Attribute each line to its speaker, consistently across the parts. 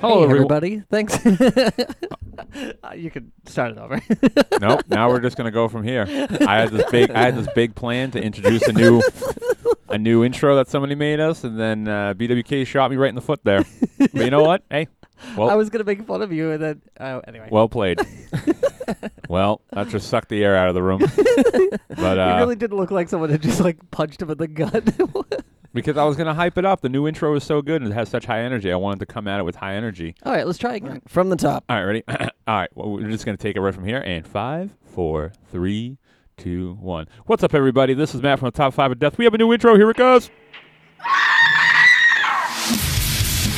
Speaker 1: Hello,
Speaker 2: hey,
Speaker 1: everyone.
Speaker 2: everybody. Thanks. Uh, you could start it over.
Speaker 1: nope. Now we're just gonna go from here. I had this big, I had this big plan to introduce a new, a new intro that somebody made us, and then uh, BWK shot me right in the foot there. But you know what? Hey, well,
Speaker 2: I was gonna make fun of you, and then oh, anyway.
Speaker 1: well played. well, that just sucked the air out of the room. But uh,
Speaker 2: you really did look like someone had just like punched him in the gut.
Speaker 1: because I was gonna hype it up, the new intro is so good and it has such high energy. I wanted to come at it with high energy.
Speaker 2: All right, let's try again from the top.
Speaker 1: All right, ready? All right, well, we're just going to take it right from here. And five, four, three, two, one. What's up, everybody? This is Matt from the Top 5 of Death. We have a new intro. Here it goes.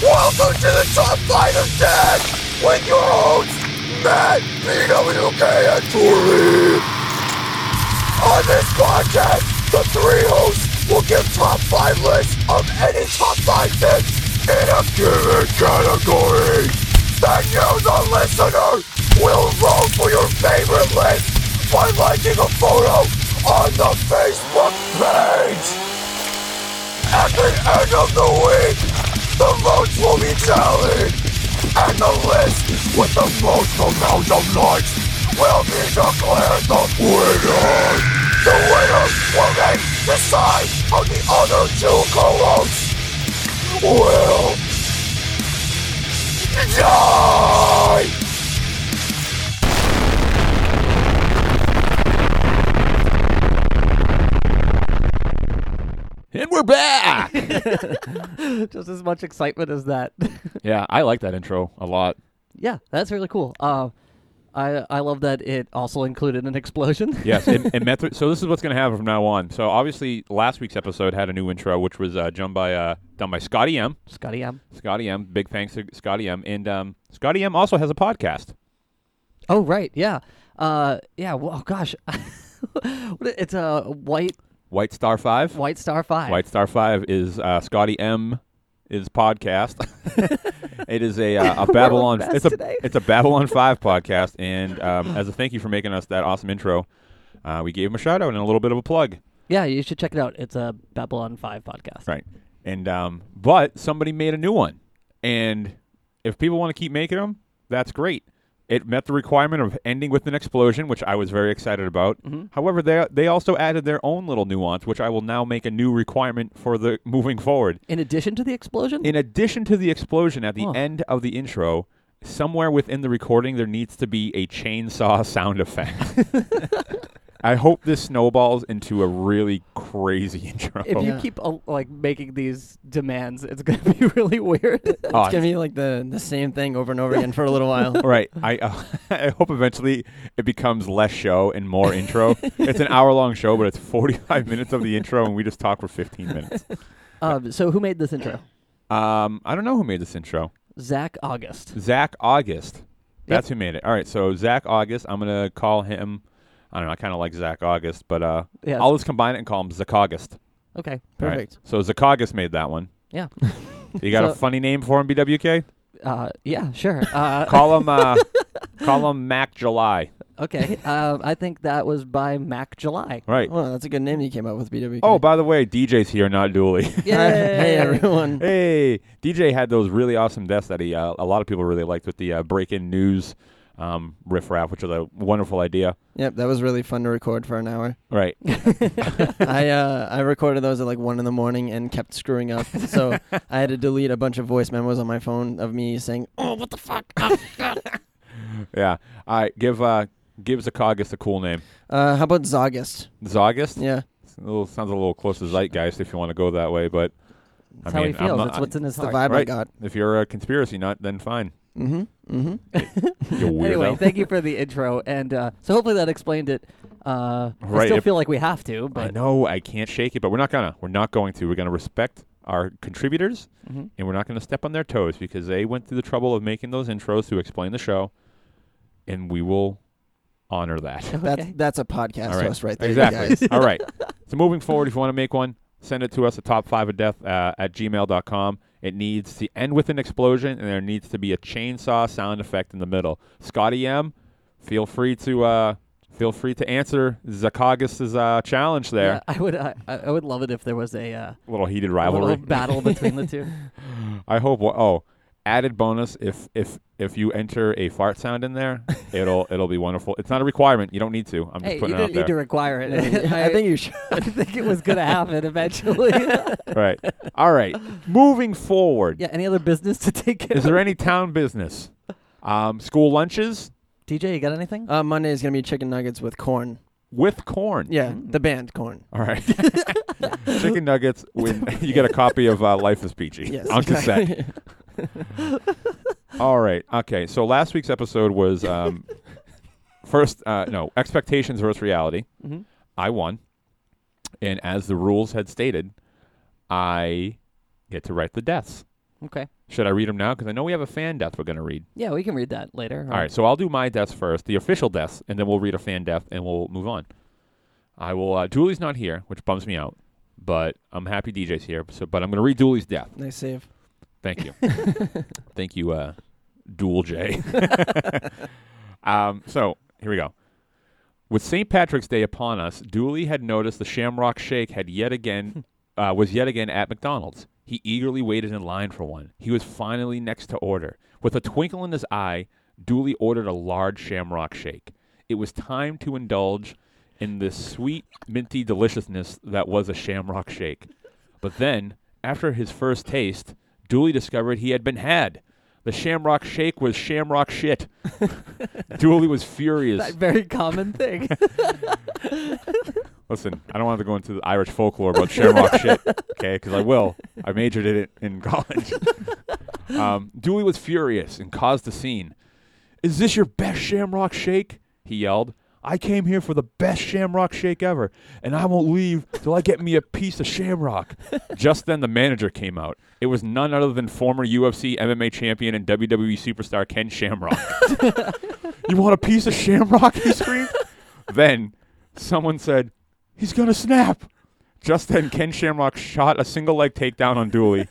Speaker 3: Welcome to the top five of death with your host, Matt BWK and Julie. On this podcast, the three hosts will give top five lists of any top five hits in a given category. Then you, the listener, will vote for your favorite list by liking a photo on the Facebook page. At the end of the week, the votes will be tallied, and the list with the most amount of likes will be declared the winner. The winner will then decide how the other two co-hosts will die.
Speaker 1: And we're back.
Speaker 2: just as much excitement as that.
Speaker 1: yeah, I like that intro a lot.
Speaker 2: yeah, that's really cool. Uh, I I love that it also included an explosion.
Speaker 1: Yes, and, and method. So this is what's going to happen from now on. So obviously, last week's episode had a new intro, which was uh, done by uh, done by Scotty M.
Speaker 2: Scotty M.
Speaker 1: Scotty M. Big thanks to Scotty M. And um, Scotty M. also has a podcast.
Speaker 2: Oh right, yeah, uh, yeah. Well, oh, gosh, What a- it's a white
Speaker 1: White Star Five.
Speaker 2: White Star Five.
Speaker 1: White Star Five is uh, Scotty M. Is podcast. it is a, uh, a Babylon.
Speaker 2: best
Speaker 1: It's a
Speaker 2: today.
Speaker 1: it's a Babylon Five podcast, and um, as a thank you for making us that awesome intro, uh, we gave him a shout out and a little bit of a plug,
Speaker 2: Yeah, you should check it out. It's a Babylon Five podcast.
Speaker 1: right? And um, but somebody made a new one, and if people want to keep making them, that's great. It met the requirement of ending with an explosion, which I was very excited about.
Speaker 2: Mm-hmm.
Speaker 1: However, they they also added their own little nuance, which I will now make a new requirement for the moving forward.
Speaker 2: In addition to the explosion.
Speaker 1: In addition to the explosion at the
Speaker 2: Huh.
Speaker 1: end of the intro, somewhere within the recording there needs to be a chainsaw sound effect. I hope this snowballs into a really crazy intro.
Speaker 2: if you keep uh, like making these demands, it's gonna be really weird.
Speaker 1: Oh,
Speaker 4: It's gonna be like the the same thing over and over again for a little while.
Speaker 1: all right, I uh, I hope eventually it becomes less show and more intro. it's an hour long show, but it's 45 minutes of the intro and we just talk for 15 minutes.
Speaker 2: um, so who made this intro?
Speaker 1: Um, I don't know who made this intro.
Speaker 2: Zach August.
Speaker 1: Zach August. That's who made it. All right, so Zach August. I'm gonna call him. I don't know. I kind of like Zach August, but uh,
Speaker 2: Yeah,
Speaker 1: I'll just combine it and call him Zach August.
Speaker 2: Okay,
Speaker 1: All right,
Speaker 2: perfect.
Speaker 1: So Zach August made that one.
Speaker 2: Yeah,
Speaker 1: You got a
Speaker 2: So-
Speaker 1: funny name for him, BWK?
Speaker 2: uh, yeah, sure. Uh,
Speaker 1: Call him. Uh, call him Mac July.
Speaker 2: okay, um, I think that was by Mac July.
Speaker 1: All Right.
Speaker 4: Well, that's a good name you came up with, BWK.
Speaker 1: Oh, by the way, DJ's here, not Dooley.
Speaker 4: Hi-
Speaker 2: Yay.
Speaker 4: hey everyone.
Speaker 1: hey, DJ had those really awesome deaths that he uh, a lot of people really liked with the uh, break-in news um, riff raff, which was a wonderful idea.
Speaker 4: Yep, that was really fun to record for an hour.
Speaker 1: Right.
Speaker 4: I uh, I recorded those at like one in the morning and kept screwing up, so I had to delete a bunch of voice memos on my phone of me saying, "Oh, what the fuck." Oh, God."
Speaker 1: Yeah. All right. Give uh, give Zach August a cool name.
Speaker 4: uh, how about Zogust?
Speaker 1: Zogist.
Speaker 4: Yeah,
Speaker 1: It's a little, sounds a little close to zeitgeist if you want to go that way, but
Speaker 2: That's
Speaker 1: I
Speaker 2: how
Speaker 1: mean,
Speaker 2: he
Speaker 1: I'm
Speaker 2: feels.
Speaker 1: not-
Speaker 2: That's what's in his
Speaker 4: it's the
Speaker 2: heart.
Speaker 4: vibe I
Speaker 1: Right.
Speaker 4: got.
Speaker 1: if you're a conspiracy nut, then fine.
Speaker 4: Mm-hmm. Mm-hmm.
Speaker 1: You weirdo.
Speaker 2: Anyway, thank you for the intro, and uh, so hopefully that explained it. Uh, I
Speaker 1: Right,
Speaker 2: still
Speaker 1: if-
Speaker 2: feel like we have to,
Speaker 1: I
Speaker 2: but
Speaker 1: know I can't shake it, but we're not gonna. We're not going to. We're gonna respect our contributors,
Speaker 2: Mhm.
Speaker 1: and we're not gonna step on their toes because they went through the trouble of making those intros to explain the show, and we will honor that.
Speaker 4: That's
Speaker 2: Okay.
Speaker 4: that's a podcast
Speaker 1: All right.
Speaker 4: host right there, you guys.
Speaker 1: Exactly. All right. So moving forward, if you want to make one, send it to us at top five of death uh, at gmail.com. It needs to end with an explosion, and there needs to be a chainsaw sound effect in the middle. Scotty M, feel free to uh, feel free to answer Zakagis' uh, challenge
Speaker 2: yeah,
Speaker 1: there.
Speaker 2: I would I, I I would love it if there was a uh,
Speaker 1: Little heated
Speaker 2: a
Speaker 1: rivalry.
Speaker 2: little battle between the two.
Speaker 1: I hope. Wa- oh, added bonus if if if you enter a fart sound in there, it'll it'll be wonderful. It's not a requirement. You don't need to. I'm just
Speaker 2: Hey, you
Speaker 1: putting
Speaker 2: didn't
Speaker 1: it
Speaker 2: need
Speaker 1: out
Speaker 2: to
Speaker 1: there.
Speaker 2: require it.
Speaker 4: I think you should.
Speaker 2: I think it was gonna happen eventually.
Speaker 1: right. All right. Moving forward.
Speaker 2: yeah. Any other business to take care
Speaker 1: Is
Speaker 2: of?
Speaker 1: there any town business? Um, school lunches
Speaker 2: DJ, you got anything?
Speaker 4: Uh, Monday is gonna be chicken nuggets with corn.
Speaker 1: with corn.
Speaker 4: Yeah,
Speaker 2: Mm-hmm.
Speaker 4: the band corn.
Speaker 1: All right. Chicken nuggets with you get a copy of uh, Life is Peachy
Speaker 4: Yes,
Speaker 1: on cassette.
Speaker 4: exactly.
Speaker 1: All right. Okay. So last week's episode was um, first, uh, no, expectations versus reality.
Speaker 2: Mhm.
Speaker 1: I won. And as the rules had stated, I get to write the deaths.
Speaker 2: Okay.
Speaker 1: Should I read them now? Because I know we have a fan death we're going to read.
Speaker 2: Yeah, we can read that later.
Speaker 1: All right. So I'll do my deaths first, the official deaths, and then we'll read a fan death and we'll move on. I will. Uh, Dooley's not here, which bums me out, but I'm happy DJ's here. So, but I'm going to read Dooley's death.
Speaker 4: nice save.
Speaker 1: Thank you. Thank you, uh, Dual J. um, so here we go. With St. Patrick's Day upon us, Dooley had noticed the Shamrock Shake had yet again uh, was yet again at McDonald's. He eagerly waited in line for one. He was finally next to order. With a twinkle in his eye, Dooley ordered a large Shamrock Shake. It was time to indulge in the sweet, minty deliciousness that was a Shamrock Shake. But then, after his first taste, Dooley discovered he had been had. The Shamrock Shake was Shamrock shit. Dooley was furious.
Speaker 2: That very common thing.
Speaker 1: Listen, I don't want to go into the Irish folklore about Shamrock shit, okay? Because I will. I majored in it in college. um, Dewey was furious and caused a scene. Is this your best Shamrock shake? He yelled. I came here for the best Shamrock shake ever, and I won't leave till I get me a piece of Shamrock. Just then, the manager came out. It was none other than former UFC MMA champion and WWE superstar Ken Shamrock. you want a piece of Shamrock? He screamed. then, someone said, He's going to snap. Just then, Ken Shamrock shot a single leg takedown on Dooley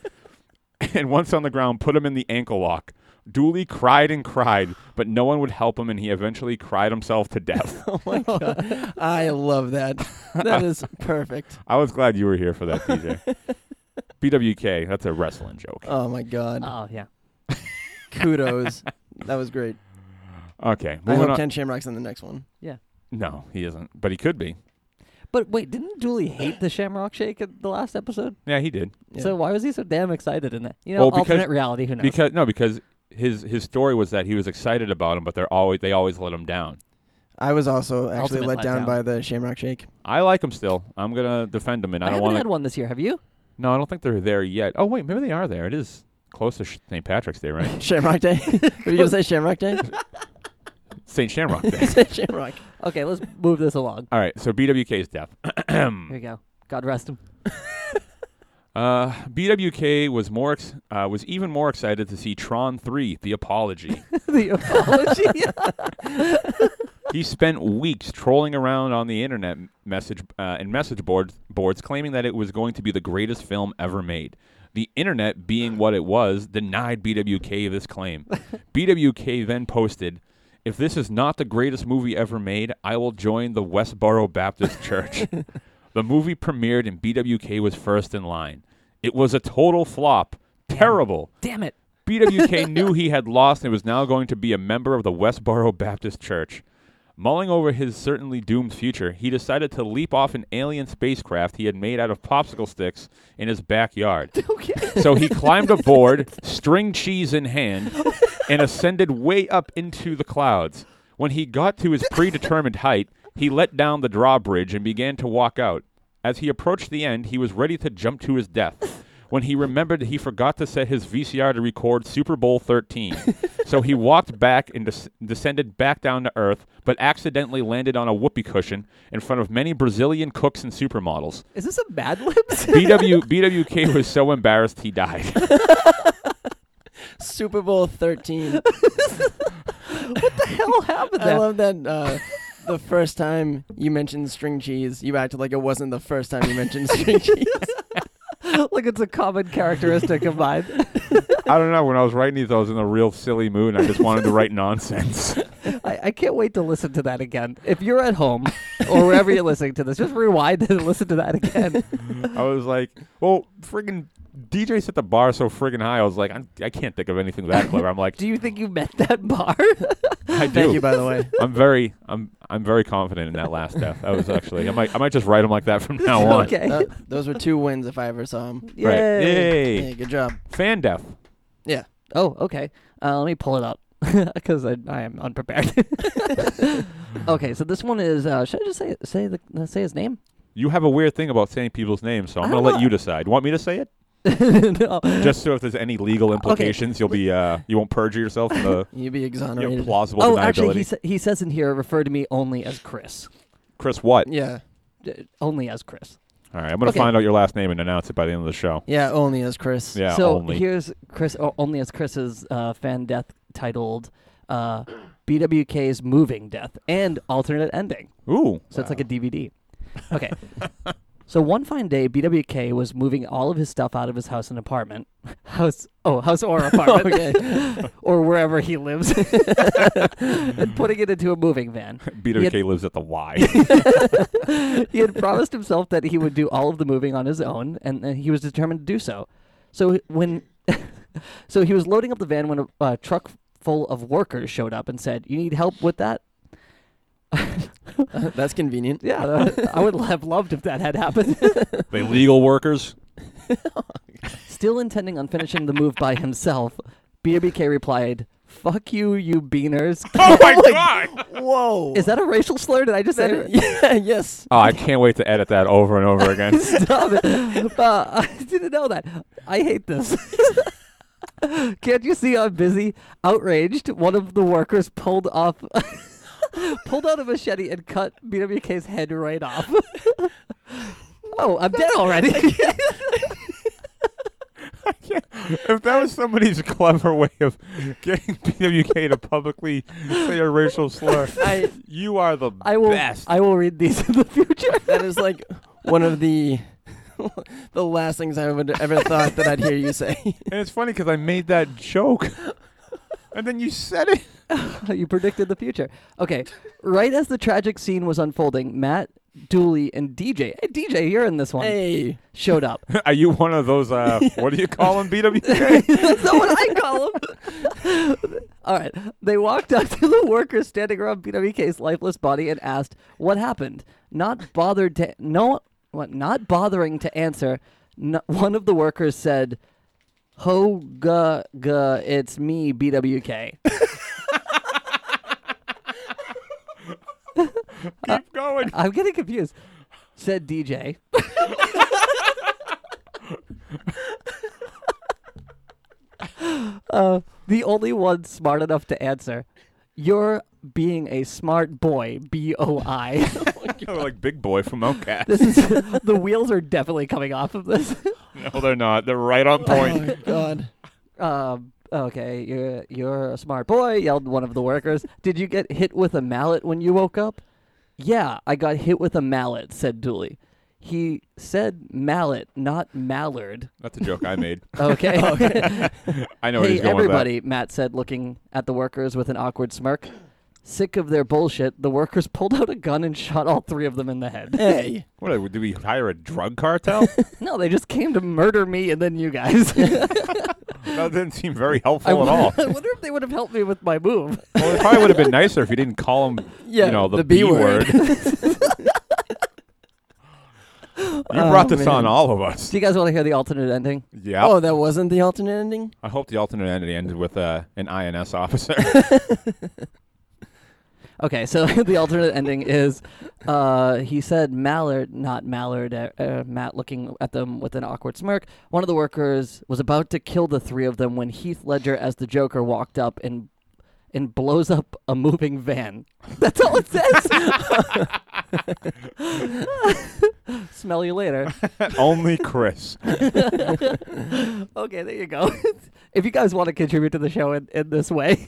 Speaker 1: and once on the ground, put him in the ankle lock. Dooley cried and cried, but no one would help him, and he eventually cried himself to death.
Speaker 4: Oh my god, I love that. That is perfect.
Speaker 1: I was glad you were here for that, DJ. BWK, that's a wrestling joke.
Speaker 4: Oh my god,
Speaker 2: oh yeah.
Speaker 4: kudos. That was great.
Speaker 1: Okay,
Speaker 4: I
Speaker 1: moving
Speaker 4: hope
Speaker 1: on.
Speaker 4: Ken Shamrock's in the next one.
Speaker 1: no, he isn't, but he could be.
Speaker 2: But wait, didn't Dooley hate the Shamrock Shake at the last episode?
Speaker 1: Yeah, he did
Speaker 4: Yeah.
Speaker 2: So why was he so damn excited in that? You know,
Speaker 1: Well, because-
Speaker 2: alternate reality. Who knows?
Speaker 1: because no, because his his story was that he was excited about him, but they're always they always let him down.
Speaker 4: I was also actually
Speaker 2: Ultimate
Speaker 4: let down,
Speaker 2: letdown.
Speaker 4: by the Shamrock Shake.
Speaker 1: I like him still. I'm gonna defend him, and I,
Speaker 2: I
Speaker 1: don't
Speaker 2: haven't
Speaker 1: want to
Speaker 2: had one this year. Have you?
Speaker 1: No, I don't think they're there yet. Oh wait, maybe they are there. It is close to Sh- St. Patrick's Day, right?
Speaker 4: Shamrock Day. Were you gonna say Shamrock Day?
Speaker 1: St. Shamrock Day.
Speaker 4: Shamrock.
Speaker 2: Okay, let's move this along.
Speaker 1: All right, so BWK's death.
Speaker 2: Here we go. God rest him.
Speaker 1: Uh, BWK was more ex- uh, was even more excited to see Tron 3: The Apology.
Speaker 2: the apology.
Speaker 1: he spent weeks trolling around on the internet message uh, and message boards boards claiming that it was going to be the greatest film ever made. The internet, being what it was, denied BWK this claim. BWK then posted, "If this is not the greatest movie ever made, I will join the Westboro Baptist Church." the movie premiered and BWK was first in line. It was a total flop. Terrible.
Speaker 2: Damn it.
Speaker 1: BWK knew he had lost and was now going to be a member of the Westboro Baptist Church. Mulling over his certainly doomed future, he decided to leap off an alien spacecraft he had made out of popsicle sticks in his backyard. So he climbed aboard, string cheese in hand, and ascended way up into the clouds. When he got to his predetermined height, he let down the drawbridge and began to walk out. As he approached the end, he was ready to jump to his death. When he remembered he forgot to set his VCR to record Super Bowl 13. so he walked back and des- descended back down to earth, but accidentally landed on a whoopee cushion in front of many Brazilian cooks and supermodels.
Speaker 2: Is this a Mad Libs?
Speaker 1: BW, BWK was so embarrassed he died.
Speaker 4: Super Bowl 13.
Speaker 2: hell happened
Speaker 4: I
Speaker 2: there?
Speaker 4: love that. Uh, the first time you mentioned string cheese, you acted like it wasn't the first time you mentioned string cheese.
Speaker 2: like it's a common characteristic of mine.
Speaker 1: I don't know. When I was writing these, I was in a real silly mood. And I just wanted to write nonsense.
Speaker 2: I, I can't wait to listen to that again. If you're at home or wherever you're listening to this, just rewind and listen to that again.
Speaker 1: I was like, well, friggin' DJ set the bar so friggin' high. I was like, I'm, I can't think of anything that clever. I'm like,
Speaker 2: Do you think you met that bar?
Speaker 1: I do.
Speaker 4: Thank you, by the way.
Speaker 1: I'm very, I'm, I'm very confident in that last death. I was actually, I might, I might just write them like that from now on.
Speaker 2: okay.
Speaker 4: Tho- those were two wins if I ever saw them.
Speaker 1: Right.
Speaker 2: Yay.
Speaker 1: Yay.
Speaker 4: Yeah, good job.
Speaker 1: Fan death.
Speaker 4: Yeah.
Speaker 2: Oh, okay. Uh, let me pull it up because I, I am unprepared. okay, so this one is. Uh, should I just say say the uh, say his name?
Speaker 1: You have a weird thing about saying people's names, so I'm
Speaker 2: I
Speaker 1: gonna
Speaker 2: don't
Speaker 1: let
Speaker 2: know.
Speaker 1: you decide. Want me to say it?
Speaker 2: no.
Speaker 1: Just so if there's any legal implications, you'll be, uh, you won't perjure yourself in the
Speaker 4: You'd be
Speaker 1: you know,
Speaker 4: exonerated.
Speaker 1: plausible
Speaker 2: oh,
Speaker 1: deniability.
Speaker 2: actually, he sa- he says in here refer to me only as Chris.
Speaker 1: Chris, what?
Speaker 4: yeah.
Speaker 2: Uh, only as Chris.
Speaker 1: All right, I'm gonna
Speaker 2: Okay.
Speaker 1: find out your last name and announce it by the end of the show.
Speaker 4: Yeah, only as Chris.
Speaker 1: Yeah,
Speaker 2: so
Speaker 1: only.
Speaker 2: here's Chris. Oh, only as Chris's uh, fan death titled. Uh, BWK's moving death and alternate ending.
Speaker 1: Ooh,
Speaker 2: So it's like a DVD. Okay. so one fine day, BWK was moving all of his stuff out of his house and apartment. House, oh, house or apartment. or wherever he lives. and putting it into a moving van.
Speaker 1: Peter
Speaker 2: He had-
Speaker 1: K lives at the Y.
Speaker 2: He had promised himself that he would do all of the moving on his own, and, and he was determined to do so. So when, so he was loading up the van when a, a truck full of workers showed up and said, "You need help with that?
Speaker 4: That's convenient.
Speaker 2: Yeah, that- I would have loved if that had happened."
Speaker 1: they legal workers.
Speaker 2: Still intending on finishing the move by himself, BWK replied, "Fuck you, you beaners."
Speaker 1: Oh my god!
Speaker 4: Whoa.
Speaker 2: Is that a racial slur? Did I just say?
Speaker 4: yeah, yes.
Speaker 1: Oh, I can't wait to edit that over and over again.
Speaker 2: Stop it. Uh, I didn't know that. I hate this. Can't you see I'm busy? Outraged, one of the workers pulled off. pulled out a machete and cut BWK's head right off. oh, I'm dead already.
Speaker 1: if that was somebody's clever way of getting PWK to publicly say a racial slur,
Speaker 4: I
Speaker 1: you are the
Speaker 2: I will
Speaker 1: best.
Speaker 2: I will read these in the future.
Speaker 4: that is like one of the the last things I would ever thought that I'd hear you say.
Speaker 1: and it's funny because I made that joke, and then you said it.
Speaker 2: you predicted the future. Okay. Right as the tragic scene was unfolding, Matt, Dooley, and DJ. Hey DJ, you're in this one.
Speaker 4: hey.
Speaker 2: Showed up.
Speaker 1: Are you one of those? Uh, what do you call them? BWK?
Speaker 2: That's not what I call them. All right. They walked up to the workers standing around BWK's lifeless body and asked, "What happened?" Not bothered to no what not bothering to answer, no, one of the workers said, "Ho ga ga, it's me, BWK."
Speaker 1: Keep going.
Speaker 2: I'm getting confused. Said DJ. uh, the only one smart enough to answer. You're being a smart boy, B O I.
Speaker 1: You're like big boy from Outcast.
Speaker 2: This is the wheels are definitely coming off of this.
Speaker 1: No, they're not. They're right on
Speaker 4: Oh
Speaker 1: point.
Speaker 4: my god.
Speaker 2: Um, okay, you're you're a smart boy. Yelled one of the workers. Did you get hit with a mallet when you woke up? Yeah, I got hit with a mallet. Said Dooley. He said mallet, not mallard.
Speaker 1: That's a joke I made.
Speaker 2: Okay.
Speaker 1: I know where
Speaker 2: hey,
Speaker 1: he's going with that.
Speaker 2: everybody, Matt said, looking at the workers with an awkward smirk. Sick of their bullshit, the workers pulled out a gun and shot all three of them in the head.
Speaker 4: Hey.
Speaker 1: What uh, did we hire a drug cartel?
Speaker 2: no, they just came to murder me and then you guys.
Speaker 1: that didn't seem very
Speaker 2: I
Speaker 1: helpful at all.
Speaker 2: wonder I wonder if they would have helped me with my move.
Speaker 1: Well, it probably would have been nicer if you didn't call him,
Speaker 4: Yeah,
Speaker 1: you know, the,
Speaker 4: the B word.
Speaker 1: you brought this on all of us.
Speaker 2: Do you guys want to hear the alternate ending?
Speaker 1: Yeah.
Speaker 4: Oh, that wasn't the alternate ending?
Speaker 1: I hope the alternate ending ended with uh, an INS officer.
Speaker 2: Okay, so the alternate ending is uh, he said Mallard, not Mallard, uh, uh, Matt looking at them with an awkward smirk. One of the workers was about to kill the three of them when Heath Ledger, as the Joker, walked up and and blows up a moving van. That's all it says. Smell you later.
Speaker 1: Only Chris.
Speaker 2: Okay, there you go. if you guys want to contribute to the show in, in this way,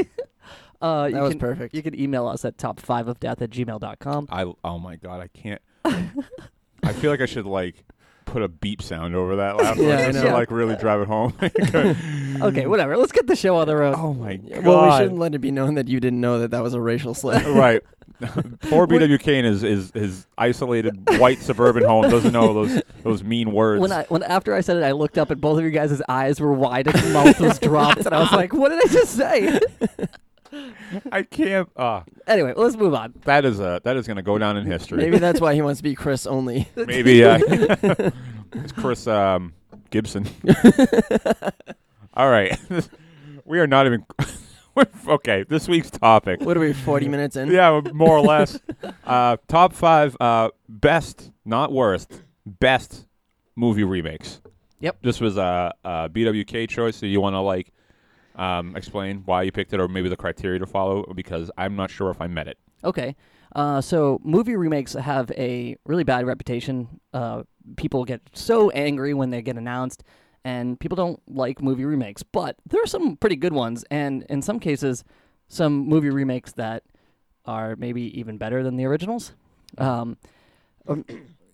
Speaker 2: uh, you
Speaker 4: That was
Speaker 2: can,
Speaker 4: perfect.
Speaker 2: You can email us at top five of death at gmail.com.
Speaker 1: I. Oh my God, I can't. I feel like I should like put a beep sound over that laugh
Speaker 4: Yeah, I
Speaker 1: just
Speaker 4: know.
Speaker 1: to like really drive it home.
Speaker 2: Okay, whatever. Let's get the show on the road.
Speaker 1: oh my God.
Speaker 4: Well, we shouldn't let it be known that you didn't know that that was a racial slur.
Speaker 1: Right. Poor BWK in his, his, his isolated white suburban home doesn't know those those mean words.
Speaker 2: When I when after I said it, I looked up and both of you guys' eyes were wide and mouth was dropped, and I was like, "What did I just say?"
Speaker 1: I can't. Uh,
Speaker 2: anyway, let's move on.
Speaker 1: that is a that is going to go down in history.
Speaker 4: Maybe that's why he wants to be Chris only.
Speaker 1: Maybe uh, it's Chris um, Gibson. All right, we are not even. we're- okay, this week's topic.
Speaker 4: What are we, 40 minutes in?
Speaker 1: Yeah, more or less. uh, top five uh, best, not worst, best movie remakes.
Speaker 2: Yep.
Speaker 1: This was uh, a, a BWK choice. So you want to like um, explain why you picked it, or maybe the criteria to follow? Because I'm not sure if I met it.
Speaker 2: Okay. Uh, so movie remakes have a really bad reputation. Uh, people get so angry when they get announced, and people don't like movie remakes. But there are some pretty good ones, and in some cases, some movie remakes that are maybe even better than the originals. Um, um,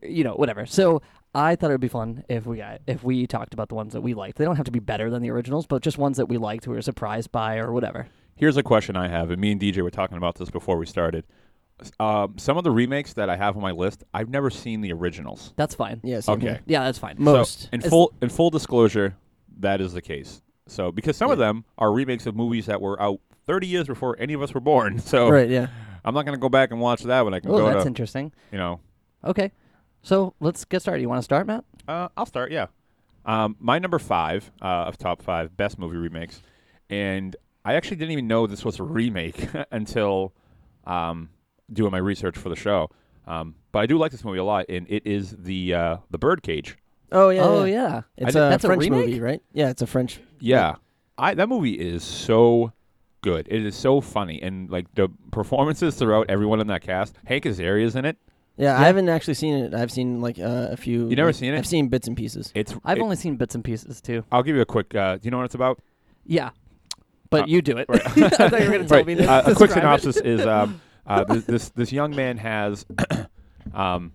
Speaker 2: you know, whatever. So I thought it would be fun if we got, if we talked about the ones that we liked. They don't have to be better than the originals, but just ones that we liked, we were surprised by, or whatever.
Speaker 1: Here's a question I have, and me and DJ were talking about this before we started. S- Um, some of the remakes that I have on my list, I've never seen the originals.
Speaker 2: That's fine.
Speaker 4: Yeah, same
Speaker 1: Okay.
Speaker 4: here.
Speaker 2: Yeah, that's fine.
Speaker 1: So,
Speaker 4: Most.
Speaker 1: in
Speaker 2: Is-
Speaker 1: full in full disclosure, that is the case. So because some of them are remakes of movies that were out 30 years before any of us were born. So
Speaker 4: Right, yeah.
Speaker 1: I'm not going to go back and watch that when I can
Speaker 2: Oh,
Speaker 1: go
Speaker 2: that's
Speaker 1: to
Speaker 2: interesting.
Speaker 1: you know.
Speaker 2: Okay. So let's get started. You want to start, Matt?
Speaker 1: Uh, I'll start. Yeah. Um, my number five uh, of top five best movie remakes, and I actually didn't even know this was a remake until um, doing my research for the show. Um, but I do like this movie a lot, and it is the uh, the Birdcage.
Speaker 4: Oh, yeah.
Speaker 2: oh yeah.
Speaker 4: It's a
Speaker 2: I- that's a
Speaker 4: French
Speaker 2: remake?
Speaker 4: movie, right? Yeah, it's a French.
Speaker 1: Yeah. I that movie is so good. It is so funny and like the performances throughout everyone in that cast. Hank Azaria's in it.
Speaker 4: Yeah, I haven't actually seen it. I've seen like uh, a few.
Speaker 1: You never
Speaker 4: like,
Speaker 1: seen it?
Speaker 4: I've seen bits and pieces.
Speaker 1: It's
Speaker 2: I've
Speaker 1: it-
Speaker 2: only seen bits and pieces too.
Speaker 1: I'll give you a quick uh, do you know what it's about?
Speaker 2: Yeah. But
Speaker 1: Uh,
Speaker 2: you do it. I thought you were going to tell
Speaker 1: Right.
Speaker 2: me to
Speaker 1: Uh, a quick
Speaker 2: describe it.
Speaker 1: synopsis is um, uh, this, this this young man has um,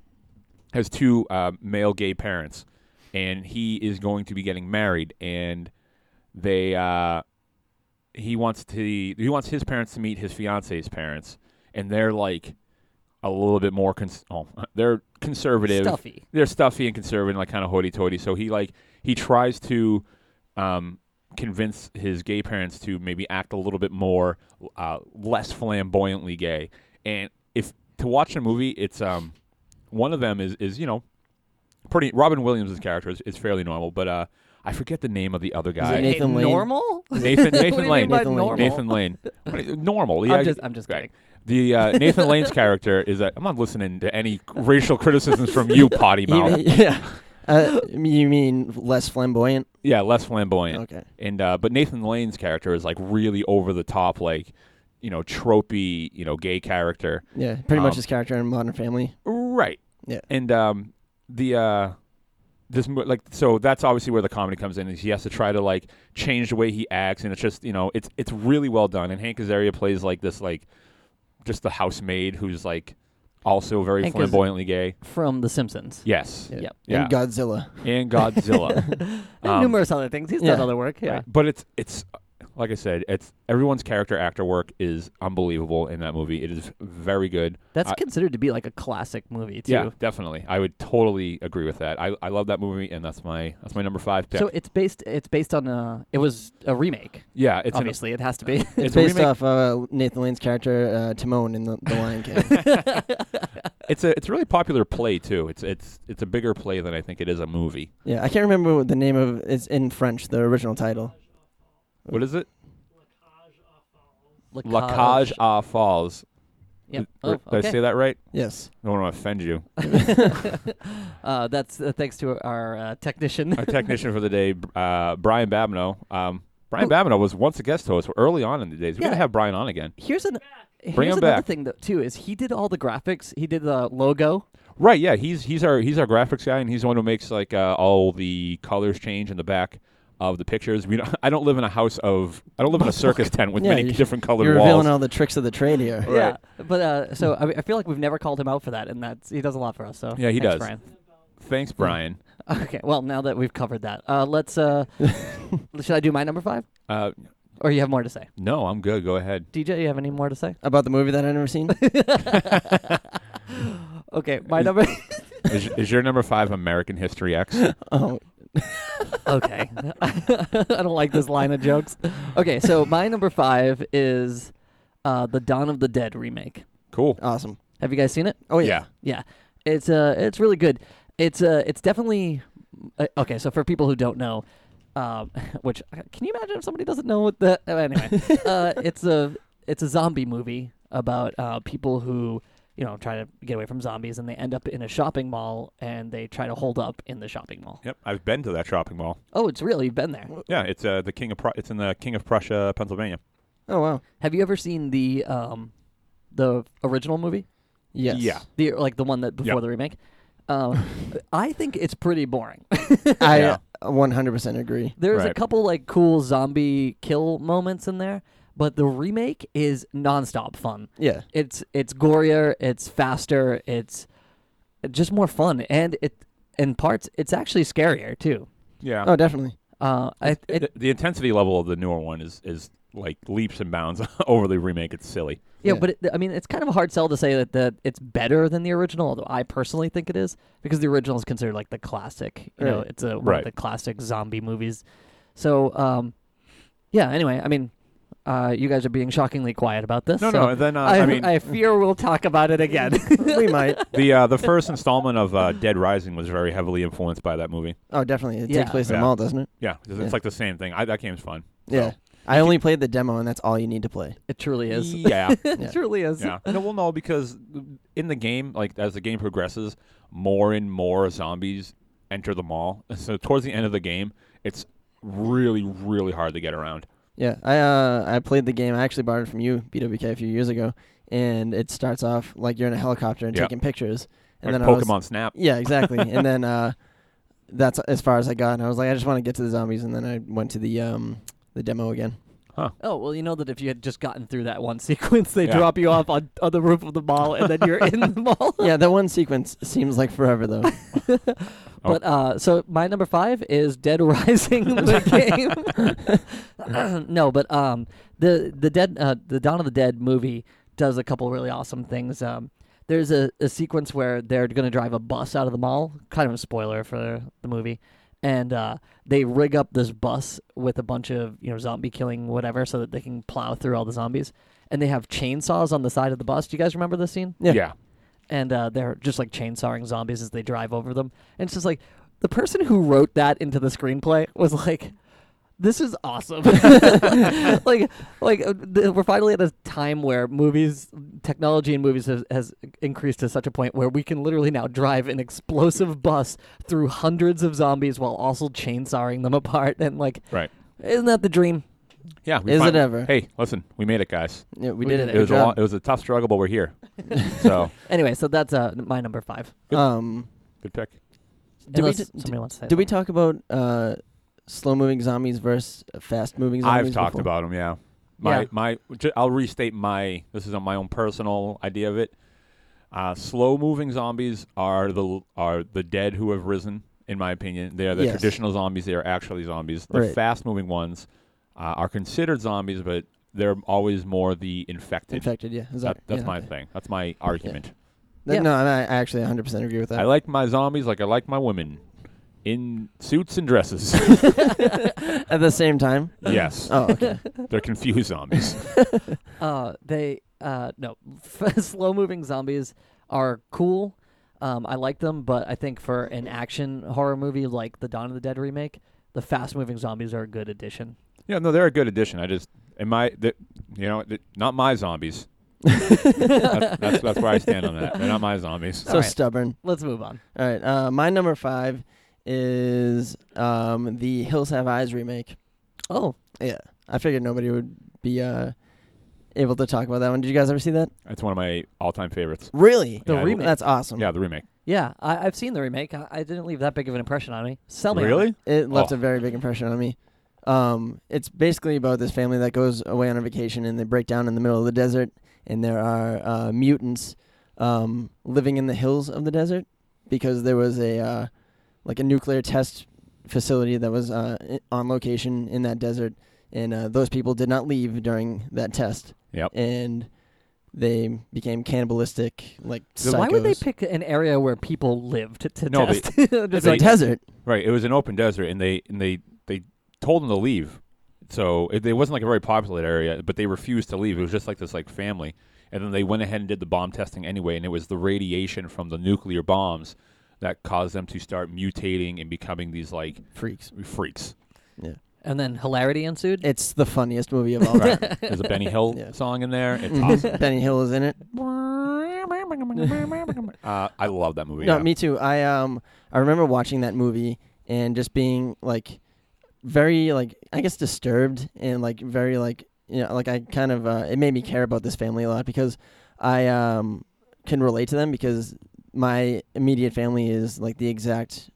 Speaker 1: has two uh, male gay parents, and he is going to be getting married, and they uh, he wants to he wants his parents to meet his fiance's parents, and they're like a little bit more cons- oh, they're conservative
Speaker 2: Stuffy.
Speaker 1: they're stuffy and conservative, and like kind of hoity-toity. So he like he tries to um, convince his gay parents to maybe act a little bit more uh, less flamboyantly gay. And if to watch a movie, it's um, one of them is is you know pretty Robin Williams' character is, is fairly normal, but uh, I forget the name of the other guy.
Speaker 4: it Nathan
Speaker 2: Okay,
Speaker 4: Lane?
Speaker 2: Normal?
Speaker 1: Nathan
Speaker 2: What do you
Speaker 1: Nathan
Speaker 2: mean
Speaker 1: Lane.
Speaker 2: by
Speaker 4: Nathan Lane.
Speaker 2: normal?
Speaker 1: Nathan Lane. What is- Normal. Yeah,
Speaker 2: I'm just, I'm just
Speaker 1: right.
Speaker 2: kidding.
Speaker 1: The uh, Nathan Lane's character is that I'm not listening to any racial criticisms from you, potty mouth.
Speaker 4: yeah. Uh, you mean less flamboyant?
Speaker 1: Yeah, less flamboyant.
Speaker 4: Okay.
Speaker 1: And uh, but Nathan Lane's character is like really over the top, like you know, tropey, you know, gay character.
Speaker 4: Yeah, pretty much
Speaker 1: Um,
Speaker 4: his character in Modern Family.
Speaker 1: Right.
Speaker 4: Yeah.
Speaker 1: And um, the uh, this mo- like so that's obviously where the comedy comes in is he has to try to like change the way he acts, and it's just you know it's it's really well done. And Hank Azaria plays like this like just the housemaid who's like also very
Speaker 2: Hank is-
Speaker 1: flamboyantly gay.
Speaker 2: From The Simpsons.
Speaker 1: Yes.
Speaker 4: Yeah.
Speaker 2: Yep.
Speaker 1: Yeah.
Speaker 4: And Godzilla.
Speaker 1: And Godzilla.
Speaker 2: And
Speaker 1: Um,
Speaker 2: numerous other things. He's done
Speaker 4: yeah.
Speaker 2: other work. Yeah.
Speaker 1: Right. But it's it's like I said, it's everyone's character actor work is unbelievable in that movie. It is very good.
Speaker 2: That's
Speaker 1: I-
Speaker 2: considered to be like a classic movie too.
Speaker 1: Yeah, definitely. I would totally agree with that. I, I love that movie, and that's my that's my number five pick.
Speaker 2: So it's based. It's based on a. It was a remake.
Speaker 1: yeah, it's an,
Speaker 2: obviously, it has to be.
Speaker 1: it's
Speaker 4: It's
Speaker 1: a
Speaker 4: based
Speaker 1: remake-
Speaker 4: off uh, Nathan Lane's character uh, Timon in the, the Lion King.
Speaker 1: it's a it's a really popular play too. It's it's it's a bigger play than I think it is a movie.
Speaker 4: yeah, I can't remember what the name of it's in French. The original title.
Speaker 1: What is it? La
Speaker 2: Cage.
Speaker 1: Cage à Falls.
Speaker 2: Yep.
Speaker 1: Did,
Speaker 2: Oh,
Speaker 1: did I
Speaker 2: okay.
Speaker 1: say that right?
Speaker 4: Yes.
Speaker 1: I don't want to offend you.
Speaker 2: Uh, that's uh, thanks to our uh, technician.
Speaker 1: Our technician for the day, uh, Brian Babineau. Um, Brian Babineau was once a guest host early on in the days. We
Speaker 2: Yeah.
Speaker 1: gotta have Brian on again.
Speaker 2: Here's an here's
Speaker 1: Bring him
Speaker 2: another
Speaker 1: back.
Speaker 2: thing though too is he did all the graphics. He did the logo.
Speaker 1: Right, yeah, he's he's our he's our graphics guy, and he's the one who makes like uh, all the colors change in the back of the pictures. We don't, I don't live in a house of I don't live in a circus tent with
Speaker 4: Yeah,
Speaker 1: many
Speaker 4: you-
Speaker 1: different colored
Speaker 4: You're
Speaker 1: walls.
Speaker 4: revealing all the tricks of the trade here.
Speaker 2: Yeah, but uh, so I, I feel like we've never called him out for that, and that's he does a lot for us. So
Speaker 1: Yeah, he
Speaker 2: thanks,
Speaker 1: does. Thanks, Brian.
Speaker 2: Brian. Okay, well now that we've covered that, uh, let's. Uh, should I do my number five?
Speaker 1: Uh,
Speaker 2: Or you have more to say?
Speaker 1: No, I'm good. Go ahead.
Speaker 2: DJ, you have any more to say?
Speaker 4: About the movie that I've never seen?
Speaker 2: Okay, my number.
Speaker 1: Is, is your number five American History X?
Speaker 4: oh,
Speaker 2: okay. I don't like this line of jokes. Okay, so my number five is uh, the Dawn of the Dead remake.
Speaker 1: Cool.
Speaker 4: awesome.
Speaker 2: Have you guys seen it?
Speaker 4: Oh, yeah.
Speaker 1: yeah.
Speaker 2: Yeah, it's uh, it's really good. It's uh, it's definitely uh, okay. So for people who don't know, um, which can you imagine if somebody doesn't know what the oh, anyway? uh, it's a it's a zombie movie about uh, people who you know try to get away from zombies and they end up in a shopping mall and they try to hold up in the shopping mall.
Speaker 1: Yep. I've been to that shopping mall.
Speaker 2: Oh, it's really you've been there.
Speaker 1: Yeah, it's uh, the King of Pru- it's in the King of Prussia, Pennsylvania.
Speaker 4: Oh, wow.
Speaker 2: Have you ever seen the um, the original movie?
Speaker 4: Yes.
Speaker 1: Yeah.
Speaker 2: The like the one that before
Speaker 1: Yep.
Speaker 2: the remake. Um, I think it's pretty boring.
Speaker 4: I
Speaker 1: Yeah.
Speaker 4: uh, 100% agree.
Speaker 2: There's a
Speaker 1: Right.
Speaker 2: couple like cool zombie kill moments in there, but the remake is nonstop fun.
Speaker 4: Yeah.
Speaker 2: It's it's gorier, it's faster, it's just more fun, and it in parts it's actually scarier too.
Speaker 1: Yeah.
Speaker 4: Oh, definitely.
Speaker 2: Uh, I, it,
Speaker 1: the, the intensity level of the newer one is is like leaps and bounds over the remake. It's silly.
Speaker 2: yeah,
Speaker 4: yeah.
Speaker 2: but it, I mean, it's kind of a hard sell to say that, that it's better than the original, although I personally think it is because the original is considered like the classic. You know,
Speaker 4: Right.
Speaker 2: it's a, one of
Speaker 1: Right.
Speaker 2: the classic zombie movies. So, um, yeah. Anyway, I mean, uh, you guys are being shockingly quiet about this.
Speaker 1: No,
Speaker 2: so
Speaker 1: no. and Then uh, I, mean,
Speaker 2: fear we'll talk about it again.
Speaker 4: we might.
Speaker 1: the uh, the first installment of uh, Dead Rising was very heavily influenced by that movie.
Speaker 4: Oh, definitely. It
Speaker 2: Yeah.
Speaker 4: takes place in
Speaker 1: Yeah.
Speaker 4: the mall, doesn't it?
Speaker 1: Yeah, it's, it's
Speaker 4: Yeah.
Speaker 1: like the same thing. I, that game's fun.
Speaker 4: Yeah. I only played the demo, and that's all you need to play.
Speaker 2: it truly is.
Speaker 1: Yeah,
Speaker 2: It truly is.
Speaker 1: yeah. No, well, no, because in the game, like as the game progresses, more and more zombies enter the mall. So towards the end of the game, it's really, really hard to get around.
Speaker 4: Yeah, I uh, I played the game. I actually borrowed it from you, BWK, a few years ago, and it starts off like you're in a helicopter and
Speaker 1: Yeah.
Speaker 4: taking pictures, and
Speaker 1: like
Speaker 4: I was-
Speaker 1: Pokemon Snap.
Speaker 4: yeah, exactly. and then uh, that's as far as I got. And I was like, I just want to get to the zombies, and then I went to the um the demo again.
Speaker 2: Oh well, you know that if you had just gotten through that one sequence, they
Speaker 1: Yeah.
Speaker 2: drop you off on, on the roof of the mall, and then you're in the mall.
Speaker 4: yeah, that one sequence seems like forever though.
Speaker 1: Oh.
Speaker 2: But uh, so my number five is Dead Rising, the game. no, but um, the the dead uh, the Dawn of the Dead movie does a couple really awesome things. Um, there's a, a sequence where they're going to drive a bus out of the mall, kind of a spoiler for the movie, and uh, they rig up this bus with a bunch of you know zombie killing whatever, so that they can plow through all the zombies. And they have chainsaws on the side of the bus. Do you guys remember this scene?
Speaker 4: Yeah.
Speaker 1: yeah.
Speaker 2: and uh, they're just like chainsawing zombies as they drive over them. And it's just like the person who wrote that into the screenplay was like, "This is awesome!" like, like uh, th- we're finally at a time where movies, technology in movies has, has increased to such a point where we can literally now drive an explosive bus through hundreds of zombies while also chainsawing them apart. And like,
Speaker 1: Right.
Speaker 2: isn't that the dream?
Speaker 1: Yeah. we
Speaker 4: Is
Speaker 1: fin-
Speaker 4: it ever?
Speaker 1: Hey, listen, we made it, guys.
Speaker 4: Yeah,
Speaker 2: We
Speaker 4: we, did,
Speaker 2: did it.
Speaker 4: it.
Speaker 1: It
Speaker 4: Good
Speaker 1: was a long,
Speaker 4: job.
Speaker 1: it was a tough struggle, but we're here. so
Speaker 2: Anyway, so that's uh, my number five.
Speaker 4: um,
Speaker 1: good pick.
Speaker 4: Did we
Speaker 2: Unless
Speaker 4: d-
Speaker 2: somebody wants to say
Speaker 4: did we
Speaker 2: something.
Speaker 4: talk about uh slow moving zombies versus fast moving zombies?
Speaker 1: I've talked
Speaker 4: before?
Speaker 1: about them. Yeah. My
Speaker 2: Yeah.
Speaker 1: my. Ju- I'll restate my. This is on my own personal idea of it. Uh, slow moving zombies are the are the dead who have risen. In my opinion, they are the
Speaker 4: Yes.
Speaker 1: traditional zombies. They are actually zombies. The
Speaker 4: Right.
Speaker 1: fast moving ones uh, are considered zombies, but they're always more the infected.
Speaker 4: infected. Yeah, Is
Speaker 1: That,
Speaker 4: that-
Speaker 1: that's
Speaker 4: yeah,
Speaker 1: my
Speaker 4: okay.
Speaker 1: thing. That's my argument.
Speaker 4: That-
Speaker 2: Yeah.
Speaker 4: No, I, I actually 100 percent agree with that.
Speaker 1: I like my zombies like I like my women, in suits and dresses.
Speaker 4: At the same time.
Speaker 1: yes,
Speaker 4: Oh, okay.
Speaker 1: they're confused zombies.
Speaker 2: Uh, they uh no, slow moving zombies are cool. Um, I like them, but I think for an action horror movie like the Dawn of the Dead remake, the fast moving zombies are a good addition.
Speaker 1: Yeah, no, they're a good addition. I just in my, th you know, th- not my zombies. that's, that's that's where I stand on that. They're not my zombies.
Speaker 4: so
Speaker 2: All right.
Speaker 4: stubborn.
Speaker 2: Let's move on.
Speaker 4: All right. Uh, my number five is um, the Hills Have Eyes remake.
Speaker 2: Oh,
Speaker 4: Yeah. I figured nobody would be uh, able to talk about that one. Did you guys ever see that?
Speaker 1: That's one of my all-time favorites.
Speaker 4: Really?
Speaker 1: The Yeah, I-
Speaker 2: remake.
Speaker 4: That's awesome.
Speaker 1: Yeah, the remake.
Speaker 2: yeah, I, I've seen the remake. I, I didn't leave that big of an impression on me. Sell me. on it.
Speaker 1: really?
Speaker 4: It left
Speaker 1: Oh.
Speaker 4: a very big impression on me. Um, it's basically about this family that goes away on a vacation and they break down in the middle of the desert, and there are uh, mutants um, living in the hills of the desert because there was a uh, like a nuclear test facility that was uh, i- on location in that desert, and uh, those people did not leave during that test.
Speaker 1: Yep.
Speaker 4: And they became cannibalistic, like
Speaker 1: So
Speaker 4: psychos.
Speaker 2: Why would they pick an area where people lived to
Speaker 1: No, they-
Speaker 2: test?
Speaker 4: It's
Speaker 2: Just
Speaker 4: a
Speaker 1: they-
Speaker 2: like,
Speaker 4: desert.
Speaker 1: Right. It was an open desert, and they and they they told them to leave. So it, it wasn't like a very populated area, but they refused to leave. It was just like this like family, and then they went ahead and did the bomb testing anyway. And it was the radiation from the nuclear bombs that caused them to start mutating and becoming these like
Speaker 4: Freaks.
Speaker 1: freaks.
Speaker 2: and then hilarity ensued.
Speaker 4: It's the funniest movie of all time.
Speaker 1: Right. There's a Benny Hill
Speaker 4: Yeah.
Speaker 1: song in there. It's
Speaker 4: Mhm.
Speaker 1: awesome.
Speaker 4: Benny Hill is in it.
Speaker 1: Uh, I love that movie.
Speaker 4: No,
Speaker 1: yeah.
Speaker 4: me too. I um I remember watching that movie and just being like very like I guess disturbed and like very like you know like I kind of uh, it made me care about this family a lot because I um can relate to them because my immediate family is like the exact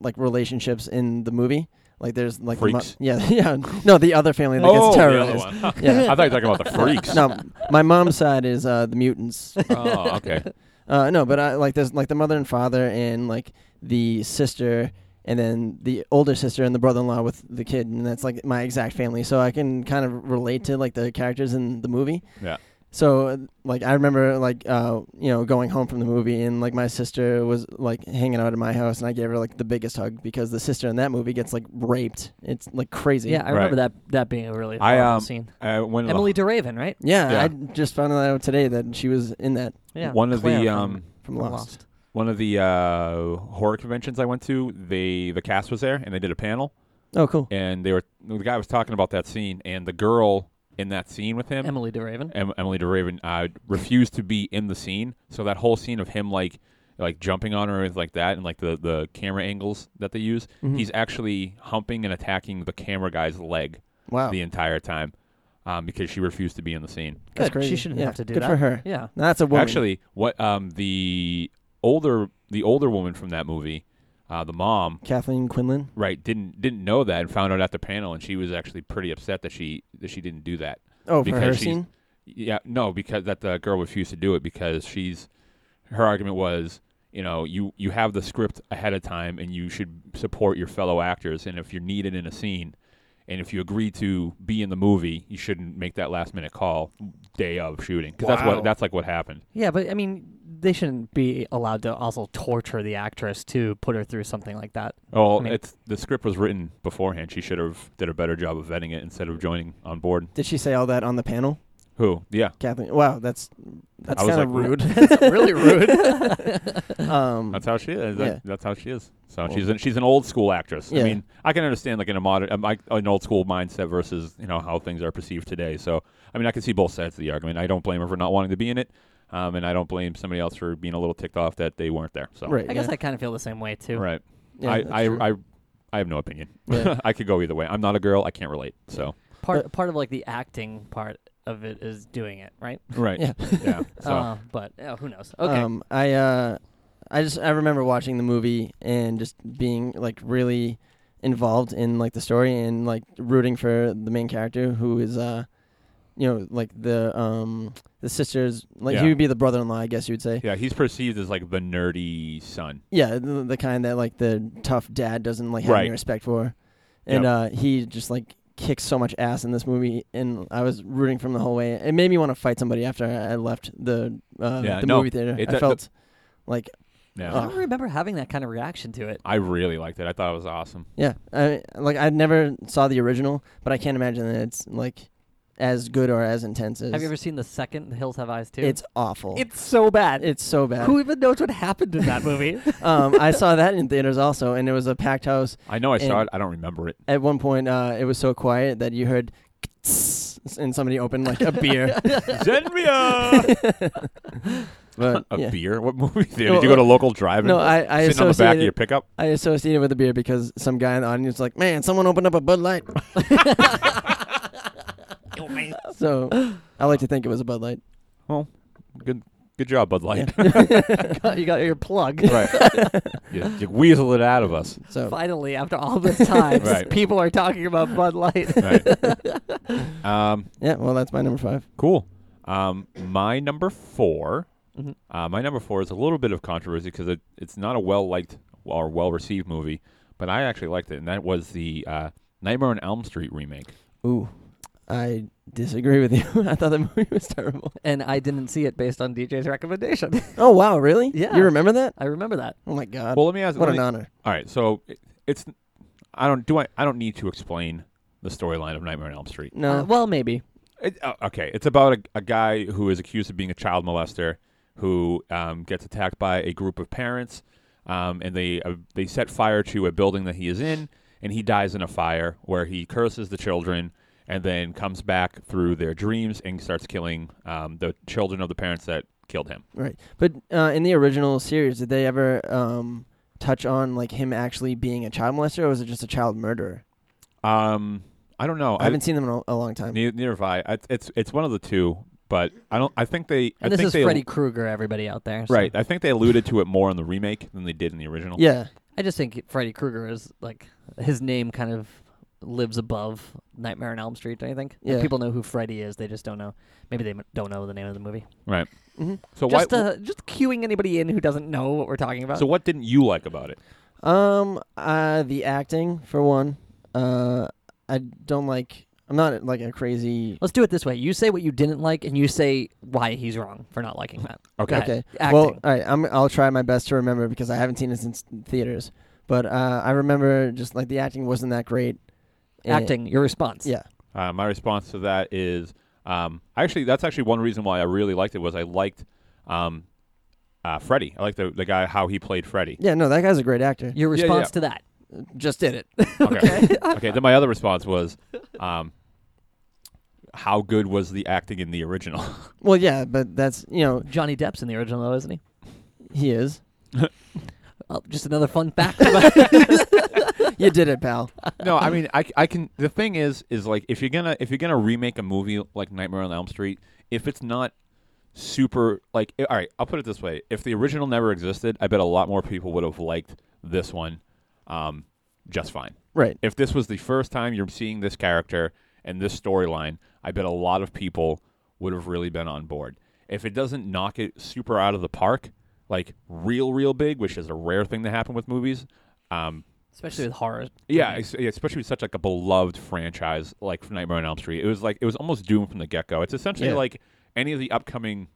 Speaker 4: like relationships in the movie. Like there's like the mo-
Speaker 1: Freaks.
Speaker 4: yeah yeah no the other family that
Speaker 1: oh,
Speaker 4: gets
Speaker 1: the other
Speaker 4: terrorized.
Speaker 1: one.
Speaker 4: Yeah.
Speaker 1: I thought you were talking about the freaks.
Speaker 4: No, my mom's side is uh, the mutants.
Speaker 1: Oh, okay.
Speaker 4: Uh, no, but I like there's like the mother and father and like the sister and then the older sister and the brother-in-law with the kid and that's like my exact family. So I can kind of relate to like the characters in the movie.
Speaker 1: Yeah.
Speaker 4: So uh, like I remember like uh you know going home from the movie and like my sister was like hanging out at my house and I gave her like the biggest hug because the sister in that movie gets like raped. It's like crazy.
Speaker 2: yeah, I remember that that being a really
Speaker 1: I,
Speaker 2: horrible
Speaker 1: um,
Speaker 2: scene.
Speaker 1: Uh, when
Speaker 2: Emily DeRaven, right?
Speaker 4: Yeah,
Speaker 1: Yeah.
Speaker 4: I just found out today that she was in that
Speaker 2: Yeah.
Speaker 1: one of
Speaker 2: Claire
Speaker 1: the
Speaker 2: from
Speaker 1: um,
Speaker 4: from
Speaker 2: Lost.
Speaker 4: Lost.
Speaker 1: one of the uh, horror conventions I went to, they the cast was there and they did a panel
Speaker 4: Oh, cool.
Speaker 1: and they were the guy was talking about that scene and the girl in that scene with him,
Speaker 2: Emily DeRaven.
Speaker 1: em- Emily DeRaven, uh, refused to be in the scene. So that whole scene of him like like jumping on her and like that and like the the camera angles that they use,
Speaker 4: Mhm.
Speaker 1: he's actually humping and attacking the camera guy's leg
Speaker 4: Wow.
Speaker 1: the entire time um, because she refused to be in the scene.
Speaker 4: That's
Speaker 2: Good.
Speaker 4: crazy.
Speaker 2: She shouldn't
Speaker 4: Yeah,
Speaker 2: have to do
Speaker 4: good
Speaker 2: that.
Speaker 4: for her.
Speaker 2: Yeah.
Speaker 4: That's a woman.
Speaker 1: Actually, what um, the older the older woman from that movie, uh, the mom,
Speaker 4: Kathleen Quinlan.
Speaker 1: right didn't didn't know that and found out at the panel and she was actually pretty upset that she that she didn't do that
Speaker 4: Oh,
Speaker 1: Because
Speaker 4: for her
Speaker 1: she's-
Speaker 4: scene.
Speaker 1: yeah no because that the girl refused to do it because she's her argument was you know you you have the script ahead of time and you should support your fellow actors and if you're needed in a scene and if you agree to be in the movie you shouldn't make that last minute call day of shooting because that's
Speaker 4: Wow.
Speaker 1: what that's like what happened
Speaker 2: Yeah, but I mean, they shouldn't be allowed to also torture the actress to put her through something like that.
Speaker 1: oh
Speaker 2: I mean-
Speaker 1: it's the script was written beforehand she should have did a better job of vetting it instead of joining on board
Speaker 4: Did she say all that on the panel,
Speaker 1: who yeah
Speaker 4: Kathleen? Wow, that's that's
Speaker 1: I was
Speaker 4: kind of
Speaker 1: like,
Speaker 4: rude.
Speaker 2: really rude.
Speaker 4: um,
Speaker 1: That's how she is. That-
Speaker 4: Yeah.
Speaker 1: That's how she is. So
Speaker 4: Well-
Speaker 1: she's an, she's an old school actress.
Speaker 4: Yeah.
Speaker 1: I mean, I can understand like in a modern um, like, an old school mindset versus you know how things are perceived today. So I mean, I can see both sides of the argument. I don't blame her for not wanting to be in it, um, and I don't blame somebody else for being a little ticked off that they weren't there. So
Speaker 4: right.
Speaker 2: I guess
Speaker 4: yeah.
Speaker 2: I kind of feel the same way too.
Speaker 1: right.
Speaker 4: Yeah, that's
Speaker 1: I,
Speaker 4: true.
Speaker 1: I I I have no opinion.
Speaker 4: Yeah.
Speaker 1: I could go either way. I'm not a girl. I can't relate. So
Speaker 2: Part
Speaker 4: Uh,
Speaker 2: part of like the acting part of it is doing it, right?
Speaker 1: right.
Speaker 4: Yeah.
Speaker 1: yeah. So
Speaker 2: Uh, but uh, who knows? Okay.
Speaker 4: Um, I uh, I just I remember watching the movie and just being like really involved in like the story and like rooting for the main character who is uh, you know, like the um the sisters like
Speaker 1: Yeah.
Speaker 4: he would be the brother-in-law, I guess you would say.
Speaker 1: yeah, he's perceived as like the nerdy son.
Speaker 4: Yeah, the, the kind that like the tough dad doesn't like have any
Speaker 1: Right.
Speaker 4: respect for, and
Speaker 1: Yep.
Speaker 4: uh, he just like kicks so much ass in this movie, and I was rooting from the whole way. It made me want to fight somebody after I I left the uh,
Speaker 1: Yeah,
Speaker 4: the
Speaker 1: no,
Speaker 4: movie theater.
Speaker 1: it
Speaker 4: I
Speaker 1: do-
Speaker 4: felt like
Speaker 1: Yeah.
Speaker 2: I
Speaker 4: uh,
Speaker 2: don't remember having that kind of reaction to it.
Speaker 1: I really liked it. I thought it was awesome.
Speaker 4: yeah, I like I never saw the original, but I can't imagine that it's like as good or as intense as.
Speaker 2: Have you ever seen the second The Hills Have Eyes too?
Speaker 4: It's awful.
Speaker 2: it's so bad.
Speaker 4: it's so bad.
Speaker 2: who even knows what happened in that movie?
Speaker 4: um, I saw that in theaters also, and it was a packed house.
Speaker 1: I know I saw
Speaker 4: And-
Speaker 1: it. I don't remember it.
Speaker 4: At one point, uh, it was so quiet that you heard. And somebody opened like a beer.
Speaker 1: Send me a-
Speaker 4: But
Speaker 1: A
Speaker 4: yeah.
Speaker 1: beer? What movie theater?
Speaker 4: No,
Speaker 1: Did you go to
Speaker 4: uh,
Speaker 1: local drive?
Speaker 4: No, I, I
Speaker 1: sitting on the back of your
Speaker 4: associated
Speaker 1: pickup.
Speaker 4: I associated with a beer because some guy in the audience was like, man, someone opened up a Bud Light. so I like to think it was a Bud Light.
Speaker 1: Good, good job, Bud Light.
Speaker 2: you got your plug.
Speaker 1: right, you, you weasel it out of us.
Speaker 4: So
Speaker 2: Finally, after all this time,
Speaker 1: Right.
Speaker 2: people are talking about Bud Light.
Speaker 1: Right. um,
Speaker 4: yeah, well, that's my number five.
Speaker 1: cool. Um, my number 4
Speaker 2: Mhm.
Speaker 4: Mm-hmm.
Speaker 1: Uh, my number four is a little bit of controversy because it, it's not a well liked or well received movie, but I actually liked it, and that was the uh, Nightmare on Elm Street remake.
Speaker 4: Ooh, I disagree with you. I thought that movie was terrible.
Speaker 2: and I didn't see it based on DJ's recommendation.
Speaker 4: Oh wow, really?
Speaker 2: Yeah.
Speaker 4: You remember that?
Speaker 2: I remember that.
Speaker 4: Oh my god.
Speaker 1: Well, let me ask.
Speaker 4: what
Speaker 1: let
Speaker 4: an
Speaker 1: me-
Speaker 4: honor.
Speaker 1: All right, so it, it's I don't do I I don't need to explain the storyline of Nightmare on Elm Street.
Speaker 4: No.
Speaker 2: Uh, well, maybe.
Speaker 1: It, uh, okay, it's about a, a guy who is accused of being a child molester who um, gets attacked by a group of parents, um, and they uh, they set fire to a building that he is in, and he dies in a fire where he curses the children, and then comes back through their dreams and starts killing um, the children of the parents that killed him.
Speaker 4: Right. But uh, in the original series, did they ever um, touch on like him actually being a child molester, or was it just a child murderer?
Speaker 1: Um, I don't know.
Speaker 4: I haven't seen them in a, a long time.
Speaker 1: Neither, neither have I. I. It's it's one of the two, but I don't. I think they. I
Speaker 2: And this
Speaker 1: think
Speaker 2: is
Speaker 1: they,
Speaker 2: Freddy Krueger, everybody out there. so-
Speaker 1: Right. I think they alluded to it more in the remake than they did in the original.
Speaker 4: Yeah.
Speaker 2: I just think Freddy Krueger is like his name kind of lives above Nightmare on Elm Street. Don't you think? Like,
Speaker 4: Yeah.
Speaker 2: people know who Freddy is. They just don't know. Maybe they m- don't know the name of the movie.
Speaker 1: Right.
Speaker 4: hmm
Speaker 1: So why?
Speaker 2: Just uh, just cueing anybody in who doesn't know what we're talking about.
Speaker 1: so what didn't you like about it?
Speaker 4: Um, uh, the acting for one. Uh, I don't like. I'm not like a crazy.
Speaker 2: Let's do it this way. You say what you didn't like, and you say why he's wrong for not liking that.
Speaker 1: Okay.
Speaker 2: Go ahead.
Speaker 4: Okay.
Speaker 2: Acting.
Speaker 4: Well, all right. I'm. I'll try my best to remember because I haven't seen it since theaters. But uh, I remember just like the acting wasn't that great. Eh, And-
Speaker 2: Acting. Your response.
Speaker 4: yeah.
Speaker 1: Uh, my response to that is, um, actually, that's actually one reason why I really liked it was I liked, um, uh, Freddy. I liked the the guy how he played Freddy.
Speaker 4: Yeah. No, that guy's a great actor.
Speaker 2: Your
Speaker 1: Yeah,
Speaker 2: response
Speaker 1: yeah.
Speaker 2: to that.
Speaker 4: Just did it.
Speaker 1: Okay. okay. Then my other response was, um, how good was the acting in the original?
Speaker 4: well, yeah, but that's you know
Speaker 2: Johnny Depp's in the original, though, isn't he?
Speaker 4: he is.
Speaker 2: Oh, just another fun fact. about-
Speaker 4: You did it, pal.
Speaker 1: no, I mean, I, c- I can. The thing is, is like if you're gonna if you're gonna remake a movie like Nightmare on Elm Street, if it's not super like, i- all right, I'll put it this way: if the original never existed, I bet a lot more people would have liked this one, um, just fine.
Speaker 4: Right.
Speaker 1: If this was the first time you're seeing this character and this storyline, I bet a lot of people would have really been on board. If it doesn't knock it super out of the park, like real, real big, which is a rare thing to happen with movies, um,
Speaker 2: Especially with horror.
Speaker 1: yeah, ex- yeah, especially with such like a beloved franchise like Nightmare on Elm Street. It was like it was almost doomed from the get go. It's essentially
Speaker 4: Yeah.
Speaker 1: like any of the upcoming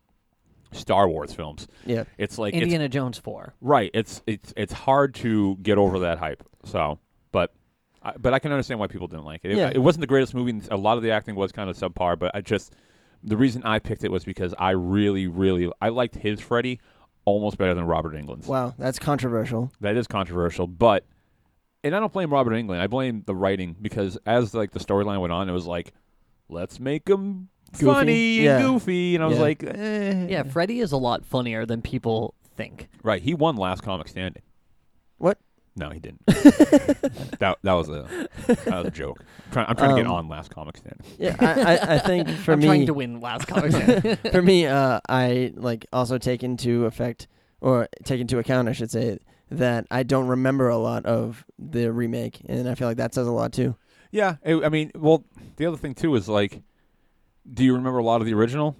Speaker 1: Star Wars films.
Speaker 4: Yeah.
Speaker 1: It's like it's,
Speaker 2: Indiana Jones 4.
Speaker 1: right. It's it's it's hard to get over that hype. So, but I, but I can understand why people didn't like it. It,
Speaker 4: Yeah.
Speaker 1: it wasn't the greatest movie. and A lot of the acting was kind of subpar. But I just the reason I picked it was because I really really I liked his Freddy almost better than Robert England's.
Speaker 4: Wow, that's controversial.
Speaker 1: that is controversial but and i don't blame robert england i blame the writing because as like the storyline went on it was like let's make them
Speaker 4: Goofy?
Speaker 1: funny and
Speaker 4: Yeah.
Speaker 1: goofy and i was
Speaker 4: Yeah.
Speaker 1: like eh.
Speaker 2: Yeah, Freddy is a lot funnier than people think.
Speaker 1: right he won last comic standing
Speaker 4: What?
Speaker 1: no he didn't that, that was a that was a joke i'm trying, I'm trying to get
Speaker 4: Um,
Speaker 1: on last comic standing
Speaker 4: Yeah, I, I, I think for
Speaker 2: I'm
Speaker 4: me,
Speaker 2: trying to win last comic. Standing.
Speaker 4: for me, uh, I like also take into effect or take into account, I should say, that I don't remember a lot of the remake, and I feel like that says a lot too.
Speaker 1: yeah I- i mean well the other thing too is like do you remember a lot of the original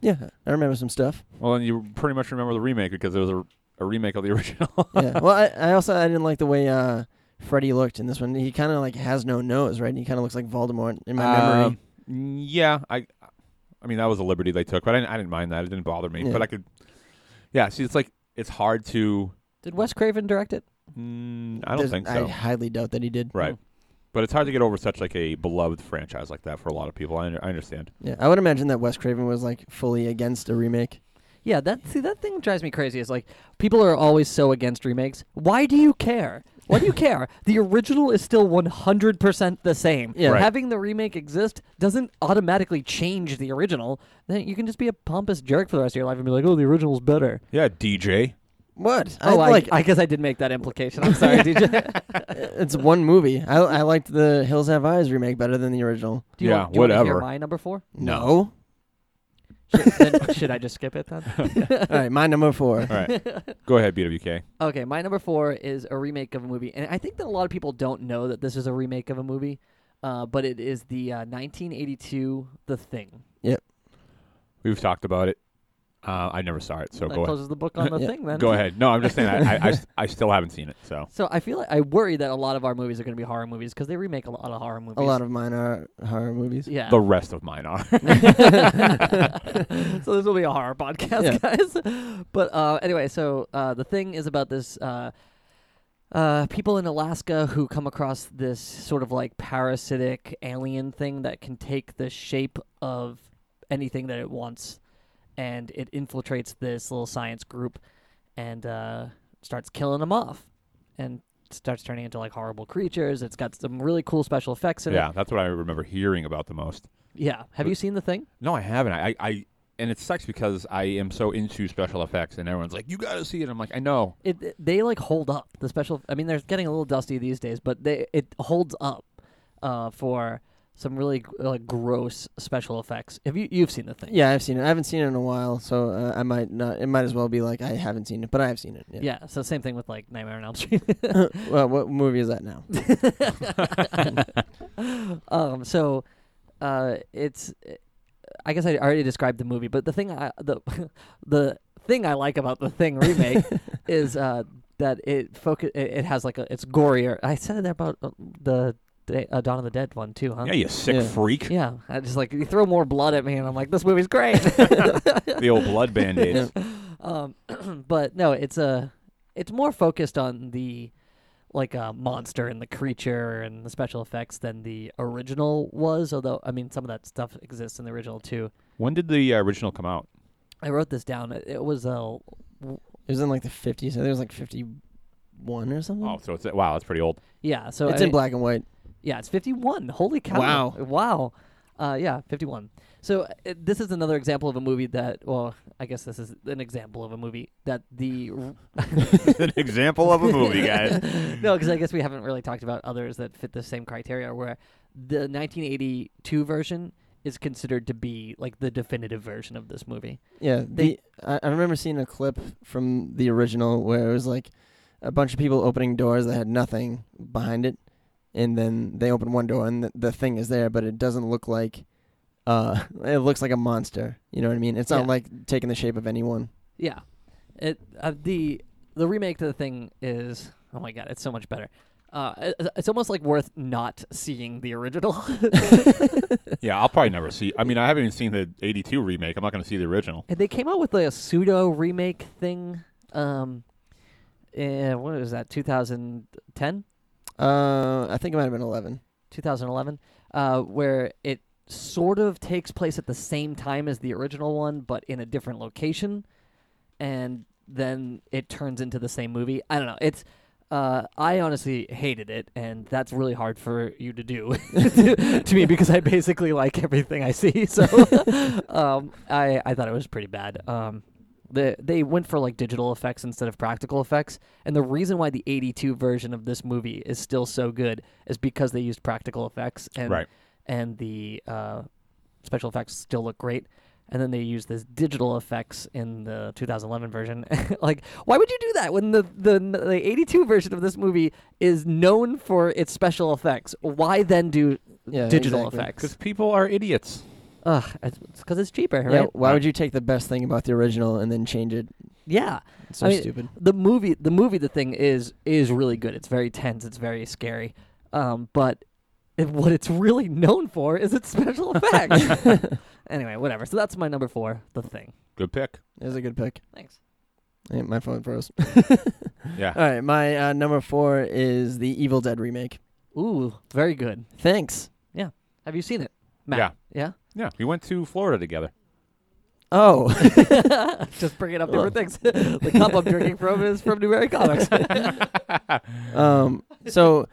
Speaker 4: Yeah, I remember some stuff.
Speaker 1: well then you pretty much remember the remake because it was a, a remake of the original
Speaker 4: Yeah. well, I, I also I didn't like the way uh, Freddy looked in this one. He kind of like has no nose, right? He kind of looks like Voldemort in my
Speaker 1: Um,
Speaker 4: memory.
Speaker 1: memory. Yeah, I, I mean that was a liberty they took, but I didn't, I didn't mind that. It didn't bother me.
Speaker 4: Yeah.
Speaker 1: But I could, yeah. See, it's like it's hard to.
Speaker 2: Did Wes Craven direct it?
Speaker 1: Mm, I don't
Speaker 4: There's-
Speaker 1: think
Speaker 4: I
Speaker 1: so.
Speaker 4: highly doubt that he did.
Speaker 1: right, but it's hard to get over such like a beloved franchise like that for a lot of people. I, under- I understand.
Speaker 4: Yeah, I would imagine that Wes Craven was like fully against a remake.
Speaker 2: Yeah, that see that thing drives me crazy. Is like people are always so against remakes. Why do you care? Why do you care? The original is still 100% the same.
Speaker 4: Yeah.
Speaker 1: Right.
Speaker 2: Having the remake exist doesn't automatically change the original. Then you can just be a pompous jerk for the rest of your life and be like, "Oh, the original's better."
Speaker 1: Yeah, DJ.
Speaker 4: What?
Speaker 2: oh, I,
Speaker 4: like
Speaker 2: I guess I did make that implication. I'm sorry, DJ.
Speaker 4: It's one movie. I, I liked the Hills Have Eyes remake better than the original.
Speaker 2: Do you
Speaker 1: Yeah,
Speaker 2: want, do you wanna
Speaker 1: whatever.
Speaker 2: hear my number four?
Speaker 1: No.
Speaker 2: Should, then, should I just skip it then?
Speaker 4: All right, my number four.
Speaker 1: All right, go ahead, BWK.
Speaker 2: Okay, my number four is a remake of a movie, and I think that a lot of people don't know that this is a remake of a movie, uh, but it is
Speaker 1: Oh,
Speaker 2: the uh, 1982 The Thing.
Speaker 1: We've talked about it. Uh, I never saw it, so
Speaker 2: that
Speaker 1: go ahead.
Speaker 2: closes the book on the
Speaker 4: Yeah.
Speaker 2: thing then.
Speaker 1: Go ahead. No, I'm just saying I, I- I s- I still haven't seen it. So
Speaker 2: So I feel like I worry that a lot of our movies are going to be horror movies because they remake a lot of horror movies.
Speaker 4: A lot of mine are horror movies.
Speaker 2: yeah.
Speaker 1: the rest of mine are.
Speaker 2: so this will be a horror podcast,
Speaker 4: Yeah.
Speaker 2: guys. But uh, anyway, so uh, the thing is about this uh, uh, people in Alaska who come across this sort of like parasitic alien thing that can take the shape of anything that it wants, and it infiltrates this little science group and uh, starts killing them off, and starts turning into like horrible creatures. It's got some really cool special effects in it.
Speaker 1: yeah, that's what I remember hearing about the most.
Speaker 2: Yeah. Have you seen the thing?
Speaker 1: No, I haven't. I, I, I and it sucks because I am so into special effects, and everyone's like, "You got to see it." I'm like, "I know."
Speaker 2: it, it- they like hold up the special i mean they're getting a little dusty these days but they it holds up uh, for some really uh, like gross special effects have you you've seen the thing
Speaker 4: Yeah, I've seen it. I haven't seen it in a while, so uh, I might not. It might as well be like I haven't seen it, but I have seen it. Yeah.
Speaker 2: yeah so same thing with like nightmare on elm street
Speaker 4: well, what movie is that now?
Speaker 2: um so uh it's i guess i already described the movie but the thing i the the thing i like about the thing remake is uh that it focus it, it has like a it's gorier i said that about uh, the Day- uh, Dawn of the Dead one too, huh?
Speaker 1: Yeah, you sick
Speaker 4: Yeah.
Speaker 1: freak.
Speaker 2: Yeah, I just like you throw more blood at me, and I'm like, this movie's great.
Speaker 1: The old blood band-aids.
Speaker 2: um, but no, it's a, it's more focused on the, like uh, monster and the creature and the special effects than the original was. Although I mean, some of that stuff exists in the original too.
Speaker 1: When did the uh, original come out?
Speaker 2: I wrote this down. It, it was uh, a,
Speaker 4: It was in like the 50s. I think it was like 51 or something.
Speaker 1: Oh, so it's wow, that's pretty old.
Speaker 2: yeah. So
Speaker 4: it's
Speaker 2: I-
Speaker 4: in black and white.
Speaker 2: Yeah, it's 51. Holy cow.
Speaker 4: Wow.
Speaker 2: Wow. Uh, yeah, 51. So uh, it, this is another example of a movie that, well, I guess this is an example of a movie that the.
Speaker 1: An example of a movie, guys.
Speaker 2: no, because I guess we haven't really talked about others that fit the same criteria, where the 1982 version is considered to be like the definitive version of this movie.
Speaker 4: Yeah,
Speaker 2: They-
Speaker 4: the, I, I remember seeing a clip from the original where it was like a bunch of people opening doors that had nothing behind it, and then they open one door and the, the thing is there, but it doesn't look like. Uh, it looks like a monster. You know what I mean? It's not
Speaker 2: Yeah.
Speaker 4: like taking the shape of anyone.
Speaker 2: Yeah, it uh, the the remake to the thing is oh my god, it's so much better. Uh, it- it's almost like worth not seeing the original.
Speaker 1: Yeah, I'll probably never see. I mean, I haven't even seen the '82 remake. I'm not going to see the original.
Speaker 2: And they came out with like, a pseudo remake thing. Um, eh, what was that? 2010,
Speaker 4: Uh, I think it might have been eleven.
Speaker 2: 2011, uh, where it sort of takes place at the same time as the original one, but in a different location, and then it turns into the same movie. I don't know. It's uh, I honestly hated it, and that's really hard for you to do to me because I basically like everything I see. So um, I I thought it was pretty bad. Um, the, they went for like digital effects instead of practical effects, and the reason why the '82 version of this movie is still so good is because they used practical effects and
Speaker 1: Right.
Speaker 2: and the uh, special effects still look great. And then they use this digital effects in the 2011 version. like, why would you do that when the, the the 82 version of this movie is known for its special effects? Why then do
Speaker 4: Yeah,
Speaker 2: digital
Speaker 4: exactly.
Speaker 1: Because
Speaker 2: effects?
Speaker 1: people are idiots.
Speaker 2: Ugh, it's because it's cheaper,
Speaker 4: Yeah,
Speaker 2: right?
Speaker 4: why would you take the best thing about the original and then change it?
Speaker 2: Yeah.
Speaker 4: It's
Speaker 2: I
Speaker 4: so
Speaker 2: mean,
Speaker 4: stupid.
Speaker 2: the movie the movie the thing is is really good it's very tense it's very scary um, but it, what it's really known for is its special effects anyway whatever so that's my number four the thing
Speaker 1: Good pick.
Speaker 4: It was a good pick.
Speaker 2: thanks
Speaker 4: Yeah, my phone froze.
Speaker 1: Yeah.
Speaker 4: All right, my uh, number four is the Evil Dead remake.
Speaker 2: ooh very good
Speaker 4: Thanks.
Speaker 2: have you seen it Matt? yeah
Speaker 1: Yeah. We went to Florida together.
Speaker 4: Oh,
Speaker 2: yeah just bringing up different things the cup i'm drinking from is from newberry comics
Speaker 4: um, so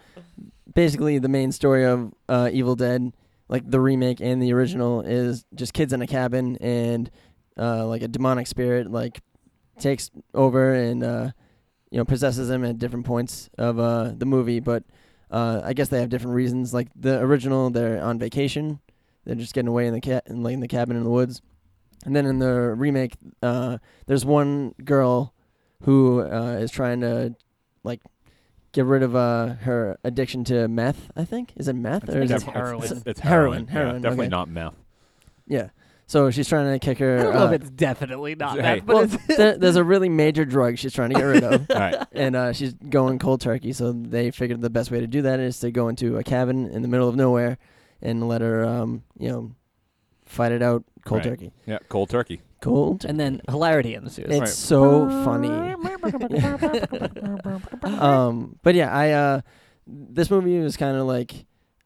Speaker 4: basically, the main story of uh, Evil Dead, like the remake and the original, is just kids in a cabin and uh, like a demonic spirit like takes over and uh, you know possesses them at different points of uh, the movie. But uh, I guess they have different reasons. Like the original, they're on vacation, they're just getting away in the cat in, like in the cabin in the woods. And then in the remake, uh, there's one girl who uh, is trying to like get rid of uh, her addiction to meth. I think is it meth or
Speaker 2: think
Speaker 4: is
Speaker 2: it's
Speaker 4: it
Speaker 1: Def-
Speaker 2: heroin.
Speaker 1: It's, it's
Speaker 4: Heroin,
Speaker 1: heroin. Yeah,
Speaker 4: heroin,
Speaker 1: definitely
Speaker 4: okay.
Speaker 1: not meth.
Speaker 4: yeah. So she's trying to kick her.
Speaker 2: I don't know
Speaker 4: uh,
Speaker 2: if it's definitely not
Speaker 1: hey.
Speaker 2: that, but
Speaker 4: well,
Speaker 2: it's,
Speaker 4: there, there's a really major drug she's trying to get rid of,
Speaker 1: All right.
Speaker 4: and uh, she's going cold turkey. So they figured the best way to do that is to go into a cabin in the middle of nowhere and let her, um, you know, fight it out cold
Speaker 1: Right.
Speaker 4: turkey.
Speaker 1: Yeah, cold turkey.
Speaker 4: Cold.
Speaker 2: and then hilarity ensues.
Speaker 4: It's so funny. um, but yeah, I uh, this movie was kind of like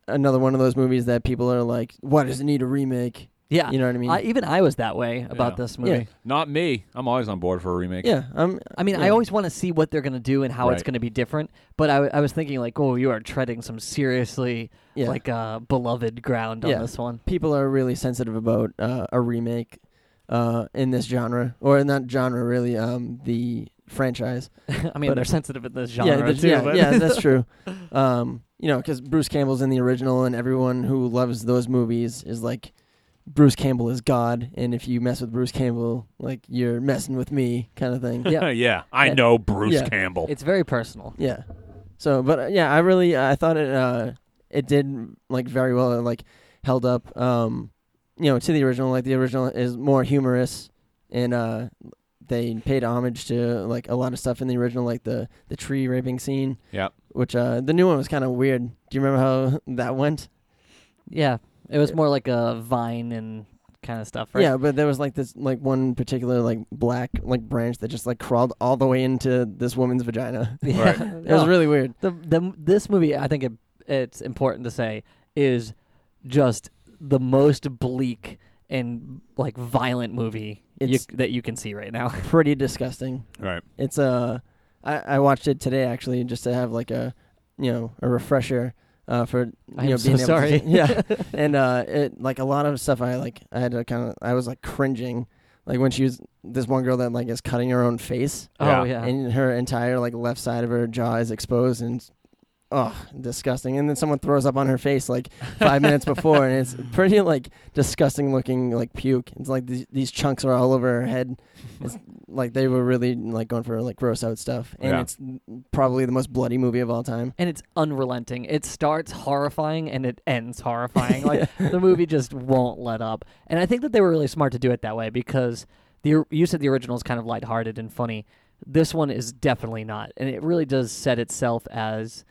Speaker 4: another one of those movies that people are like, "Why does it need a remake?"
Speaker 2: yeah,
Speaker 4: You know what I mean?
Speaker 2: I, even I was that way about
Speaker 1: Yeah.
Speaker 2: this movie.
Speaker 4: Yeah.
Speaker 1: Not me. I'm always on board for a remake.
Speaker 4: yeah, I'm.
Speaker 2: I mean, I
Speaker 4: Yeah.
Speaker 2: always want to see what they're going to do and how it's
Speaker 1: Right.
Speaker 2: going to be different. But I, w- I was thinking like, oh, you are treading some seriously
Speaker 4: Yeah.
Speaker 2: like uh, beloved ground
Speaker 4: Yeah.
Speaker 2: on this one.
Speaker 4: people are really sensitive about uh, a remake uh, in this genre, or not genre really, um, the franchise.
Speaker 2: I mean,
Speaker 4: But-
Speaker 2: they're sensitive in this genre
Speaker 4: yeah, the-
Speaker 2: too.
Speaker 4: yeah,
Speaker 2: but
Speaker 4: yeah, that's true. Um, you know, because Bruce Campbell's in the original, and everyone who loves those movies is like, Bruce Campbell is God, and if you mess with Bruce Campbell, like you're messing with me, kind of thing.
Speaker 2: Yeah.
Speaker 1: yeah, I
Speaker 2: Yeah.
Speaker 1: know Bruce
Speaker 4: Yeah.
Speaker 1: Campbell.
Speaker 2: it's very personal.
Speaker 4: Yeah. So, but uh, yeah, I really I thought it uh it did like very well. It, like held up. Um, you know, to the original. Like the original is more humorous, and uh, they paid homage to like a lot of stuff in the original, like the the tree raping scene.
Speaker 1: Yep.
Speaker 4: Which uh, the new one was kind of weird. Do you remember how that went?
Speaker 2: Yeah, it was more like a vine and kind of stuff, right?
Speaker 4: Yeah, but there was like this like one particular like black like branch that just like crawled all the way into this woman's vagina.
Speaker 1: Right.
Speaker 4: it was really weird.
Speaker 2: the, the this movie. I think it, it's important to say is just the most bleak and like violent movie you,
Speaker 4: It's-
Speaker 2: that you can see right now.
Speaker 4: Pretty disgusting.
Speaker 1: right.
Speaker 4: It's uh, I I watched it today actually just to have like a, you know, a refresher uh, for you
Speaker 2: I am
Speaker 4: know
Speaker 2: so
Speaker 4: being able
Speaker 2: sorry.
Speaker 4: To, yeah, and uh, it like a lot of stuff I like I had to kind of I was like cringing like when she was this one girl that like is cutting her own face
Speaker 1: Yeah.
Speaker 2: Oh yeah.
Speaker 4: and her entire like left side of her jaw is exposed and. Oh, disgusting! And then someone throws up on her face like five minutes before, and it's pretty like disgusting looking like puke. It's like these, these chunks are all over her head. It's like they were really like going for like gross out stuff, and
Speaker 1: Yeah.
Speaker 4: it's probably the most bloody movie of all time.
Speaker 2: and it's unrelenting. It starts horrifying and it ends horrifying. Like the movie just won't let up. And I think that they were really smart to do it that way because the you said the original is kind of lighthearted and funny. This one is definitely not, and it really does set itself as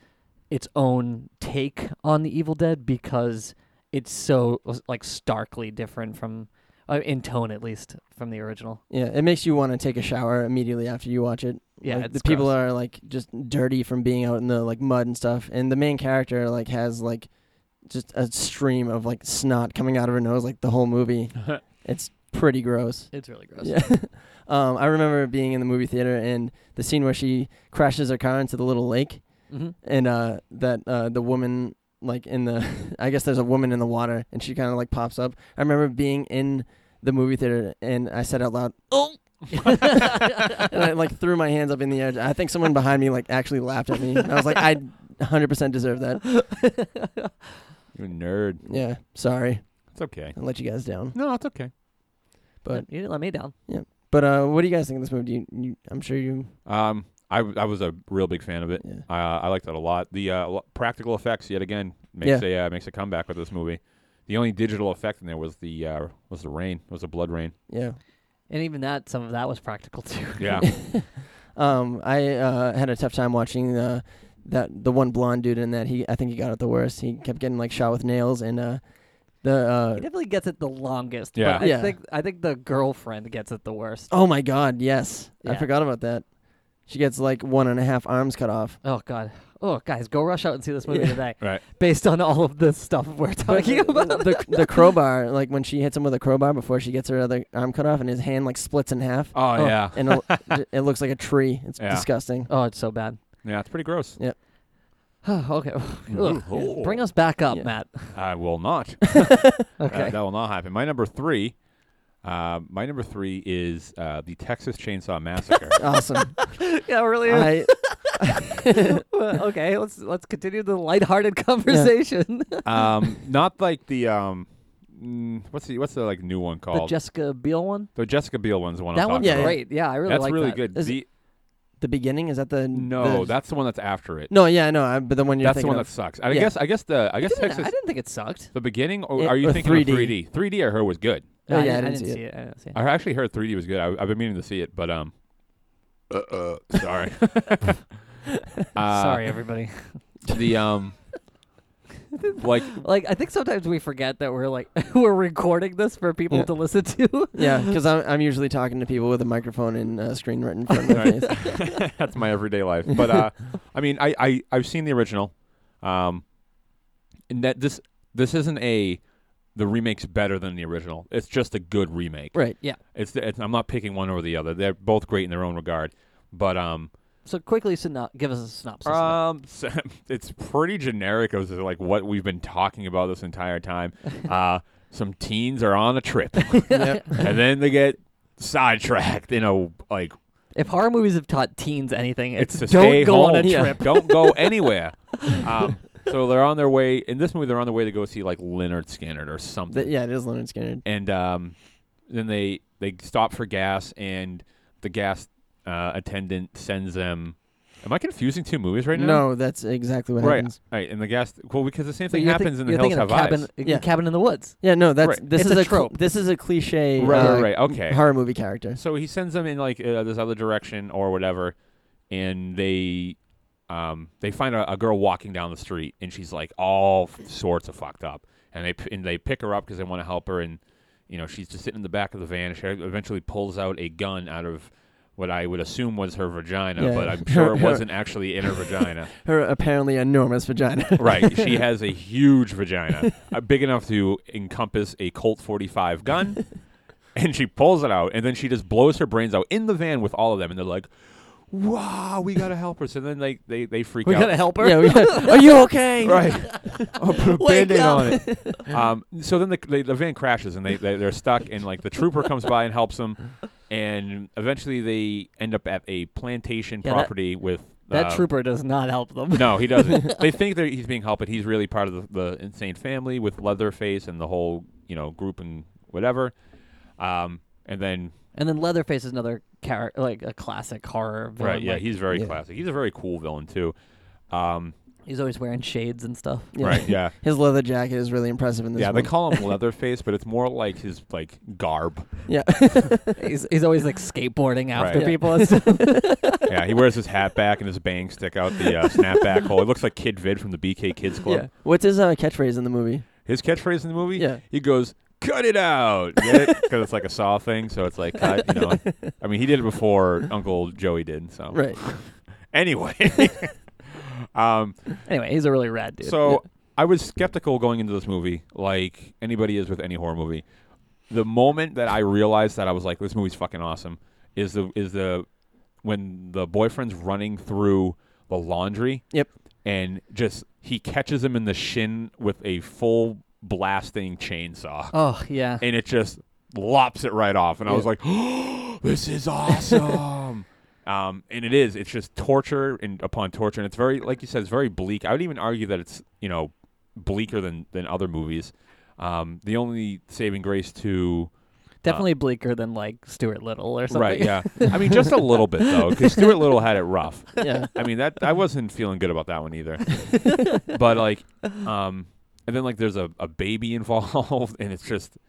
Speaker 2: its own take on the Evil Dead because it's so like starkly different from uh, in tone at least from the original.
Speaker 4: Yeah, it makes you want to take a shower immediately after you watch it.
Speaker 2: Yeah,
Speaker 4: Like,
Speaker 2: it's
Speaker 4: the people
Speaker 2: gross.
Speaker 4: are like just dirty from being out in the like mud and stuff, and the main character like has like just a stream of like snot coming out of her nose like the whole movie. it's pretty gross.
Speaker 2: It's really gross.
Speaker 4: Yeah. um, I remember being in the movie theater and the scene where she crashes her car into the little lake,
Speaker 2: Mhm.
Speaker 4: and uh, that uh, the woman like in the I guess there's a woman in the water, and she kind of like pops up. I remember being in the movie theater and I said out loud, "Oh!" and I like threw my hands up in the air. I think someone behind me like actually laughed at me. And I was like, I 100% deserve that.
Speaker 1: You nerd.
Speaker 4: Yeah, sorry,
Speaker 1: It's okay.
Speaker 4: I let you guys down.
Speaker 1: No, it's okay.
Speaker 4: But
Speaker 2: you didn't let me down.
Speaker 4: but uh, what do you guys think of this movie? Do you, you I'm sure you.
Speaker 1: Um, I, w- I was a real big fan of it.
Speaker 4: Yeah.
Speaker 1: Uh, I liked it a lot. The uh, lo- practical effects yet again makes a uh, makes a comeback with this movie. The only digital effect in there was the uh, was the rain. Was the blood rain?
Speaker 4: Yeah.
Speaker 2: And even that, some of that was practical too.
Speaker 1: Yeah.
Speaker 4: Um, I uh, had a tough time watching uh, that the one blonde dude in that. He I think he got it the worst. He kept getting like shot with nails and uh, the
Speaker 2: He
Speaker 4: uh,
Speaker 2: definitely gets it the longest.
Speaker 1: Yeah.
Speaker 2: But I
Speaker 4: Yeah.
Speaker 2: think I think the girlfriend gets it the worst.
Speaker 4: oh my god yes I
Speaker 2: Yeah.
Speaker 4: forgot about that. She gets like one and a half arms cut off.
Speaker 2: Oh god. Oh guys, go rush out and see this movie
Speaker 4: Yeah.
Speaker 2: today.
Speaker 1: Right.
Speaker 2: Based on all of this stuff we're
Speaker 4: But
Speaker 2: talking
Speaker 4: the,
Speaker 2: about.
Speaker 4: the the crowbar like when she hits him with a crowbar before she gets her other arm cut off and his hand like splits in half
Speaker 1: Oh,
Speaker 2: Oh.
Speaker 1: yeah.
Speaker 4: and it, it looks like a tree. It's
Speaker 1: Yeah.
Speaker 4: disgusting.
Speaker 2: Oh, it's so bad.
Speaker 1: Yeah, it's pretty gross.
Speaker 2: okay. Ugh.
Speaker 1: Oh.
Speaker 2: Bring us back up,
Speaker 4: Yeah.
Speaker 2: Matt.
Speaker 1: I will not.
Speaker 2: Okay.
Speaker 1: That, that will not happen. My number three. Uh, my number three is uh, the Texas Chainsaw Massacre.
Speaker 4: Awesome.
Speaker 2: yeah, really.
Speaker 4: I
Speaker 2: okay, let's let's continue the lighthearted conversation.
Speaker 1: um, not like the um, mm, what's the what's the like new one
Speaker 2: the
Speaker 1: called?
Speaker 2: Jessica Biel one.
Speaker 1: the Jessica Biel one's the one.
Speaker 2: that
Speaker 1: I'm
Speaker 2: one's
Speaker 1: talking
Speaker 4: yeah,
Speaker 1: about.
Speaker 2: great. Yeah, I really
Speaker 1: That's
Speaker 2: like
Speaker 1: really
Speaker 2: that.
Speaker 1: good.
Speaker 4: Is
Speaker 1: The-
Speaker 4: the beginning? Is that the
Speaker 1: No,
Speaker 4: the-
Speaker 1: that's the one that's after it.
Speaker 4: no, yeah, no. I, but the one you're
Speaker 1: that's the
Speaker 4: thinking
Speaker 1: one that
Speaker 4: of.
Speaker 1: sucks. I
Speaker 4: Yeah.
Speaker 1: guess I guess the I guess
Speaker 2: Didn't-
Speaker 1: Texas
Speaker 2: I didn't think it sucked.
Speaker 1: the beginning or
Speaker 4: It-
Speaker 1: are you
Speaker 4: or
Speaker 1: thinking
Speaker 4: 3D.
Speaker 1: of 3D? 3D I heard was good.
Speaker 4: Oh,
Speaker 2: No,
Speaker 4: yeah, I
Speaker 2: I
Speaker 4: didn't
Speaker 2: didn't
Speaker 4: see
Speaker 2: see it. I didn't see it.
Speaker 1: I actually heard 3D was good. I, I've been meaning to see it, but um, uh, uh sorry. Uh,
Speaker 5: Sorry, everybody.
Speaker 1: The um, like
Speaker 2: Like I think sometimes we forget that we're like we're recording this for people
Speaker 4: Yeah.
Speaker 2: to listen to.
Speaker 4: Yeah, because I'm I'm usually talking to people with a microphone and a screen right in front of their
Speaker 1: Right.
Speaker 4: face.
Speaker 1: that's my everyday life. But uh, I mean, I, I I've seen the original, um, and that this this isn't a the remake's better than the original. It's just a good remake.
Speaker 4: Right.
Speaker 1: It's, it's I'm not picking one over the other. They're both great in their own regard. But um,
Speaker 2: So quickly, syno- give us a synopsis. of it.
Speaker 1: um, so- it's pretty generic as to, like what we've been talking about this entire time. Uh, some teens are on a trip,
Speaker 4: Yep.
Speaker 1: and then they get sidetracked in a like
Speaker 2: if horror movies have taught teens anything, it's,
Speaker 1: it's to
Speaker 2: don't
Speaker 1: stay
Speaker 2: go
Speaker 1: home.
Speaker 2: on a
Speaker 4: Yeah.
Speaker 2: trip.
Speaker 1: Don't go anywhere. um, so they're on their way. In this movie, they're on their way to go see like Leonard Skinner or something.
Speaker 4: Th- yeah, it is Leonard Skinner.
Speaker 1: And um, then they they stop for gas, and the gas uh, attendant sends them. Am I confusing two movies right now?
Speaker 4: No, that's exactly what
Speaker 1: Right.
Speaker 4: happens.
Speaker 1: Right, and the gas. Well, because the same
Speaker 2: So
Speaker 1: thing
Speaker 2: you're
Speaker 1: happens
Speaker 2: think-
Speaker 1: in the
Speaker 2: you're
Speaker 1: Hills
Speaker 2: thinking of
Speaker 1: Have
Speaker 2: cabin,
Speaker 1: Eyes.
Speaker 4: Yeah.
Speaker 2: cabin in the woods.
Speaker 4: Yeah, no, that's
Speaker 1: Right.
Speaker 4: this
Speaker 2: It's
Speaker 4: is
Speaker 2: a
Speaker 4: a cl-
Speaker 2: trope.
Speaker 4: this is a cliche
Speaker 1: Right,
Speaker 4: uh,
Speaker 1: right, right. Okay.
Speaker 4: horror movie character.
Speaker 1: So he sends them in like uh, this other direction or whatever, and they um, they find a, a girl walking down the street, and she's like all f- sorts of fucked up, and they p- and they pick her up because they want to help her, and you know she's just sitting in the back of the van. and She eventually pulls out a gun out of what I would assume was her vagina,
Speaker 4: Yeah.
Speaker 1: but I'm sure it
Speaker 4: Her-
Speaker 1: wasn't actually in her vagina.
Speaker 4: Her apparently enormous vagina.
Speaker 1: Right, she has a huge vagina, uh, big enough to encompass a Colt 45 gun, and she pulls it out, and then she just blows her brains out in the van with all of them, and they're like, "Wow, we gotta help her!" So then they they, they freak
Speaker 2: We
Speaker 1: out.
Speaker 2: gotta help her.
Speaker 4: yeah, we are you okay?
Speaker 1: Right, I'll put a
Speaker 2: Wake
Speaker 1: band-aid
Speaker 2: up.
Speaker 1: on it. Um, so then the, the the van crashes, and they, they they're stuck, and like the trooper comes by and helps them, and eventually they end up at a plantation
Speaker 2: Yeah, that-
Speaker 1: property with
Speaker 2: that
Speaker 1: uh,
Speaker 2: trooper does not help them.
Speaker 1: no, he doesn't. they think that he's being helped, but he's really part of the, the insane family with Leatherface and the whole you know group and whatever. Um, and then
Speaker 2: And then Leatherface is another character, like a classic horror villain.
Speaker 1: right, yeah,
Speaker 2: like,
Speaker 1: he's very
Speaker 4: yeah.
Speaker 1: classic. He's a very cool villain too. Um,
Speaker 2: he's always wearing shades and stuff.
Speaker 4: Yeah.
Speaker 1: Right, yeah,
Speaker 4: His leather jacket is really impressive in this.
Speaker 1: yeah. They
Speaker 4: one.
Speaker 1: call him Leatherface, but it's more like his like garb.
Speaker 4: yeah.
Speaker 2: he's, he's always like skateboarding after
Speaker 1: Right.
Speaker 2: people and stuff.
Speaker 1: yeah, he wears his hat back and his bangs stick out the uh, snapback hole. It looks like Kid Vid from the BK Kids Club.
Speaker 4: yeah. What's his uh, catchphrase in the movie?
Speaker 1: His catchphrase in the movie,
Speaker 4: Yeah.
Speaker 1: he goes, "Cut it out," because it's like a saw thing. So it's like, cut, you know. I mean, he did it before Uncle Joey did. So
Speaker 4: Right.
Speaker 1: anyway, um,
Speaker 2: anyway, he's a really rad dude.
Speaker 1: so I was skeptical going into this movie, like anybody is with any horror movie. The moment that I realized that I was like, "This movie's fucking awesome," is the is the when the boyfriend's running through the laundry.
Speaker 4: Yep.
Speaker 1: And just he catches him in the shin with a full blasting chainsaw,
Speaker 2: oh yeah,
Speaker 1: and it just lops it right off. And I was like, "This is awesome." Um, and it is. It's just torture and upon torture, and it's very, like you said, it's very bleak. I would even argue that it's you know bleaker than than other movies. Um, the only saving grace to
Speaker 2: definitely bleaker than like Stuart Little or something.
Speaker 1: Uh, right, yeah. I mean, just a little bit though, because Stuart Little had it rough.
Speaker 4: Yeah.
Speaker 1: I mean that I wasn't feeling good about that one either. but like, um, and then like there's a, a baby involved, and it's just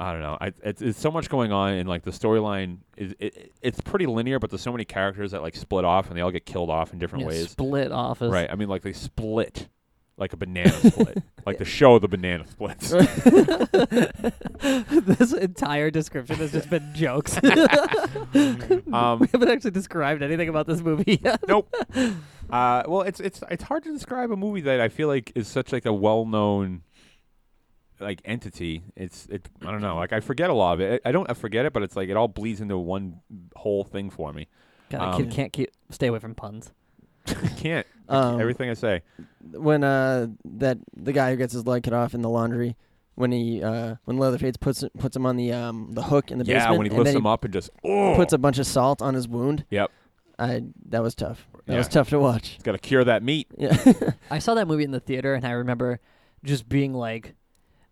Speaker 1: I don't know. I it's, it's so much going on, and like the storyline is it, it's pretty linear, but there's so many characters that like split off, and they all get killed off in different
Speaker 2: Yeah,
Speaker 1: ways.
Speaker 2: Split office.
Speaker 1: Right. I mean, like they split, like a banana split, like the show, the banana splits.
Speaker 2: this entire description has just been jokes.
Speaker 1: Um,
Speaker 2: we haven't actually described anything about this movie yet.
Speaker 1: nope. Uh, well, it's it's it's hard to describe a movie that I feel like is such like a well known like entity. It's it I don't know. Like I forget a lot of it. I, I don't I forget it, but it's like it all bleeds into one whole thing for me.
Speaker 2: God,
Speaker 1: Um,
Speaker 2: kid can't keep stay away from puns.
Speaker 1: I can't
Speaker 4: Um,
Speaker 1: everything I say.
Speaker 4: when uh that the guy who gets his leg cut off in the laundry when he uh when Leatherface puts puts him on the um the hook in the
Speaker 1: Yeah,
Speaker 4: basement
Speaker 1: when he
Speaker 4: and
Speaker 1: lifts
Speaker 4: then
Speaker 1: them up and just oh,
Speaker 4: he puts a bunch of salt on his wound.
Speaker 1: Yep.
Speaker 4: I that was tough. That was
Speaker 1: Yeah.
Speaker 4: tough to watch.
Speaker 1: it's got to cure that meat.
Speaker 4: Yeah.
Speaker 2: I saw that movie in the theater, and I remember just being like,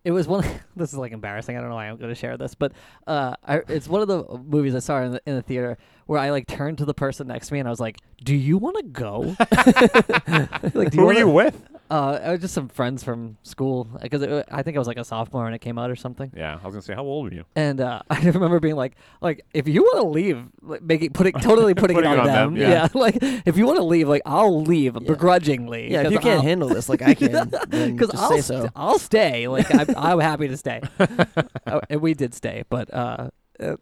Speaker 2: it was one. this is like embarrassing. I don't know why I'm going to share this, but uh, I, it's one of the movies I saw in the, in the theater where I like turned to the person next to me and I was like, "Do you want to go?" like, do
Speaker 1: Who were
Speaker 2: wanna-"
Speaker 1: you with?
Speaker 2: Uh, I was just some friends from school because I think I was like a sophomore when it came out or something.
Speaker 1: Yeah, I was gonna say, how old were you?
Speaker 2: And uh, I remember being like, like if you want to leave, like, making putting totally putting, it on, them,
Speaker 1: yeah.
Speaker 2: like if you want to leave, like I'll leave begrudgingly.
Speaker 4: Yeah, if you can't handle this like I can, then
Speaker 2: because
Speaker 4: just
Speaker 2: I'll
Speaker 4: say
Speaker 2: st-
Speaker 4: so.
Speaker 2: I'll stay. Like I'm, I'm happy to stay, Uh, and we did stay. But uh, uh,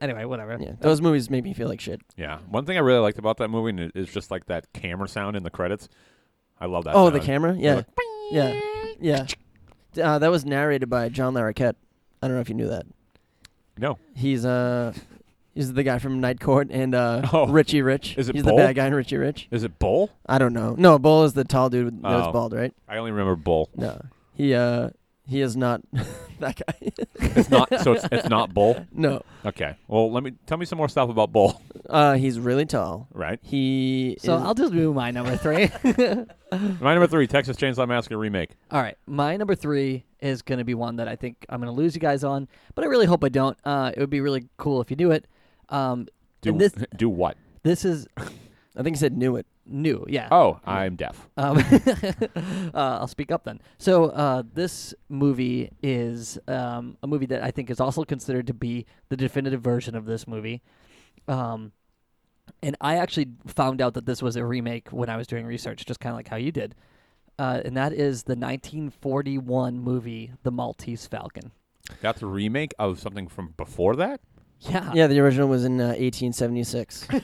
Speaker 2: anyway, whatever.
Speaker 4: Yeah, those movies make me feel like shit.
Speaker 1: Yeah. One thing I really liked about that movie and it- is just like that camera sound in the credits. I love that.
Speaker 4: oh, the
Speaker 1: sound.
Speaker 4: camera?
Speaker 1: You're
Speaker 4: Yeah. Yeah. Yeah. D- Uh, that was narrated by John Larroquette. I don't know if you knew that.
Speaker 1: No.
Speaker 4: He's uh he's the guy from Night Court and uh
Speaker 1: Oh.
Speaker 4: Richie Rich.
Speaker 1: Is it
Speaker 4: he's
Speaker 1: Bull?
Speaker 4: the bad guy in Richie Rich.
Speaker 1: Is it Bull?
Speaker 4: I don't know. No, Bull is the tall dude with- that was
Speaker 1: Oh.
Speaker 4: bald, right?
Speaker 1: I only remember Bull.
Speaker 4: No. He uh he is not that guy.
Speaker 1: It's not. so it's, it's not Bull.
Speaker 4: no.
Speaker 1: Okay. Well, let me tell me some more stuff about Bull.
Speaker 4: Uh he's really tall.
Speaker 1: Right.
Speaker 4: He
Speaker 2: So
Speaker 4: is,
Speaker 2: I'll just move my number three.
Speaker 1: My number three, Texas Chainsaw Massacre remake.
Speaker 2: All right, my number three is going to be one that I think I'm going to lose you guys on, but I really hope I don't. Uh, it would be really cool if you do it. Um,
Speaker 1: Do
Speaker 2: and this
Speaker 1: do what?
Speaker 2: this is
Speaker 4: I think he said knew it.
Speaker 2: new, yeah.
Speaker 1: Oh, I'm deaf.
Speaker 2: Um, uh, I'll speak up then. So uh, this movie is um, a movie that I think is also considered to be the definitive version of this movie. Um, and I actually found out that this was a remake when I was doing research, just kind of like how you did. Uh, and that is the 1941 movie, The Maltese Falcon.
Speaker 1: That's a remake of something from before that.
Speaker 2: Yeah.
Speaker 4: Yeah, the original was in uh, 1876.
Speaker 2: No,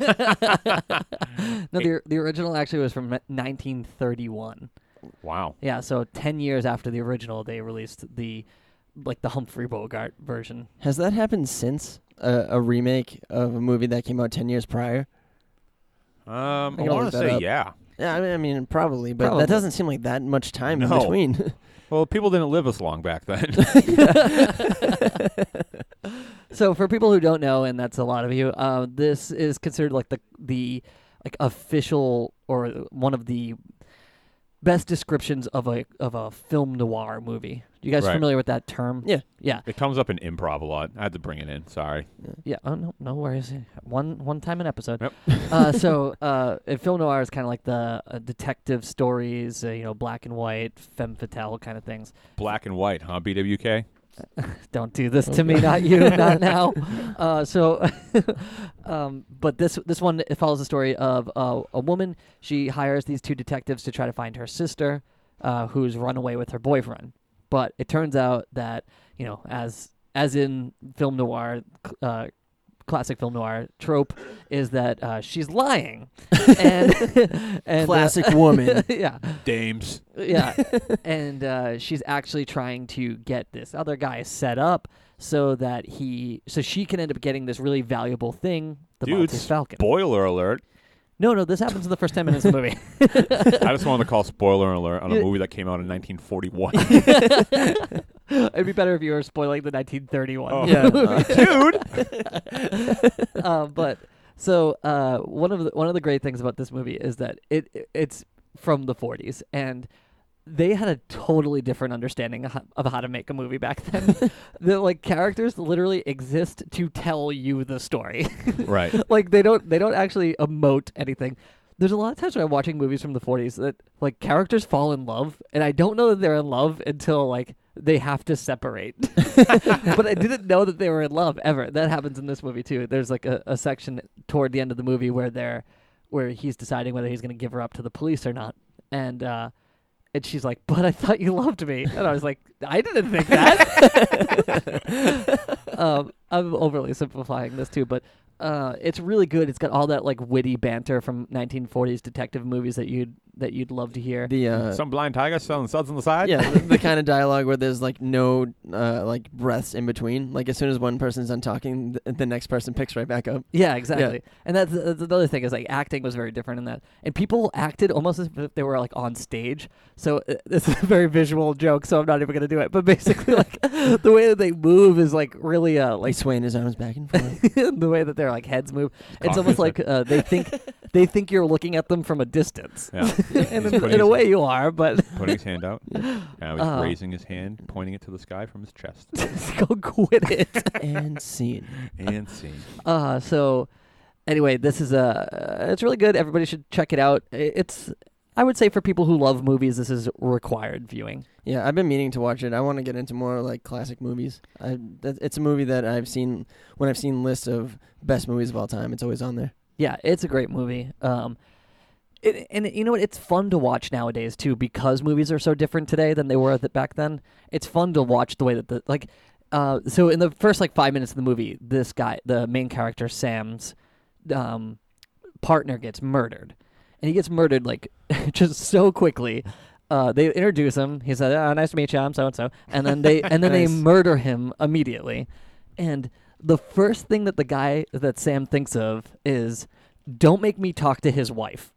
Speaker 2: the, the original actually was from 1931.
Speaker 1: Wow.
Speaker 2: Yeah, so 10 years after the original, they released the like the Humphrey Bogart version.
Speaker 4: Has that happened since a, a remake of a movie that came out 10 years prior?
Speaker 1: Um, I,
Speaker 4: can
Speaker 1: want
Speaker 4: look
Speaker 1: to
Speaker 4: that
Speaker 1: say
Speaker 4: up.
Speaker 1: yeah.
Speaker 4: Yeah, I mean, I mean probably, but
Speaker 2: Probably.
Speaker 4: that doesn't seem like that much time
Speaker 1: No.
Speaker 4: in between.
Speaker 1: Well, people didn't live as long back then.
Speaker 2: So for people who don't know, and that's a lot of you, uh, this is considered like the the like official or one of the best descriptions of a of a film noir movie. You guys
Speaker 1: Right.
Speaker 2: familiar with that term?
Speaker 4: Yeah.
Speaker 2: Yeah.
Speaker 1: it comes up in improv a lot. I had to bring it in. Sorry.
Speaker 2: Yeah. Oh no, no worries. One one time an episode.
Speaker 1: Yep.
Speaker 2: uh, so uh, and film noir is kind of like the uh, detective stories, uh, you know, black and white, femme fatale kind of things.
Speaker 1: Black and white, huh? BWK.
Speaker 2: Don't do this to me, not you, not now. Uh, so, um, but this this one it follows the story of uh, a woman. She hires these two detectives to try to find her sister, uh, who's run away with her boyfriend. But it turns out that you know, as as in film noir, cl- uh, classic film noir trope, is that uh, she's lying, and, and uh,
Speaker 4: Classic woman.
Speaker 2: yeah,
Speaker 1: Dames.
Speaker 2: yeah. and uh, she's actually trying to get this other guy set up so that he so she can end up getting this really valuable thing, the Maltese
Speaker 1: Dudes.
Speaker 2: Falcon.
Speaker 1: Spoiler alert.
Speaker 2: no, no, this happens in the first ten minutes of the movie.
Speaker 1: I just wanted to call spoiler alert on a
Speaker 2: Yeah.
Speaker 1: movie that came out in 1941.
Speaker 2: It'd be better if you were spoiling the nineteen thirty one.
Speaker 1: Oh.
Speaker 4: Yeah.
Speaker 1: Dude.
Speaker 2: uh, but so uh, one of the one of the great things about this movie is that it, it- it's from the 40s and they had a totally different understanding of ho- of how to make a movie back then. the like characters literally exist to tell you the story.
Speaker 1: Right.
Speaker 2: like they don't they don't actually emote anything. There's a lot of times when I'm watching movies from the 40s that like characters fall in love, and I don't know that they're in love until like they have to separate. but I didn't know that they were in love ever. That happens in this movie too. There's like a, a section toward the end of the movie where they're where he's deciding whether he's going to give her up to the police or not, and uh, and she's like, "But I thought you loved me," and I was like, "I didn't think that." um, I'm overly simplifying this too, but uh, it's really good. It's got all that like witty banter from 1940s detective movies that you'd that you'd love to hear.
Speaker 4: the uh,
Speaker 1: Some blind tiger selling suds on the side.
Speaker 4: yeah, the, the kind of dialogue where there's like no uh, like breaths in between. Like as soon as one person's done talking, th- the next person picks right back up.
Speaker 2: Yeah, exactly. And that's, that's another thing is like acting was very different in that, and people acted almost as if they were like on stage. So uh, this is a very visual joke, so I'm not even gonna do it. But basically, like the way that they move is like really uh
Speaker 4: Like
Speaker 2: like
Speaker 4: swaying his arms back and forth.
Speaker 2: the way that their like heads move. It's
Speaker 1: cock,
Speaker 2: almost
Speaker 1: isn't
Speaker 2: like uh, they think they think you're looking at them from a distance.
Speaker 1: Yeah.
Speaker 2: and
Speaker 1: He's
Speaker 2: in,
Speaker 1: putting
Speaker 2: in a
Speaker 1: his-
Speaker 2: way, you are, but
Speaker 1: Putting his hand out. Now he's
Speaker 4: Uh-huh.
Speaker 2: Uh.
Speaker 1: raising his hand, pointing it to the sky from his chest.
Speaker 2: go quit it.
Speaker 4: and scene.
Speaker 1: and scene.
Speaker 2: Uh, so, Anyway, this is a it's really good. Everybody should check it out. I- It's I would say for people who love movies, this is required viewing.
Speaker 4: Yeah, I've been meaning to watch it. I want to get into more like classic movies. I, that, it's a movie that I've seen when I've seen lists of best movies of all time. It's always on there.
Speaker 2: Yeah, it's a great movie. Um, it, and you know what? It's fun to watch nowadays too because movies are so different today than they were th- back then. It's fun to watch the way that the like. Uh, so in the first like five minutes of the movie, this guy, the main character Sam's um, partner, gets murdered, and he gets murdered like just so quickly. Uh, they introduce him. He said, oh, "Nice to meet you. I'm so and so," and then they and then they
Speaker 4: Nice.
Speaker 2: murder him immediately. And the first thing that the guy that Sam thinks of is, "Don't make me talk to his wife."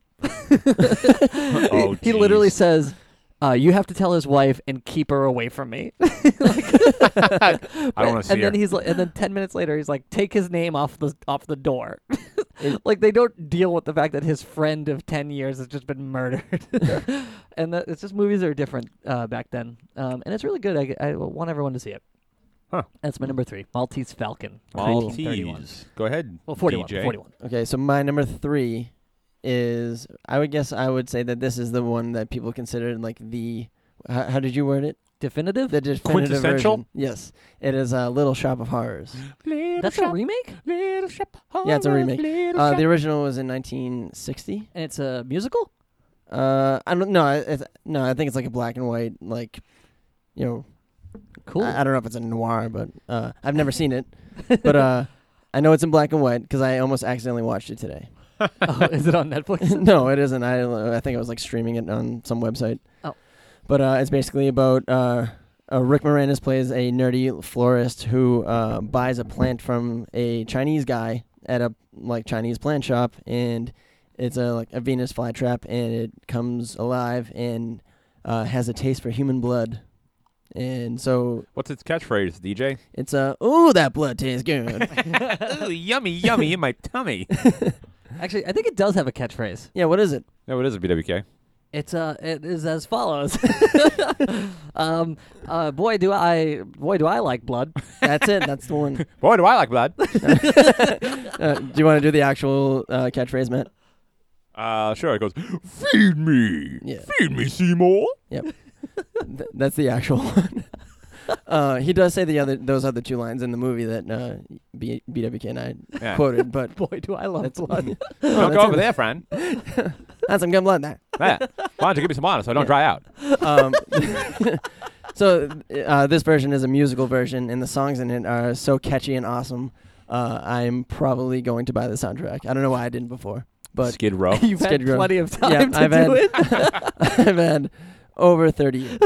Speaker 1: Oh,
Speaker 2: he literally
Speaker 1: geez.
Speaker 2: says, uh, "You have to tell his wife and keep her away from me."
Speaker 1: I don't want to see
Speaker 2: and
Speaker 1: her.
Speaker 2: then he's like, and then ten minutes later, he's like, "Take his name off the off the door."
Speaker 4: It-
Speaker 2: like they don't deal with the fact that his friend of ten years has just been murdered, and that, it's just movies are different uh, back then, um, and it's really good. I, I want everyone to see it.
Speaker 1: Huh.
Speaker 2: That's my number three, Maltese Falcon. 1931.
Speaker 1: Maltese. Go ahead.
Speaker 2: Well, 41.
Speaker 1: DJ.
Speaker 2: 41.
Speaker 4: Okay, so my number three is I would guess I would say that this is the one that people considered like the how, how did you word it?
Speaker 2: Definitive?
Speaker 4: The definitive
Speaker 1: Quintessential?
Speaker 4: version. Yes, it is uh, Little Shop of Horrors.
Speaker 2: That's a remake?
Speaker 4: yeah, it's a remake. Uh, the original was in 1960.
Speaker 2: And it's a musical?
Speaker 4: Uh, I don't know. It's, no, I think it's like a black and white like you know
Speaker 2: Cool.
Speaker 4: I, I don't know if it's a noir, but uh, I've never seen it. But uh, I know it's in black and white because I almost accidentally watched it today.
Speaker 2: oh, is it on Netflix?
Speaker 4: no, it isn't. I I think I was like streaming it on some website.
Speaker 2: Oh.
Speaker 4: But uh, it's basically about uh, uh, Rick Moranis plays a nerdy florist who uh, buys a plant from a Chinese guy at a like Chinese plant shop, and it's a like a Venus flytrap, and it comes alive and uh, has a taste for human blood. And so
Speaker 1: What's its catchphrase, DJ?
Speaker 4: It's a ooh that blood tastes good.
Speaker 1: Ooh, yummy, yummy in my tummy.
Speaker 2: Actually, I think it does have a catchphrase.
Speaker 4: yeah, what is it?
Speaker 1: No, it is a BWK.
Speaker 2: It's uh, it is as follows. um, uh, boy, do I, boy, do I like blood.
Speaker 4: That's it. That's the one.
Speaker 1: Boy, do I like blood.
Speaker 4: Uh, do you want to do the actual uh, catchphrase, Matt?
Speaker 1: Uh, sure. It goes, feed me,
Speaker 4: Yeah. Oh,
Speaker 1: feed me, Seymour.
Speaker 4: Th- that's the actual one. uh, he does say the other those other two lines in the movie that uh, B- BWK and I
Speaker 1: Yeah.
Speaker 4: quoted, but
Speaker 2: Boy, do I love
Speaker 4: that's
Speaker 2: blood.
Speaker 4: one.
Speaker 1: Don't go over there, friend.
Speaker 4: That's some good blood there.
Speaker 1: Yeah. Why don't you give me some water so I don't
Speaker 4: Yeah.
Speaker 1: dry out?
Speaker 4: Um, so uh, this version is a musical version, and the songs in it are so catchy and awesome. Uh, I'm probably going to buy the soundtrack. I don't know why I didn't before, but
Speaker 1: Skid Row.
Speaker 2: You've had
Speaker 4: Skid Row.
Speaker 2: plenty of time
Speaker 4: Yeah,
Speaker 2: to
Speaker 4: I've
Speaker 2: do it.
Speaker 4: I've had over 30 years.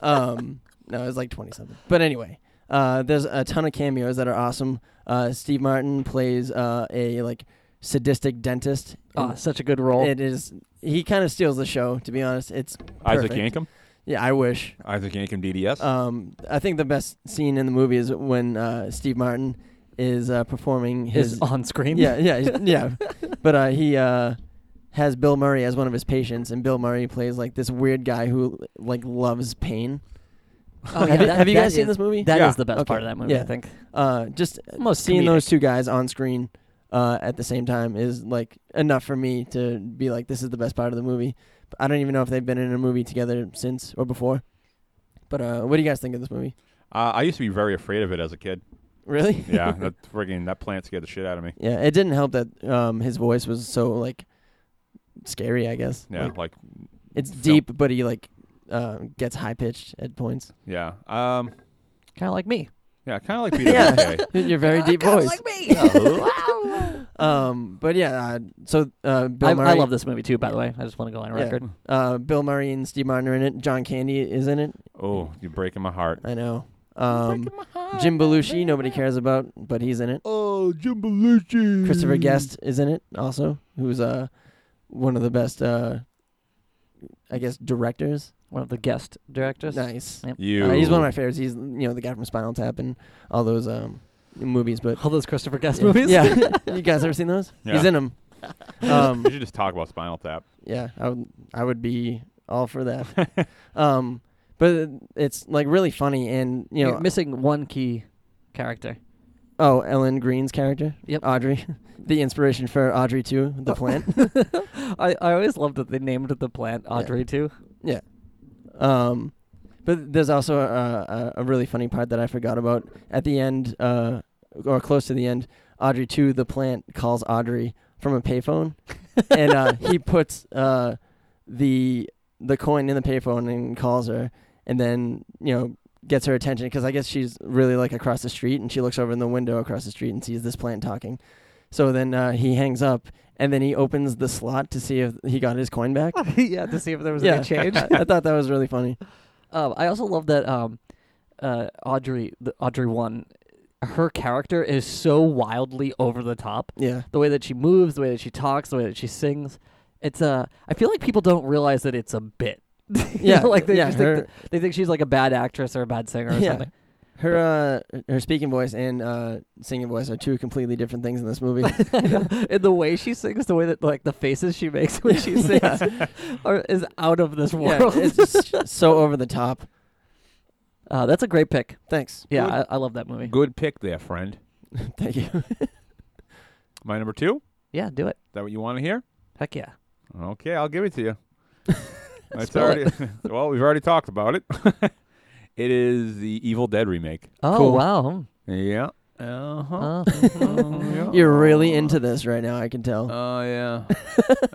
Speaker 4: um, no, it was like 20 something. But anyway, uh, there's a ton of cameos that are awesome. Uh, Steve Martin plays uh, a like sadistic dentist.
Speaker 2: Oh,
Speaker 4: and
Speaker 2: such a good role.
Speaker 4: It is he kind of steals the show to be honest. It's
Speaker 1: Isaac
Speaker 4: perfect.
Speaker 1: Yankum.
Speaker 4: yeah, I wish.
Speaker 1: Isaac Yankum DDS.
Speaker 4: Um, I think the best scene in the movie is when uh, Steve Martin is uh, performing
Speaker 2: is
Speaker 4: his
Speaker 2: on screen.
Speaker 4: yeah, yeah, yeah. But uh, he uh, has Bill Murray as one of his patients, and Bill Murray plays like this weird guy who like loves pain.
Speaker 2: Oh, yeah,
Speaker 4: have, you,
Speaker 2: that-
Speaker 4: have you
Speaker 2: that
Speaker 4: guys seen
Speaker 2: is-
Speaker 4: this movie?
Speaker 2: That is
Speaker 1: Yeah.
Speaker 2: the best part of
Speaker 4: Okay.
Speaker 2: that movie, I
Speaker 4: Yeah.
Speaker 2: think.
Speaker 4: uh, just
Speaker 2: Most
Speaker 4: seeing
Speaker 2: comedic.
Speaker 4: those two guys on screen uh, at the same time is like enough for me to be like, this is the best part of the movie. But I don't even know if they've been in a movie together since or before. But uh, what do you guys think of this movie?
Speaker 1: uh, I used to be very afraid of it as a kid.
Speaker 4: Really?
Speaker 1: Yeah, that friggin' that plant scared the shit out of me.
Speaker 4: yeah. It didn't help that um, his voice was so like scary. I guess.
Speaker 1: Yeah,
Speaker 4: Like,
Speaker 1: like
Speaker 4: It's
Speaker 1: Film.
Speaker 4: deep, but he like uh, gets high pitched at points.
Speaker 1: yeah, um,
Speaker 2: Kind of like me.
Speaker 1: yeah, kind of like
Speaker 4: Yeah.
Speaker 1: BWK.
Speaker 4: Your very deep voice.
Speaker 2: Wow.
Speaker 4: um, but yeah, uh, so uh, Bill
Speaker 2: I,
Speaker 4: Murray.
Speaker 2: I love this movie too, by the way. I just want to go on
Speaker 4: Yeah.
Speaker 2: record.
Speaker 4: Uh, Bill Murray and Steve Martin are in it. John Candy is in it.
Speaker 1: oh, you're breaking my heart.
Speaker 4: I know. Um, Jim Belushi, nobody cares about, but he's in it.
Speaker 1: Oh, Jim Belushi.
Speaker 2: Mm.
Speaker 4: Christopher Guest is in it also, who's uh one of the best, uh, I guess, directors.
Speaker 2: One of the guest directors.
Speaker 4: Nice.
Speaker 1: You.
Speaker 4: Uh, he's one of my favorites. He's you know the guy from Spinal Tap and all those um movies, but
Speaker 2: All those Christopher Guest
Speaker 4: yeah.
Speaker 2: movies.
Speaker 4: Yeah, you guys ever seen those?
Speaker 1: Yeah.
Speaker 4: He's in them. Um,
Speaker 1: we should just talk about Spinal Tap.
Speaker 4: Yeah, I would I would be all for that. um, but it's like really funny, and you
Speaker 2: You're
Speaker 4: know,
Speaker 2: missing one key character.
Speaker 4: Oh, Ellen Green's character.
Speaker 2: Yep. Oh.
Speaker 4: Audrey, the inspiration for Audrey too, the plant.
Speaker 2: I, I always loved that they named the plant Audrey too.
Speaker 4: Yeah. Um, but there's also a, a, a really funny part that I forgot about at the end, uh, or close to the end. Audrey two, the plant, calls Audrey from a payphone, and uh, he puts uh, the the coin in the payphone and calls her, and then you know gets her attention because I guess she's really like across the street, and she looks over in the window across the street and sees this plant talking. So then uh, he hangs up, and then he opens the slot to see if he got his coin back.
Speaker 2: yeah, to see if there was any change.
Speaker 4: I, I thought that was really funny.
Speaker 2: Um, I also love that um, uh, Audrey, the Audrey one, her character is so wildly over the top.
Speaker 4: Yeah.
Speaker 2: The way that she moves, the way that she talks, the way that she sings. It's uh, I feel like people don't realize that it's a bit. You
Speaker 4: Yeah,
Speaker 2: know, like they
Speaker 4: yeah,
Speaker 2: just think
Speaker 4: her-
Speaker 2: that- they think she's like a bad actress or a bad singer or
Speaker 4: Yeah.
Speaker 2: something.
Speaker 4: Her uh, her speaking voice and uh, singing voice are two completely different things in this movie.
Speaker 2: and the way she sings, the way that like the faces she makes when she sings, are, is out of this
Speaker 4: yeah,
Speaker 2: world.
Speaker 4: it's just so over the top.
Speaker 2: uh, that's a great pick.
Speaker 4: Thanks.
Speaker 2: Yeah,
Speaker 1: Good.
Speaker 2: I, I love that movie.
Speaker 1: Good pick there, friend.
Speaker 4: Thank you.
Speaker 1: My number two. Is
Speaker 2: Yeah, do it.
Speaker 1: that what you want to hear?
Speaker 2: Heck yeah.
Speaker 1: Okay, I'll give it to you. it's
Speaker 2: Spell
Speaker 1: already well, we've already talked about it. it is the Evil Dead remake.
Speaker 2: Oh
Speaker 4: Cool.
Speaker 2: wow. Hmm.
Speaker 1: Yeah. Uh-huh.
Speaker 2: Uh,
Speaker 1: yeah.
Speaker 4: You're
Speaker 2: Oh.
Speaker 4: really into this right now. I can tell.
Speaker 1: Oh yeah,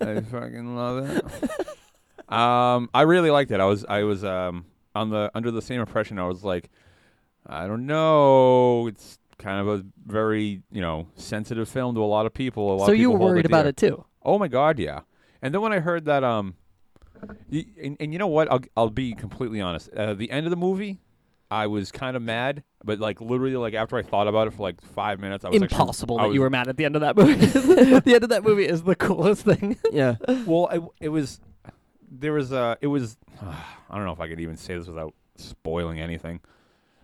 Speaker 1: I fucking love it. Um, I really liked it. I was I was um on the under the same impression. I was like, I don't know. It's kind of a very you know sensitive film to a lot of people. A lot
Speaker 2: so
Speaker 1: of
Speaker 2: you
Speaker 1: people
Speaker 2: were
Speaker 1: hold it
Speaker 2: worried about
Speaker 1: dear.
Speaker 2: it too.
Speaker 1: Oh my god, yeah. And then when I heard that um, y- and, and you know what? I'll I'll be completely honest. Uh, the end of the movie. I was kind of mad, but like literally, like after I thought about it for like five minutes, I was actually-
Speaker 2: Impossible
Speaker 1: I
Speaker 2: that
Speaker 1: was
Speaker 2: you were mad at the end of that movie. the end of that movie is the coolest thing.
Speaker 4: Yeah.
Speaker 1: Well, it, it was there was a it was I don't know if I could even say this without spoiling anything.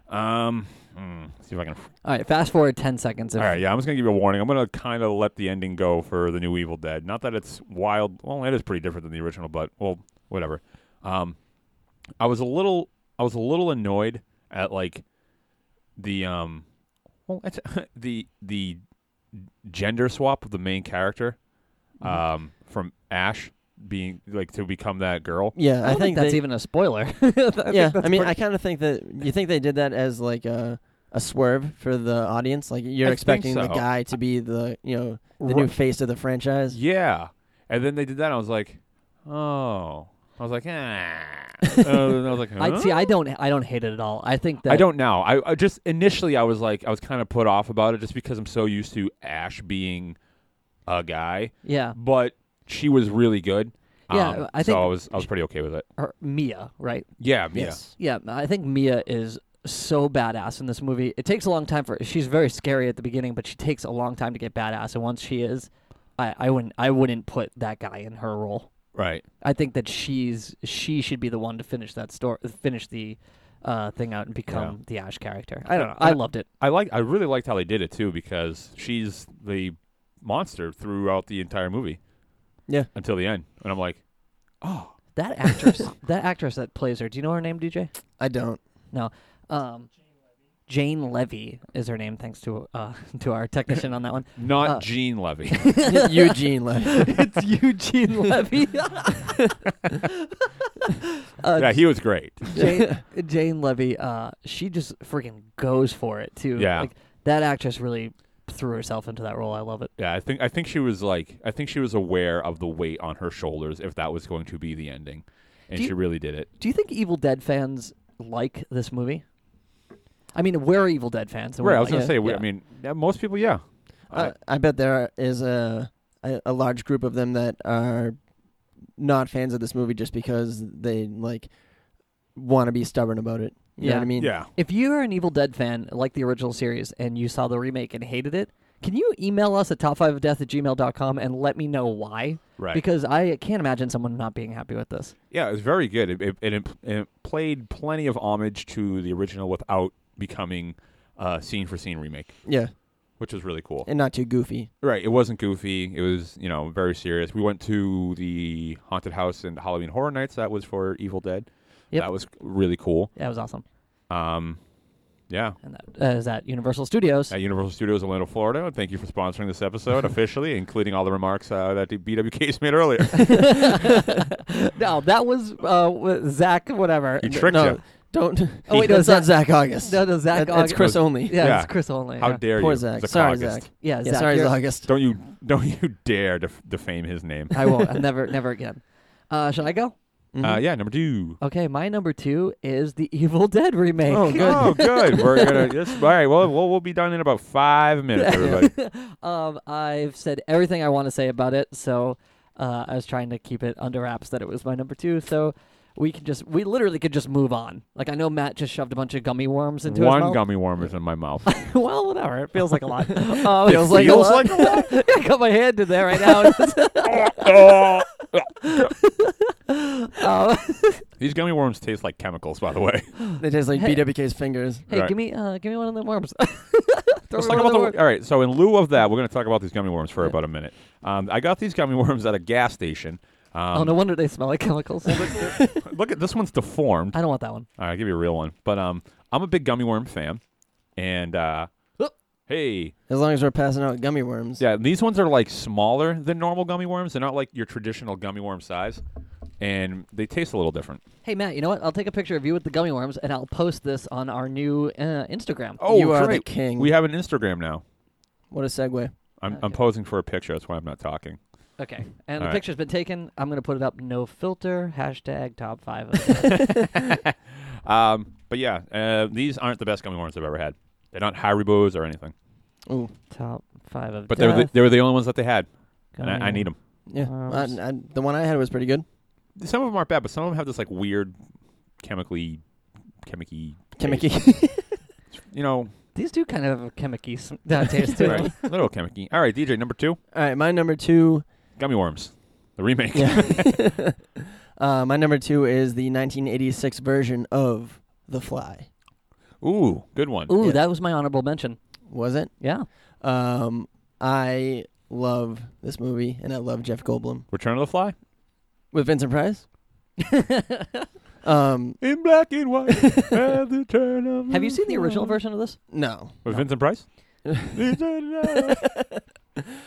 Speaker 1: Um, hmm, see if I can.
Speaker 2: All right, fast forward ten seconds. If,
Speaker 1: All right, yeah, I'm just gonna give you a warning. I'm gonna kind of let the ending go for the new Evil Dead. Not that it's wild. Well, it is pretty different than the original, but well, whatever. Um, I was a little I was a little annoyed at like the um well it's the the gender swap of the main character
Speaker 2: Mm-hmm.
Speaker 1: um from Ash being like to become that girl.
Speaker 4: Yeah.
Speaker 2: I,
Speaker 4: I,
Speaker 2: don't think, that's
Speaker 4: they-
Speaker 2: even a spoiler. I think
Speaker 4: Yeah.
Speaker 2: that's
Speaker 4: I mean,
Speaker 2: pretty-
Speaker 4: I kind of think that you think they did that as like a a swerve for the audience. Like you're
Speaker 1: I think
Speaker 4: expecting the
Speaker 1: so.
Speaker 4: guy to be the you know the new
Speaker 1: Right.
Speaker 4: face of the franchise.
Speaker 1: Yeah. And then they did that and I was like, "Oh." I was like, "Ah." And I was like,
Speaker 2: I
Speaker 1: "Huh?"
Speaker 2: see. I don't. I don't hate it at all. I think that
Speaker 1: I don't know. I, I just initially I was like I was kind of put off about it just because I'm so used to Ash being a guy,
Speaker 2: Yeah,
Speaker 1: but she was really good.
Speaker 2: Yeah,
Speaker 1: Um,
Speaker 2: I
Speaker 1: so
Speaker 2: think-
Speaker 1: I was I was pretty okay with it.
Speaker 2: or Mia, right?
Speaker 1: Yeah, Mia.
Speaker 4: Yes.
Speaker 2: Yeah, I think Mia is so badass in this movie. It takes a long time for she's very scary at the beginning, but she takes a long time to get badass. And once she is, I, I wouldn't I wouldn't put that guy in her role.
Speaker 1: Right.
Speaker 2: I think that she's she should be the one to finish that story, finish the uh, thing out, and become the Ash character. I don't know. I
Speaker 1: Yeah.
Speaker 2: loved it.
Speaker 1: I like I really liked how they did it too because she's the monster throughout the entire movie.
Speaker 4: Yeah.
Speaker 1: Until the end. And I'm like,
Speaker 2: That actress, that actress that plays her. Do you know her name, DJ?
Speaker 4: I don't.
Speaker 2: No. Um, Jane Levy is her name, thanks to uh, to our technician on that one.
Speaker 1: not
Speaker 2: Uh,
Speaker 1: Gene Levy.
Speaker 4: Eugene left.
Speaker 2: it's Eugene Levy. uh,
Speaker 1: yeah, he was great.
Speaker 2: Jane, Jane Levy, uh, she just freaking goes for it too.
Speaker 1: Yeah.
Speaker 2: Like, that actress really threw herself into that role. I love it.
Speaker 1: Yeah, I think I think she was like I think she was aware of the weight on her shoulders if that was going to be the ending. And
Speaker 2: Do you-
Speaker 1: she really did it.
Speaker 2: Do you think Evil Dead fans like this movie? I mean, we're Evil Dead fans. and
Speaker 1: Right,
Speaker 2: we're
Speaker 1: I was
Speaker 2: like-
Speaker 1: gonna say. We,
Speaker 2: yeah.
Speaker 1: I mean, yeah, most people, yeah.
Speaker 4: Uh, I, I bet there is a, a a large group of them that are not fans of this movie just because they like want to be stubborn about it. You know
Speaker 2: Yeah.
Speaker 4: what I mean?
Speaker 2: If you're an Evil Dead fan, like the original series, and you saw the remake and hated it, can you email us at top5ofdeath at gmail.com and let me know why?
Speaker 1: Right.
Speaker 2: Because I can't imagine someone not being happy with this.
Speaker 1: yeah, it was very good. It it, it, imp- it played plenty of homage to the original without becoming uh, scene for scene remake,
Speaker 4: Yeah,
Speaker 1: which was really cool.
Speaker 4: and not too goofy.
Speaker 1: Right. It wasn't goofy. It was, you know, very serious. We went to the haunted house and Halloween Horror Nights. That was for Evil Dead.
Speaker 2: Yep.
Speaker 1: That was really cool.
Speaker 2: That was awesome.
Speaker 1: Um, Yeah.
Speaker 2: and that uh, is at Universal Studios.
Speaker 1: At Universal Studios Orlando, Florida. And thank you for sponsoring this episode officially, including all the remarks uh, that the BWKs made earlier.
Speaker 2: no, that was uh, wa- Zach. Whatever.
Speaker 1: You tricked
Speaker 4: no,
Speaker 1: him.
Speaker 4: don't.
Speaker 2: Oh, wait, no,
Speaker 4: that's not Zach August.
Speaker 2: No, no, Zach.
Speaker 4: That- that's
Speaker 2: Aug-
Speaker 4: Chris
Speaker 1: Oh,
Speaker 4: only.
Speaker 2: Yeah,
Speaker 1: Yeah.
Speaker 2: it's Chris only.
Speaker 1: How
Speaker 2: yeah.
Speaker 1: dare
Speaker 4: Poor
Speaker 1: you?
Speaker 4: Zach.
Speaker 1: Zach
Speaker 4: Sorry,
Speaker 1: August.
Speaker 4: Zach.
Speaker 2: Yeah,
Speaker 4: Yeah,
Speaker 2: Zach,
Speaker 4: sorry,
Speaker 2: you're-
Speaker 4: August.
Speaker 1: Don't you don't you dare def- defame his name.
Speaker 2: I won't. I never, never again. Uh, should I go?
Speaker 1: Uh, yeah, number two.
Speaker 2: Okay, my number two is the Evil Dead remake.
Speaker 4: Oh, good.
Speaker 1: Oh, good. We're gonna. This, all right. Well, we'll we'll be done in about five minutes, everybody.
Speaker 2: um, I've said everything I want to say about it, so uh, I was trying to keep it under wraps that it was my number two. So we can just, we literally could just move on. Like I know Matt just shoved a bunch of gummy worms into
Speaker 1: One
Speaker 2: his mouth.
Speaker 1: gummy worm is in my mouth.
Speaker 2: well, whatever. It feels like a lot. Um,
Speaker 4: Feels like a
Speaker 1: Feels lot. like a
Speaker 2: yeah, I got my hand in there right now.
Speaker 1: Oh!
Speaker 2: um,
Speaker 1: These gummy worms taste like chemicals, by the way.
Speaker 4: They taste like
Speaker 2: Hey.
Speaker 4: BWK's fingers.
Speaker 2: hey,
Speaker 1: Right.
Speaker 2: give me, uh, give me one of the worms. Throw
Speaker 1: Let's
Speaker 2: me
Speaker 1: talk
Speaker 2: one
Speaker 1: about
Speaker 2: of
Speaker 1: the,
Speaker 2: worms.
Speaker 1: all right. So in lieu of that, we're going to talk about these gummy worms for about a minute. Um, I got these gummy worms at a gas station. Um,
Speaker 2: Oh, no wonder they smell like chemicals.
Speaker 1: Look at this one's deformed.
Speaker 2: I don't want that one.
Speaker 1: All right, I'll give you a real one. But um, I'm a big gummy worm fan, and uh,
Speaker 2: Oop.
Speaker 1: hey,
Speaker 4: As long as we're passing out gummy worms.
Speaker 1: yeah, these ones are like smaller than normal gummy worms. They're not like your traditional gummy worm size, and they taste a little different.
Speaker 2: Hey Matt, you know what? I'll take a picture of you with the gummy worms, and I'll post this on our new uh, Instagram.
Speaker 1: Oh,
Speaker 4: You are the
Speaker 1: right.
Speaker 4: king.
Speaker 1: We have an Instagram now.
Speaker 4: What a segue.
Speaker 1: I'm, I'm
Speaker 2: Mm. Okay.
Speaker 1: posing for a picture. That's why I'm not talking.
Speaker 2: Okay, and the
Speaker 1: All right.
Speaker 2: picture's been taken. I'm gonna put it up. No filter. Hashtag top five.
Speaker 1: Um, but yeah, uh, these aren't the best gummy worms I've ever had. They're not Haribo's or anything.
Speaker 4: Ooh,
Speaker 2: top five of.
Speaker 1: But they were the,
Speaker 2: death.
Speaker 1: they were the only ones that they had, and I, I
Speaker 2: Gummy
Speaker 1: need them.
Speaker 4: yeah.
Speaker 2: Worms.
Speaker 4: I, I, the one I had was pretty good.
Speaker 1: Some of them aren't bad, but some of them have this like weird, chemically, chemically,
Speaker 4: Kimiki.
Speaker 1: you know,
Speaker 2: These do kind of have a chemicky s- uh, taste to
Speaker 1: right,
Speaker 2: them.
Speaker 1: little chemical. All right, DJ number two,
Speaker 4: All right, my number two.
Speaker 1: gummy worms, the remake.
Speaker 4: Yeah. uh, my number two is the 1986 version of The Fly.
Speaker 1: Ooh, good one.
Speaker 2: Ooh,
Speaker 4: Yeah.
Speaker 2: that was my honorable mention.
Speaker 4: Was it?
Speaker 2: Yeah.
Speaker 4: Um, I love this movie, and I love Jeff Goldblum
Speaker 1: Return of the Fly
Speaker 4: with Vincent Price. um,
Speaker 1: in black and white. at the turn of
Speaker 2: Have you seen the original
Speaker 1: fly.
Speaker 2: version of this?
Speaker 4: no.
Speaker 1: with Vincent Price? it's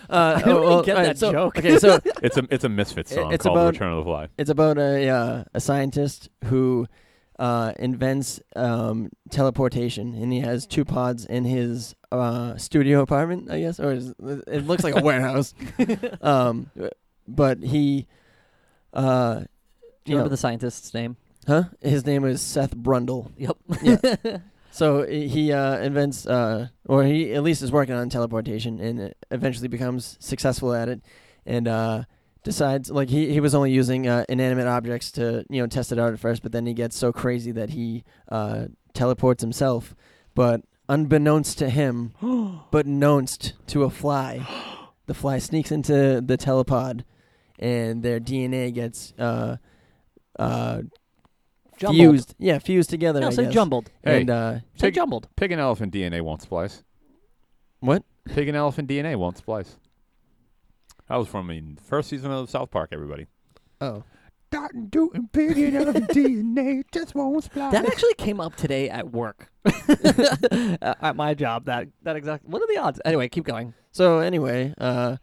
Speaker 4: Uh,
Speaker 2: don't even get
Speaker 4: all
Speaker 2: that
Speaker 4: so-
Speaker 2: joke.
Speaker 4: Okay, so
Speaker 1: a it's a misfit song
Speaker 4: It's
Speaker 1: called
Speaker 4: about-
Speaker 1: Return of the Fly.
Speaker 4: It's about a uh, a scientist who uh, invents um, teleportation, and he has two pods in his uh, studio apartment, I guess, or is, it looks like a warehouse. Um, but he, uh,
Speaker 2: Do you remember the scientist's name?
Speaker 4: the huh? His name is Seth Brundle.
Speaker 2: Yep.
Speaker 4: So i- he uh, invents, uh, or he at least is working on teleportation, and eventually becomes successful at it, and uh, decides like he, he was only using uh, inanimate objects to you know test it out at first, but then he gets so crazy that he uh, teleports himself, but unbeknownst to him, but knownst to a fly, the fly sneaks into the telepod, and their DNA gets uh, uh,
Speaker 2: Jumbled.
Speaker 4: fused, yeah, fused together.
Speaker 2: No,
Speaker 4: I
Speaker 2: say
Speaker 4: guess.
Speaker 2: jumbled.
Speaker 1: Hey.
Speaker 4: And uh,
Speaker 2: Say
Speaker 1: Pig-
Speaker 2: jumbled.
Speaker 1: Pig and elephant DNA won't splice.
Speaker 4: What?
Speaker 1: Pig and elephant DNA won't splice. That was from the first season of South Park. Everybody.
Speaker 4: oh.
Speaker 1: Dot and Doot and Pig and elephant DNA just won't splice.
Speaker 2: That actually came up today at work, at my job. That that exact. What are the odds? Anyway, keep going.
Speaker 4: So anyway, uh,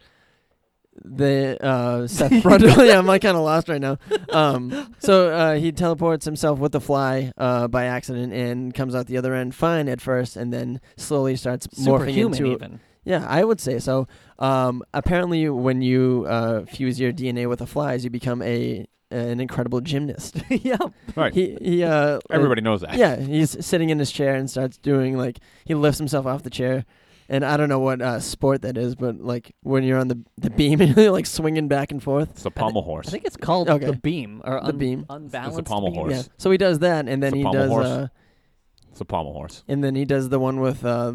Speaker 4: the uh, Seth Brundle. yeah, I'm like kind of lost right now. Um, so uh, he teleports himself with the fly uh, by accident and comes out the other end fine at first, and then slowly starts morphing
Speaker 2: Superhuman,
Speaker 4: into.
Speaker 2: even.
Speaker 4: Yeah, I would say so. Um, apparently, when you uh, fuse your DNA with the flies, you become a an incredible gymnast.
Speaker 2: yeah.
Speaker 1: Right.
Speaker 4: he he. Uh,
Speaker 1: Everybody knows that.
Speaker 4: Yeah, he's sitting in his chair and starts doing like he lifts himself off the chair, and I don't know what uh, sport that is, but like when you're on the the beam and you're like swinging back and forth.
Speaker 1: It's a pommel horse.
Speaker 2: I think it's called
Speaker 4: Okay.
Speaker 2: the beam or
Speaker 4: The
Speaker 2: un-
Speaker 4: beam.
Speaker 2: unbalanced.
Speaker 1: pommel
Speaker 2: beam.
Speaker 1: horse.
Speaker 4: Yeah. So he does that, and
Speaker 1: It's
Speaker 4: then
Speaker 1: a
Speaker 4: he
Speaker 1: pommel
Speaker 4: does,
Speaker 1: horse.
Speaker 4: uh,
Speaker 1: it's a pommel horse.
Speaker 4: and then he does the one with uh,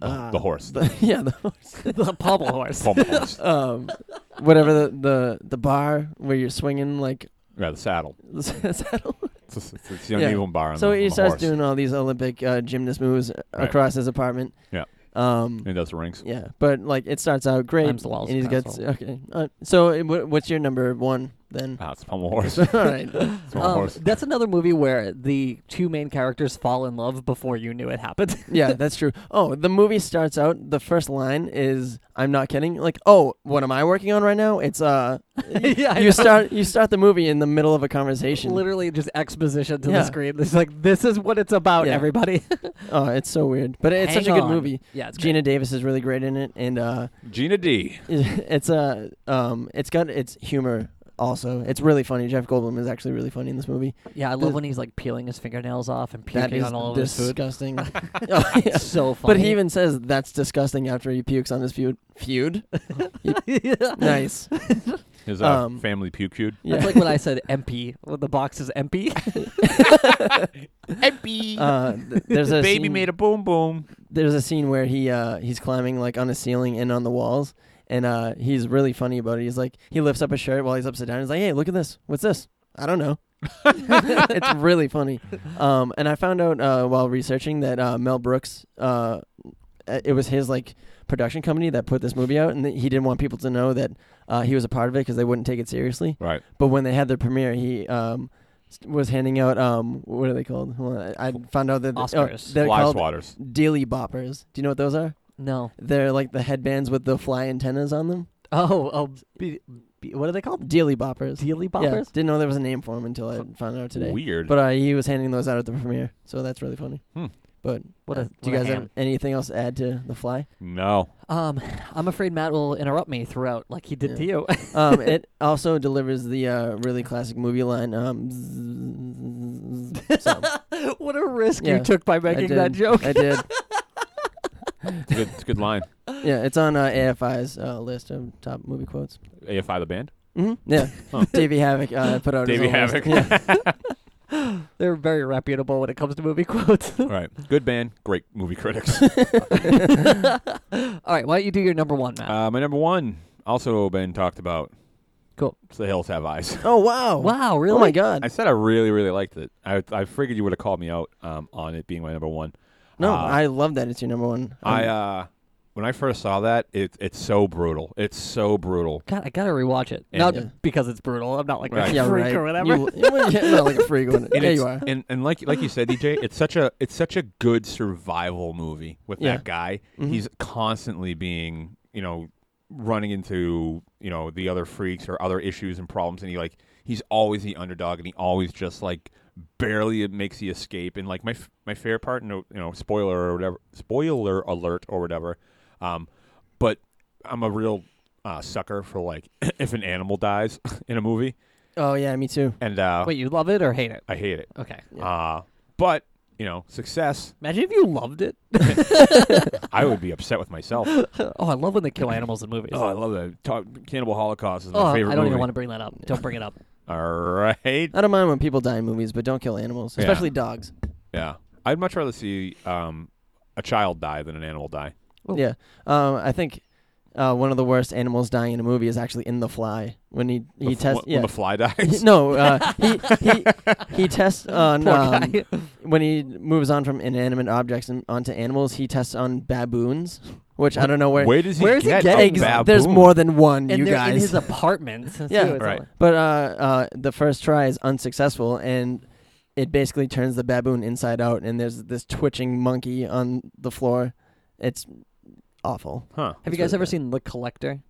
Speaker 1: The-
Speaker 4: uh,
Speaker 1: the horse.
Speaker 4: the- yeah, the horse.
Speaker 2: the pommel horse.
Speaker 1: Pommel horse.
Speaker 4: um, whatever the, the the bar where you're swinging like
Speaker 1: Yeah, the saddle.
Speaker 4: the saddle.
Speaker 1: It's, it's, it's the
Speaker 4: Yeah.
Speaker 1: uneven bar on
Speaker 4: So
Speaker 1: the, on
Speaker 4: he
Speaker 1: the
Speaker 4: starts
Speaker 1: horse.
Speaker 4: doing all these Olympic uh, gymnast moves uh,
Speaker 1: Right.
Speaker 4: across his apartment.
Speaker 1: Yeah.
Speaker 4: Um.
Speaker 1: He does rings.
Speaker 4: Yeah, but like it starts out great,
Speaker 2: Times the walls
Speaker 4: and he
Speaker 2: of
Speaker 4: gets
Speaker 2: console.
Speaker 4: okay. Uh, so, uh, wha- what's your number one? then.
Speaker 1: Ah, it's Pummel Horse.
Speaker 2: Uh,
Speaker 4: All right.
Speaker 1: Pummel
Speaker 2: Um,
Speaker 1: Horse.
Speaker 2: that's another movie where the two main characters fall in love before you knew it happened.
Speaker 4: Yeah, that's true. Oh, the movie starts out. The first line is, "I'm not kidding." Like, oh, what am I working on right now? It's uh, y-
Speaker 2: Yeah, I know.
Speaker 4: you start you start the movie in the middle of a conversation.
Speaker 2: Literally just exposition to
Speaker 4: Yeah.
Speaker 2: the screen. It's like this is what it's about,
Speaker 4: Yeah.
Speaker 2: everybody.
Speaker 4: Oh, it's so weird, but it's such a
Speaker 2: Hang
Speaker 4: good
Speaker 2: on.
Speaker 4: movie.
Speaker 2: Yeah, it's
Speaker 4: Gina Davis is really great in it, and uh,
Speaker 1: Gina D.
Speaker 4: it's uh, um, it's got its humor also. It's really funny. Jeff Goldblum is actually really funny in this movie.
Speaker 2: great. Yeah, I love when he's like peeling his fingernails off and
Speaker 4: That
Speaker 2: puking
Speaker 4: is
Speaker 2: on all of his food.
Speaker 4: disgusting. Oh, yeah.
Speaker 2: It's so funny.
Speaker 4: But he even says that's disgusting after he pukes on his feud. Feud.
Speaker 2: Yeah.
Speaker 4: nice.
Speaker 1: His uh,
Speaker 4: Um,
Speaker 1: family puke feud.
Speaker 4: Yeah.
Speaker 2: That's like when I said MP. When the box is MP.
Speaker 1: Epi.
Speaker 4: Uh, th- there's a
Speaker 1: Baby
Speaker 4: scene-
Speaker 1: made a boom boom.
Speaker 4: there's a scene where he uh he's climbing like on the ceiling and on the walls and uh he's really funny about it he's like he lifts up a shirt while he's upside down he's like hey look at this what's this i don't know it's really funny um and i found out uh while researching that uh mel brooks uh uh, it was his like production company that put this movie out and th- he didn't want people to know that uh he was a part of it because they wouldn't take it seriously
Speaker 1: Right.
Speaker 4: but when they had their premiere, he um, s- was handing out um, what are they called? Hold on, I I found out that th- oh,
Speaker 2: Oscars.
Speaker 4: they're
Speaker 1: Fly
Speaker 4: called
Speaker 1: swatters.
Speaker 4: dilly boppers. Do you know what those are?
Speaker 2: no.
Speaker 4: They're like the headbands with the fly antennas on them.
Speaker 2: Oh, oh. B- B- what are they called?
Speaker 4: Dilly boppers.
Speaker 2: Dealy
Speaker 4: Yeah,
Speaker 2: boppers.
Speaker 4: didn't know there was a name for them until I found out today.
Speaker 1: Weird.
Speaker 4: But uh, he was handing those out at the premiere, so that's really funny.
Speaker 1: Hmm.
Speaker 4: But
Speaker 2: What a-
Speaker 4: uh, do
Speaker 2: what
Speaker 4: you
Speaker 2: a
Speaker 4: guys have
Speaker 2: ham.
Speaker 4: anything else to add to the fly?
Speaker 1: no.
Speaker 2: Um, I'm afraid Matt will interrupt me throughout, like he did
Speaker 4: Yeah.
Speaker 2: to you.
Speaker 4: Um, it also delivers the uh, really classic movie line. Um, so,
Speaker 2: what a risk
Speaker 4: Yeah,
Speaker 2: you took by
Speaker 4: I
Speaker 2: making
Speaker 4: did.
Speaker 2: that joke.
Speaker 4: I did.
Speaker 1: It's a good, it's a good line.
Speaker 4: Yeah, it's on uh, AFI's uh, list of top movie quotes.
Speaker 1: AFI the band.
Speaker 4: hmm
Speaker 2: Mm-hmm.
Speaker 4: Yeah,
Speaker 1: Huh.
Speaker 4: Davey Havoc uh, put out. his
Speaker 1: Davey
Speaker 4: own
Speaker 1: Havoc.
Speaker 4: list. Yeah.
Speaker 2: They're very reputable when it comes to movie quotes.
Speaker 1: All right. Good band. Great movie critics.
Speaker 2: All right, why don't you do your number one, Matt?
Speaker 1: Uh, my number one, also been talked about.
Speaker 2: Cool.
Speaker 1: It's The Hills Have Eyes.
Speaker 4: Oh wow!
Speaker 2: wow, really?
Speaker 4: Oh my
Speaker 1: I
Speaker 4: god!
Speaker 1: said I really, really liked it. I, I figured you would have called me out um, on it being my number one.
Speaker 4: No,
Speaker 1: Uh,
Speaker 4: I love that it's your number one.
Speaker 1: I
Speaker 4: Um,
Speaker 1: uh, when I first saw that, it, it's so brutal. It's so brutal.
Speaker 2: God, I gotta rewatch it.
Speaker 1: Yeah.
Speaker 2: Not
Speaker 4: Yeah.
Speaker 2: because it's brutal. I'm not like
Speaker 1: Right.
Speaker 2: a
Speaker 4: yeah,
Speaker 2: freak
Speaker 4: right.
Speaker 2: or whatever.
Speaker 4: You, you, well, yeah, not like a freak one.
Speaker 1: And
Speaker 4: there
Speaker 1: it's-
Speaker 4: you are.
Speaker 1: And, and like like you said, DJ, it's such a it's such a good survival movie with
Speaker 4: Yeah.
Speaker 1: that guy.
Speaker 4: Mhm.
Speaker 1: He's constantly being you know running into you know the other freaks or other issues and problems, and he like he's always the underdog, and he always just like barely makes the escape. And like my f- my fair part, no you know spoiler or whatever, spoiler alert or whatever. Um, but I'm a real uh, sucker for like if an animal dies in a movie,
Speaker 4: Oh yeah, me too.
Speaker 1: and uh,
Speaker 2: Wait, you love it or hate it?
Speaker 1: I hate it.
Speaker 2: Okay.
Speaker 4: Yeah.
Speaker 1: Uh, but you know, success.
Speaker 2: Imagine if you loved it.
Speaker 1: I would be upset with myself.
Speaker 2: oh, I love when they kill animals in movies.
Speaker 1: Oh, I love that. Ta- Cannibal Holocaust is my
Speaker 2: Oh, I
Speaker 1: favorite
Speaker 2: don't even
Speaker 1: movie.
Speaker 2: want to bring that up. Don't bring it up.
Speaker 1: All right.
Speaker 4: I don't mind when people die in movies, but don't kill animals,
Speaker 1: Yeah.
Speaker 4: especially dogs.
Speaker 1: Yeah, I'd much rather see um, a child die than an animal die.
Speaker 2: Oh.
Speaker 4: Yeah. Um, I think uh, one of the worst animals dying in a movie is actually in The Fly when he
Speaker 1: The
Speaker 4: he
Speaker 1: f-
Speaker 4: tests.
Speaker 1: when,
Speaker 4: Yeah.
Speaker 1: when the fly dies.
Speaker 4: no, uh, he, he he tests on
Speaker 2: Poor
Speaker 4: um,
Speaker 2: guy.
Speaker 4: when he moves on from inanimate objects and onto animals, he tests on baboons, which I don't know where.
Speaker 1: Where does he
Speaker 2: Where is he
Speaker 1: get
Speaker 2: getting
Speaker 1: a
Speaker 4: Ex- there's
Speaker 1: baboon?
Speaker 4: more than one,
Speaker 2: and
Speaker 4: you
Speaker 2: they're in
Speaker 4: guys.
Speaker 2: his apartment. too.
Speaker 4: Yeah.
Speaker 2: It's
Speaker 1: Right.
Speaker 2: all-
Speaker 4: but uh, uh, the first try is unsuccessful, and it basically turns the baboon inside out, and there's this twitching monkey on the floor. It's awful.
Speaker 1: Huh? Mm.
Speaker 2: Have
Speaker 4: It's
Speaker 2: you guys
Speaker 4: really
Speaker 2: ever
Speaker 4: bad.
Speaker 2: seen The Collector?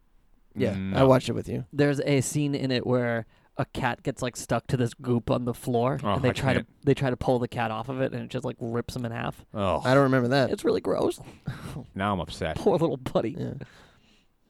Speaker 4: Yeah, I
Speaker 1: No.
Speaker 4: watched it with you.
Speaker 2: there's a scene in it where a cat gets like stuck to this goop on the floor
Speaker 1: Oh,
Speaker 2: and they
Speaker 1: I
Speaker 2: try to
Speaker 1: can't.
Speaker 2: they try to pull the cat off of it and it just like rips him in half.
Speaker 1: Oh,
Speaker 4: I don't remember that.
Speaker 2: It's really gross.
Speaker 1: now I'm upset.
Speaker 2: Poor little buddy.
Speaker 4: Yeah.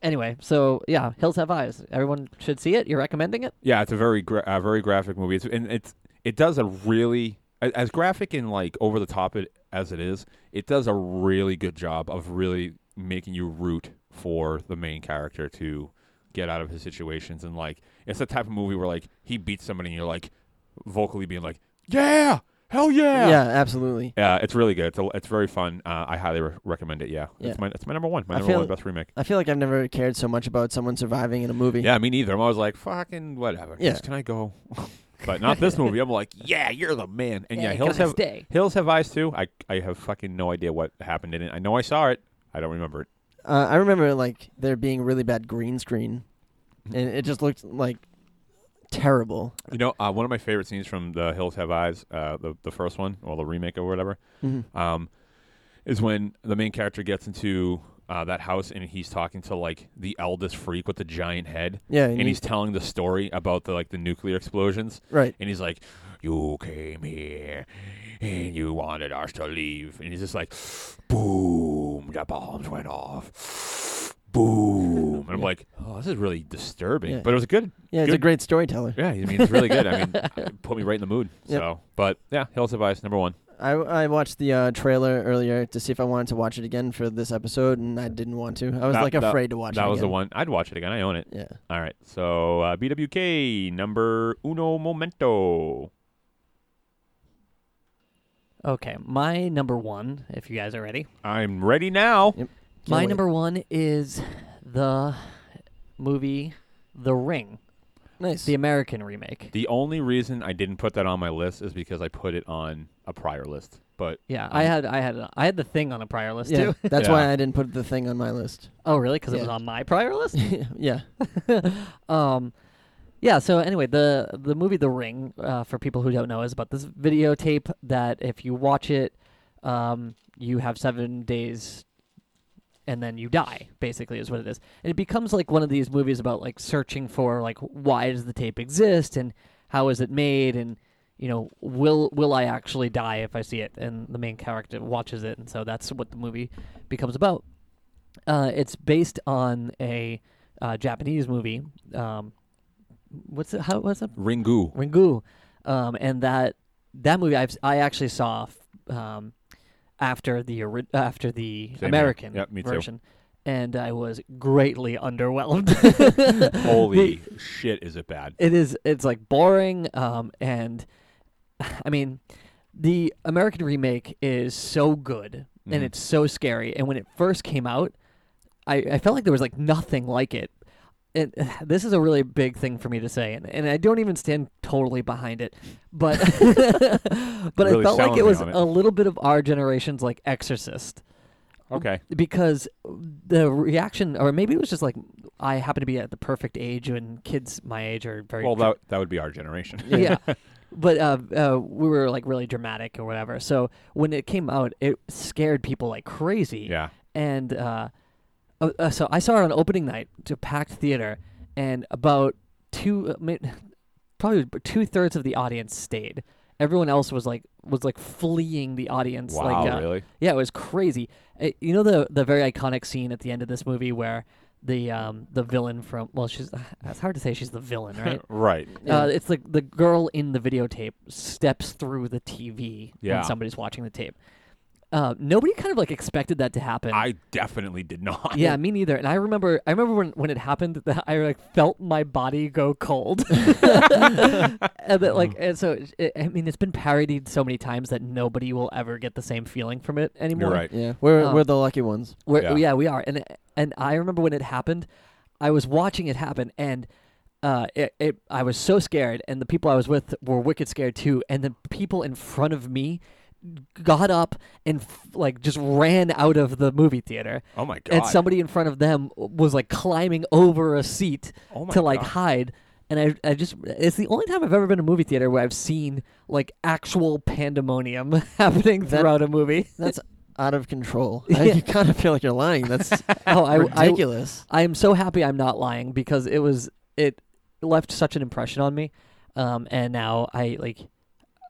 Speaker 2: Anyway, so yeah, Hills Have Eyes. Everyone should see it. You're recommending it?
Speaker 1: Yeah, it's a very gra- uh, very graphic movie. It's and it's it does a really a- as graphic and like over the top it, as it is. It does a really good job of really making you root for the main character to get out of his situations and like it's the type of movie where like he beats somebody and you're like vocally being like yeah hell yeah
Speaker 4: yeah, absolutely.
Speaker 1: yeah it's really good it's, a, it's very fun uh, I highly re- recommend it yeah,
Speaker 4: Yeah.
Speaker 1: it's my it's my number one my
Speaker 4: I
Speaker 1: number one
Speaker 4: feel-
Speaker 1: best remake
Speaker 4: I feel like I've never cared so much about someone surviving in a movie.
Speaker 1: yeah me neither I'm always like fucking whatever
Speaker 4: Yeah.
Speaker 1: just can I go but not this movie I'm like yeah you're the man and yeah,
Speaker 2: Hey,
Speaker 1: Hills
Speaker 2: can I
Speaker 1: Have
Speaker 2: stay.
Speaker 1: Hills Have Eyes too. I I have fucking no idea what happened in it. I know I saw it. I don't remember it.
Speaker 4: Uh,
Speaker 1: Mm-hmm.
Speaker 4: I remember like there being really bad green screen, and it just looked like terrible.
Speaker 1: You know, uh, one of my favorite scenes from The Hills Have Eyes, uh, the the first one or the remake or whatever,
Speaker 4: Mhm.
Speaker 1: um, is when the main character gets into uh, that house and he's talking to like the eldest freak with the giant head,
Speaker 4: Yeah,
Speaker 1: and he's telling the story about the like the nuclear explosions,
Speaker 4: right.
Speaker 1: and he's like, "You came here, and you wanted us to leave," and he's just like, "Boom! The bombs went off." Boom! And I'm like, oh, this is really disturbing.
Speaker 4: Yeah.
Speaker 1: But it was a good
Speaker 4: Yeah, he's a
Speaker 1: Good.
Speaker 4: great storyteller.
Speaker 1: yeah, I mean it's really good. I mean, it put me right in the mood.
Speaker 4: Yep.
Speaker 1: So, but yeah, Hills of Ice number one.
Speaker 4: I, I watched the uh, trailer earlier to see if I wanted to watch it again for this episode, and I didn't want to. I was
Speaker 1: That-
Speaker 4: like
Speaker 1: that-
Speaker 4: afraid to watch.
Speaker 1: that
Speaker 4: it
Speaker 1: was the
Speaker 4: again.
Speaker 1: one. I'd watch it again. I own it.
Speaker 4: Yeah.
Speaker 1: All right. So uh, BWK number uno momento.
Speaker 2: Okay, my number one, if you guys are ready.
Speaker 1: I'm ready now.
Speaker 4: Can't
Speaker 2: my
Speaker 4: wait.
Speaker 2: number one is the movie The Ring,
Speaker 4: Nice.
Speaker 2: the American remake.
Speaker 1: The only reason I didn't put that on my list is because I put it on a prior list. But
Speaker 2: yeah, I had I had I had the thing on a prior list
Speaker 4: yeah,
Speaker 2: too.
Speaker 4: that's
Speaker 1: Yeah.
Speaker 4: why I didn't put the thing on my list.
Speaker 2: oh, really? Because it was
Speaker 4: Yeah.
Speaker 2: on my prior list.
Speaker 4: yeah.
Speaker 2: um, yeah. So anyway, the the movie The Ring, uh, for people who don't know, is about this videotape that if you watch it, um, you have seven days, and then you die. Basically, is what it is. And it becomes like one of these movies about like searching for like why does the tape exist and how is it made and you know will will I actually die if I see it? And the main character watches it, and so that's what the movie becomes about. Uh, it's based on a uh, Japanese movie. Um, what's it? How was it?
Speaker 1: Ringu.
Speaker 2: Ringu, um, and that that movie I've, I actually saw f- um, after the ori- after the
Speaker 1: here.
Speaker 2: American
Speaker 1: Yep, me too.
Speaker 2: version, and I was greatly underwhelmed.
Speaker 1: Holy shit, is it bad?
Speaker 2: it is it's like boring, um, and I mean, the American remake is so good and
Speaker 1: Mhm.
Speaker 2: it's so scary. And when it first came out, I, I felt like there was like nothing like it. And this is a really big thing for me to say, and, and I don't even stand totally behind it, but but
Speaker 1: Really
Speaker 2: I felt like
Speaker 1: selling me
Speaker 2: it was
Speaker 1: on it.
Speaker 2: a little bit of our generation's like Exorcist
Speaker 1: Okay.
Speaker 2: because the reaction, or maybe it was just like I happen to be at the perfect age when kids my age are very
Speaker 1: Well,
Speaker 2: dra-
Speaker 1: that that would be our generation.
Speaker 2: yeah. But uh, uh, we were like really dramatic or whatever. So when it came out, it scared people like crazy.
Speaker 1: yeah.
Speaker 2: And uh, uh, uh, so I saw it on opening night to a packed theater, and about two, mi- probably two thirds of the audience stayed. Everyone else was like was like fleeing the audience.
Speaker 1: Wow.
Speaker 2: like, uh,
Speaker 1: really?
Speaker 2: yeah, it was crazy. Uh, you know the the very iconic scene at the end of this movie where the um the villain from well she's it's hard to say she's the villain right
Speaker 1: Right.
Speaker 2: uh, it's like the girl in the videotape steps through the TV
Speaker 1: Yeah.
Speaker 2: when somebody's watching the tape. Uh, nobody kind of like expected that to happen.
Speaker 1: I definitely did not.
Speaker 2: yeah, me neither. And I remember, I remember when, when it happened that I like felt my body go cold, and that like, and so it, I mean, it's been parodied so many times that nobody will ever get the same feeling from it anymore.
Speaker 1: You're right.
Speaker 4: Yeah. We're
Speaker 2: Um,
Speaker 4: we're the lucky ones.
Speaker 2: We're,
Speaker 1: Yeah.
Speaker 2: yeah. we are. And and I remember when it happened, I was watching it happen, and uh, it, it I was so scared, and the people I was with were wicked scared too, and the people in front of me got up and f- like just ran out of the movie theater
Speaker 1: Oh my god.
Speaker 2: and somebody in front of them was like climbing over a seat
Speaker 1: Oh my
Speaker 2: to like
Speaker 1: God.
Speaker 2: hide and I, I just it's the only time i've ever been to a movie theater where i've seen like actual pandemonium happening
Speaker 4: That-
Speaker 2: throughout a movie
Speaker 4: That's out of control.
Speaker 2: Yeah.
Speaker 4: you kind of feel like you're lying. That's
Speaker 2: oh I- I,
Speaker 4: ridiculous.
Speaker 2: I am so happy I'm not lying because it was it left such an impression on me, um, and now I like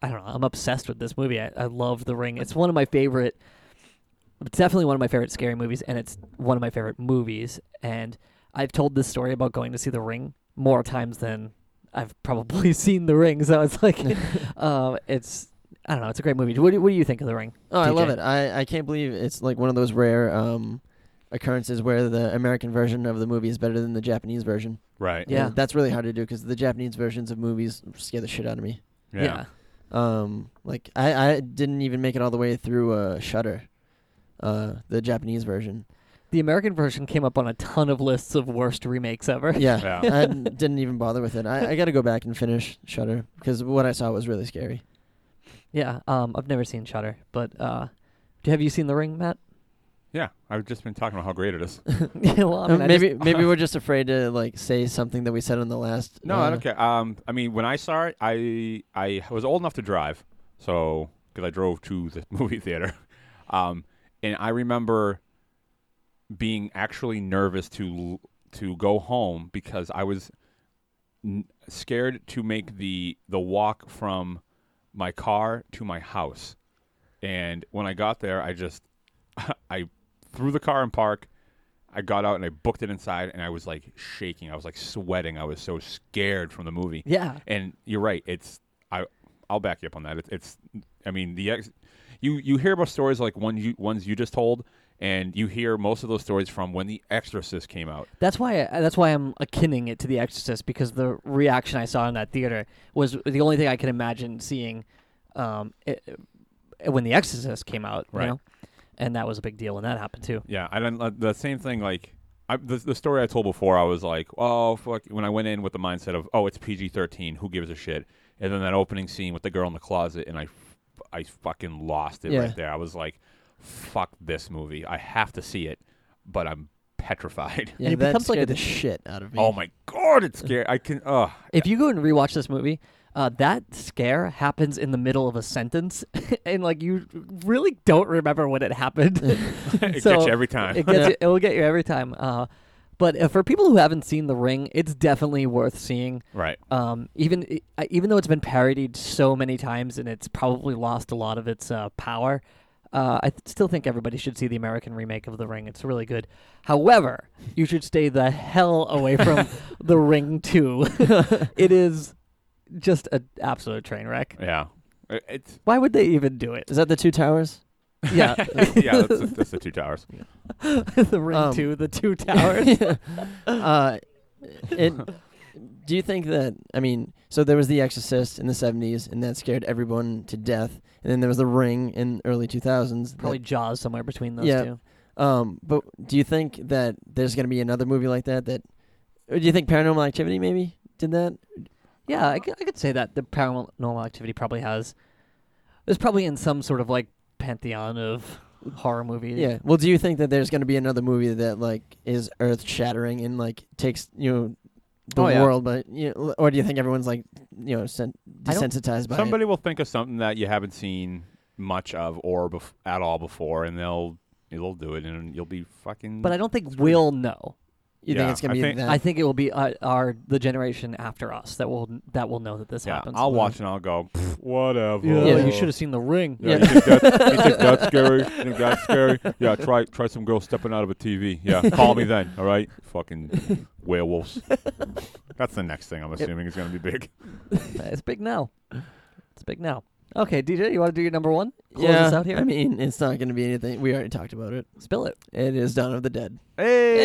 Speaker 2: I don't know I'm obsessed with this movie. I, I love The Ring. It's one of my favorite. It's definitely one of my favorite scary movies, and it's one of my favorite movies. And I've told this story about going to see The Ring more times than I've probably seen The Ring. So it's like, uh, it's I don't know. It's a great movie. What do, what do you think of The Ring?
Speaker 4: oh, I
Speaker 2: TJ.
Speaker 4: love it. I, I can't believe it's like one of those rare um, occurrences where the American version of the movie is better than the Japanese version.
Speaker 1: right.
Speaker 2: Yeah.
Speaker 4: And that's really hard to do because the Japanese versions of movies scare the shit out of me.
Speaker 1: yeah.
Speaker 4: Um, like I, I didn't even make it all the way through uh, Shutter, uh, the Japanese version.
Speaker 2: The American version came up on a ton of lists of worst remakes ever.
Speaker 4: Yeah,
Speaker 1: Yeah.
Speaker 4: I n- didn't even bother with it. I, I got to go back and finish Shutter because what I saw was really scary.
Speaker 2: Yeah, um, I've never seen Shutter, but uh, do- have you seen The Ring, Matt?
Speaker 1: Yeah, I've just been talking about how great it is.
Speaker 2: Yeah, well, I mean, I just-
Speaker 4: Uh, maybe maybe we're just afraid to like say something that we said on the last.
Speaker 1: No,
Speaker 4: uh,
Speaker 1: I don't care. Um, I mean, when I saw it, I I was old enough to drive, so because I drove to the movie theater, um, and I remember being actually nervous to l- to go home because I was n- scared to make the the walk from my car to my house, and when I got there, I just I threw the car in park. I got out and I booked it inside, and I was like shaking. I was like sweating. I was so scared from the movie.
Speaker 2: yeah.
Speaker 1: And you're right. It's I. I'll back you up on that. It, it's. I mean the ex. You you hear about stories like one you ones you just told, and you hear most of those stories from when The Exorcist came out.
Speaker 2: That's why I, that's why I'm akinning it to The Exorcist because the reaction I saw in that theater was the only thing I can imagine seeing um, it, it- when The Exorcist came out, you
Speaker 1: Right.
Speaker 2: know? And that was a big deal when that happened too.
Speaker 1: Yeah, I don't. uh, The same thing. Like I, the the story I told before, I was like, oh fuck. When I went in with the mindset of, oh, it's PG thirteen. Who gives a shit? And then that opening scene with the girl in the closet, and I, f- I fucking lost it
Speaker 4: Yeah.
Speaker 1: right there. I was like, fuck this movie. I have to see it, but I'm petrified.
Speaker 4: Yeah,
Speaker 2: And it
Speaker 4: that
Speaker 2: becomes like a
Speaker 4: scared the
Speaker 2: dis-
Speaker 4: shit out of me.
Speaker 1: Oh my god, it's scary. I can. Uh,
Speaker 2: If you go and rewatch this movie, uh, that scare happens in the middle of a sentence, and like you really don't remember when it happened.
Speaker 1: it
Speaker 2: So,
Speaker 1: gets you every time.
Speaker 2: It gets you, it'll get you every time. Uh, but uh, for people who haven't seen The Ring, it's definitely worth seeing.
Speaker 1: right.
Speaker 2: um, even i- uh, even though it's been parodied so many times and it's probably lost a lot of its uh, power, uh, I th- still think everybody should see the American remake of The Ring. It's really good. However, you should stay the hell away from The Ring Two. it is just an absolute train wreck.
Speaker 1: Yeah. It- It's
Speaker 2: Why would they even do it?
Speaker 4: Is that the two towers?
Speaker 2: Yeah,
Speaker 1: yeah. That's, that's the two towers.
Speaker 2: The Ring
Speaker 4: Um,
Speaker 2: Two, The Two Towers.
Speaker 4: uh, it. Do you think that I mean? So there was The Exorcist in the '70s, and that scared everyone to death. And then there was The Ring in early 2000s.
Speaker 2: Probably Jaws somewhere between those
Speaker 4: Yeah.
Speaker 2: two.
Speaker 4: That, um, but do you think that there's going to be another movie like that? That, or do you think Paranormal Activity maybe did that?
Speaker 2: Yeah, I could, I could say that the paranormal activity probably has. It's probably in some sort of like pantheon of horror movies.
Speaker 4: Yeah. Well, do you think that there's going to be another movie that like is earth shattering and like takes you know the
Speaker 2: Oh, yeah.
Speaker 4: world, but you know, or do you think everyone's like you know sen-
Speaker 2: I don't-
Speaker 4: desensitized by
Speaker 1: Somebody will think of something that you haven't seen much of or bef- at all before, and they'll they'll do it, and you'll be fucking.
Speaker 2: But I don't think we'll know.
Speaker 4: it? You
Speaker 1: Yeah,
Speaker 4: think it's
Speaker 1: I
Speaker 4: going to be
Speaker 1: think-
Speaker 4: that?
Speaker 2: I think it will be uh, our the generation after us that will that will know that this
Speaker 1: Yeah,
Speaker 2: happens.
Speaker 1: I'll watch and I'll go. "Pfft, Whatever.
Speaker 2: Yeah,
Speaker 4: Yeah.
Speaker 2: you should have seen The Ring.
Speaker 1: Yeah, You, think that's, you think that's scary? You think that's scary? Yeah, try try some girl stepping out of a TV. Yeah, call me then. All right, fucking werewolves. That's the next thing I'm assuming is going to be big.
Speaker 2: it's big now. It's big now. Okay, DJ, you want to do your number one? Close
Speaker 4: yeah,
Speaker 2: us out here.
Speaker 4: I mean, it's not going to be anything. We already talked about it.
Speaker 2: Spill it.
Speaker 4: It is Dawn of the Dead.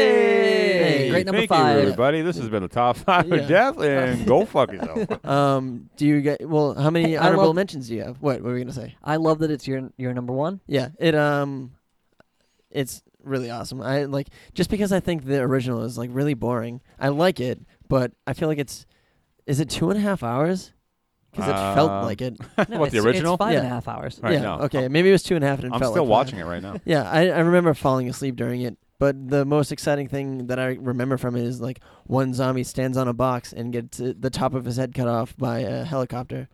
Speaker 1: Hey,
Speaker 2: Hey, great number
Speaker 1: Thank
Speaker 2: five.
Speaker 1: you, everybody. This has been the top five
Speaker 4: Yeah.
Speaker 1: of death, and go fuck yourself.
Speaker 4: Um, do you get well? How many
Speaker 2: Hey, I
Speaker 4: honorable
Speaker 2: love-
Speaker 4: mentions do you have? What, what were we going to say?
Speaker 2: I love that it's your your number one.
Speaker 4: Yeah, it um, it's really awesome. I like just because I think the original is like really boring. I like it, but I feel like it's is it two and a half hours? Because it felt
Speaker 1: Um,
Speaker 4: like it.
Speaker 2: No,
Speaker 1: What, the
Speaker 2: it's-
Speaker 1: original?
Speaker 2: It's five and a
Speaker 4: Yeah.
Speaker 2: half hours.
Speaker 1: All right,
Speaker 4: yeah.
Speaker 1: no.
Speaker 4: Okay, maybe it was two and a half, and it
Speaker 1: I'm
Speaker 4: felt
Speaker 1: still
Speaker 4: like
Speaker 1: watching it right now.
Speaker 4: It. Yeah, I, I remember falling asleep during it. But the most exciting thing that I remember from it is like one zombie stands on a box and gets uh, the top of his head cut off by a helicopter,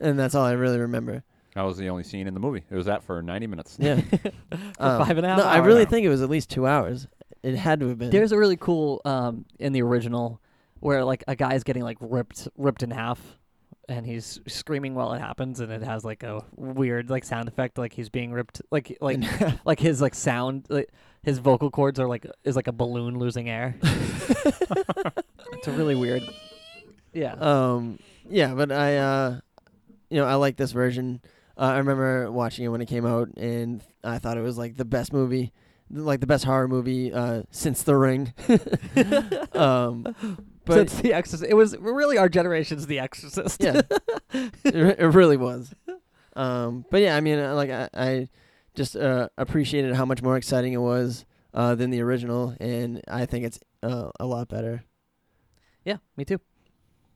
Speaker 4: and that's all I really remember.
Speaker 1: That was the only scene in the movie. It was that for 90 minutes.
Speaker 4: Yeah, Um,
Speaker 2: five and a half
Speaker 4: No, I
Speaker 2: hours.
Speaker 4: really think it was at least two hours. It had to have been.
Speaker 2: There's a really cool um, in the original where like a guy's getting like ripped ripped in half and he's screaming while it happens and it has like a weird like sound effect like he's being ripped like like like his like sound like his vocal cords are like is like a balloon losing air. it's a really weird. Yeah.
Speaker 4: um yeah but i uh you know i like this version uh, i remember watching it when it came out and i thought it was like the best movie like the best horror movie uh since the ring um
Speaker 2: but
Speaker 4: but
Speaker 2: it's The Exorcist. It was really our generation's The Exorcist.
Speaker 4: yeah it, re- it really was um but yeah i mean uh, like i, I just uh, appreciated how much more exciting it was uh, than the original and i think it's uh, a lot better
Speaker 2: yeah, me too.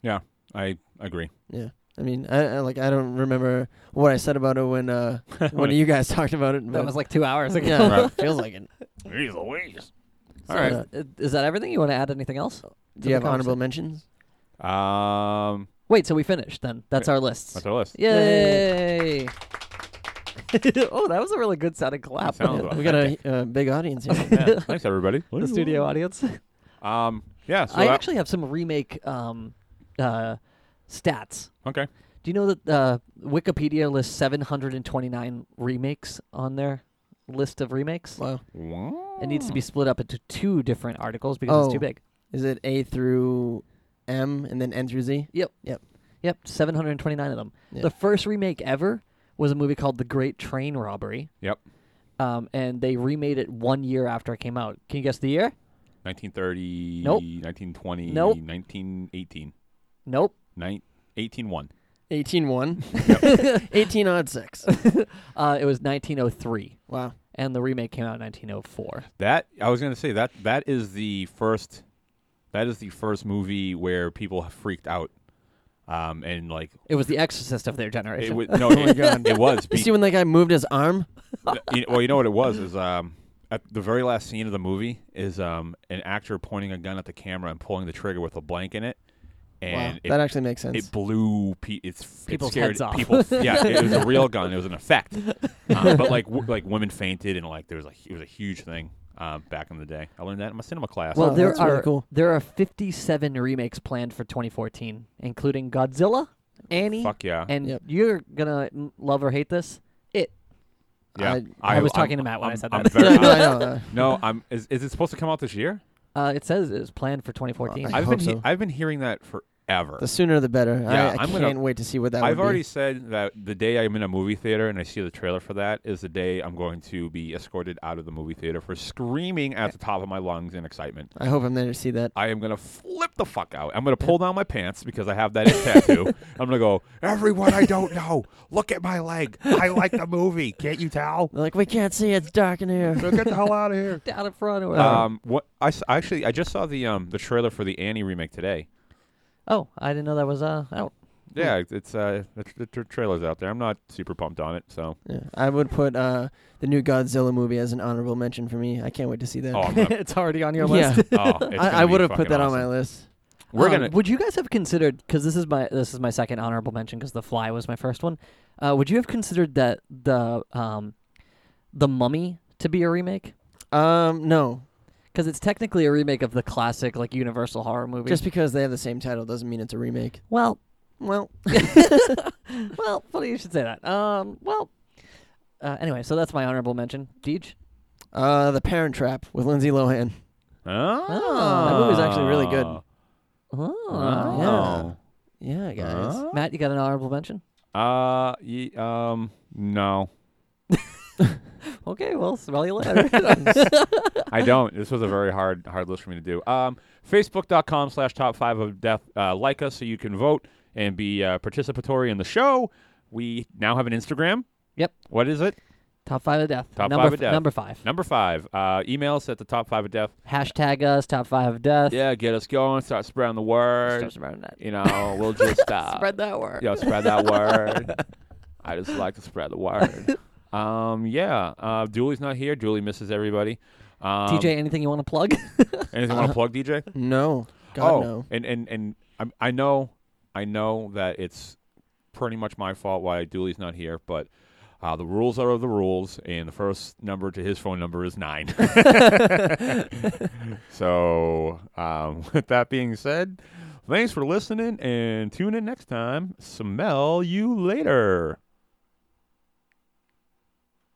Speaker 1: I agree.
Speaker 4: yeah I mean, I, I like I don't remember what I said about it when uh when you guys talked about it.
Speaker 2: That was like two hours ago.
Speaker 4: yeah,
Speaker 1: Right.
Speaker 4: feels like it.
Speaker 1: Jeez Louise.
Speaker 2: So
Speaker 1: All right.
Speaker 2: is- Is, that everything? You want to add anything else?
Speaker 4: Do you
Speaker 2: the
Speaker 4: have honorable
Speaker 2: conversation.
Speaker 4: mentions?
Speaker 1: Um,
Speaker 2: Wait, so we finished then. That's our list.
Speaker 1: that's our list.
Speaker 2: Yay! oh, that was a really good sounding clap.
Speaker 1: Sounds
Speaker 4: we got a uh, big audience here.
Speaker 1: Yeah, Thanks everybody.
Speaker 2: the studio audience.
Speaker 1: Um, yeah. So
Speaker 2: I
Speaker 1: that-
Speaker 2: actually have some remake um, uh, stats.
Speaker 1: okay.
Speaker 2: Do you know that uh, Wikipedia lists 729 remakes on their list of remakes?
Speaker 4: wow,
Speaker 2: It needs to be split up into two different articles because it's too
Speaker 4: Oh.
Speaker 2: big.
Speaker 4: is it A through M and then N through Z?
Speaker 2: Yep.
Speaker 4: Yep.
Speaker 2: Yep. 729 of them.
Speaker 4: Yeah.
Speaker 2: The first remake ever was a movie called The Great Train Robbery,
Speaker 1: Yep.
Speaker 2: um, and they remade it one year after it came out. Can you guess the year?
Speaker 1: 1930.
Speaker 2: Nope.
Speaker 1: 1920.
Speaker 2: Nope.
Speaker 1: 1918.
Speaker 2: Nope.
Speaker 1: Nine, 181.
Speaker 4: Eighteen one. Eighteen odd six.
Speaker 2: Uh, it was 1903,
Speaker 4: Wow.
Speaker 2: and the remake came out in 1904.
Speaker 1: That I was gonna say that that is the first, that is the first movie where people freaked out, um, and like
Speaker 2: It was The Exorcist of their
Speaker 1: it
Speaker 2: generation.
Speaker 1: was no, it, it was.
Speaker 4: You
Speaker 1: be-
Speaker 4: see when that guy moved his arm?
Speaker 1: th- you- well, you know what it was is um, at the very last scene of the movie is um, an actor pointing a gun at the camera and pulling the trigger with a blank in it,
Speaker 4: Wow,
Speaker 1: and it,
Speaker 4: that actually makes sense.
Speaker 1: it blew pe- it's it
Speaker 2: People's
Speaker 1: scared
Speaker 2: heads off.
Speaker 1: people. yeah, it was a real gun. It was an effect, um, but like w- like women fainted and like there was like it was a huge thing um, back in the day. I learned that in my cinema class.
Speaker 2: well,
Speaker 4: Oh,
Speaker 2: there
Speaker 4: that's
Speaker 2: are
Speaker 4: really cool.
Speaker 2: there are 57 remakes planned for 2014, including Godzilla, Annie,
Speaker 1: fuck yeah,
Speaker 2: and
Speaker 4: Yep.
Speaker 2: you're gonna mm, love or hate this. It.
Speaker 1: yeah.
Speaker 2: I, was
Speaker 1: I'm-
Speaker 2: talking to Matt when i
Speaker 1: I'm-
Speaker 2: said
Speaker 1: I'm
Speaker 2: that.
Speaker 1: very-
Speaker 4: Yeah, I know, I know.
Speaker 1: no, I'm. Is, is it supposed to come out this year?
Speaker 2: uh, it says it's planned for 2014.
Speaker 4: I
Speaker 1: I've been
Speaker 4: hope so.
Speaker 1: I've been hearing that forever.
Speaker 4: the sooner the better. I,
Speaker 1: Yeah,
Speaker 4: I
Speaker 1: I'm
Speaker 4: can't
Speaker 1: gonna-
Speaker 4: wait to see what that.
Speaker 1: I've
Speaker 4: would be.
Speaker 1: already said that the day I'm in a movie theater and I see the trailer for that is the day I'm going to be escorted out of the movie theater for screaming at the top of my lungs in excitement.
Speaker 4: I hope I'm there to see that.
Speaker 1: I am gonna flip the fuck out. I'm gonna pull down my pants because I have that it tattoo. I'm gonna go. Everyone I don't know, look at my leg. I like the movie. Can't you tell?
Speaker 4: They're like, we can't see. It's dark in here.
Speaker 1: So get the hell out of here.
Speaker 2: Down in front or
Speaker 4: Uh-huh.
Speaker 2: whatever.
Speaker 1: Um, what I s- actually I just saw the um the trailer for the Annie remake today.
Speaker 2: oh, I didn't know that was uh out.
Speaker 1: Yeah,
Speaker 4: Hmm.
Speaker 1: it's- it's uh the, tr- the tr- trailer's out there. I'm not super pumped on it, so
Speaker 4: Yeah, I would put uh, the new Godzilla movie as an honorable mention for me. I can't wait to see that.
Speaker 1: oh, I'm gonna,
Speaker 2: it's already on your
Speaker 4: yeah,
Speaker 2: list.
Speaker 1: oh it's gonna
Speaker 4: I, I
Speaker 1: be
Speaker 4: would have
Speaker 1: fucking
Speaker 4: put that
Speaker 1: awesome.
Speaker 4: on my list.
Speaker 1: We're
Speaker 2: Um,
Speaker 1: gonna
Speaker 2: Would you guys have considered? Because this is my this is my second honorable mention. Because The Fly was my first one. Uh, would you have considered that the um, the Mummy to be a remake?
Speaker 4: Um, no,
Speaker 2: Because it's technically a remake of the classic like Universal horror movie.
Speaker 4: just because they have the same title doesn't mean it's a remake.
Speaker 2: well,
Speaker 4: Well,
Speaker 2: well, funny you should say that. Um, well, uh, anyway, so that's my honorable mention. Deej,
Speaker 4: uh, The Parent Trap with Lindsay Lohan.
Speaker 1: Oh.
Speaker 4: That movie's actually really good. Uh,
Speaker 2: oh,
Speaker 1: Oh.
Speaker 4: Yeah, guys.
Speaker 2: Matt, you got an honorable mention?
Speaker 1: Uh, ye, um, no,
Speaker 2: Okay, well, smell you later.
Speaker 1: I don't. This was a very hard, hard list for me to do. Um, Facebook.com slash top five of death. Uh, like us so you can vote and be uh, participatory in the show. We now have an Instagram.
Speaker 2: Yep.
Speaker 1: What is it?
Speaker 2: top five of death.
Speaker 1: Top
Speaker 2: number
Speaker 1: five of
Speaker 2: f-
Speaker 1: death.
Speaker 2: Number five.
Speaker 1: Number five. Uh, email us at the top five of death.
Speaker 2: Hashtag us. Top five of death.
Speaker 1: Yeah, get us going. Start spreading the word.
Speaker 2: Starts around that.
Speaker 1: You know, we'll just uh,
Speaker 2: Spread that word.
Speaker 1: Yo, spread that word. I just like to spread the word. Um, yeah. Uh, Julie's not here. Julie misses everybody. Um,
Speaker 2: TJ, anything you want to plug?
Speaker 1: anything want to plug, DJ?
Speaker 4: No, God
Speaker 1: oh,
Speaker 4: no.
Speaker 1: and and and I, I know, I know that it's pretty much my fault why Dooley's not here, but. Uh, the rules are the rules, and the first number to his phone number is nine. so, um, with that being said, thanks for listening and tune in next time. Smell you later.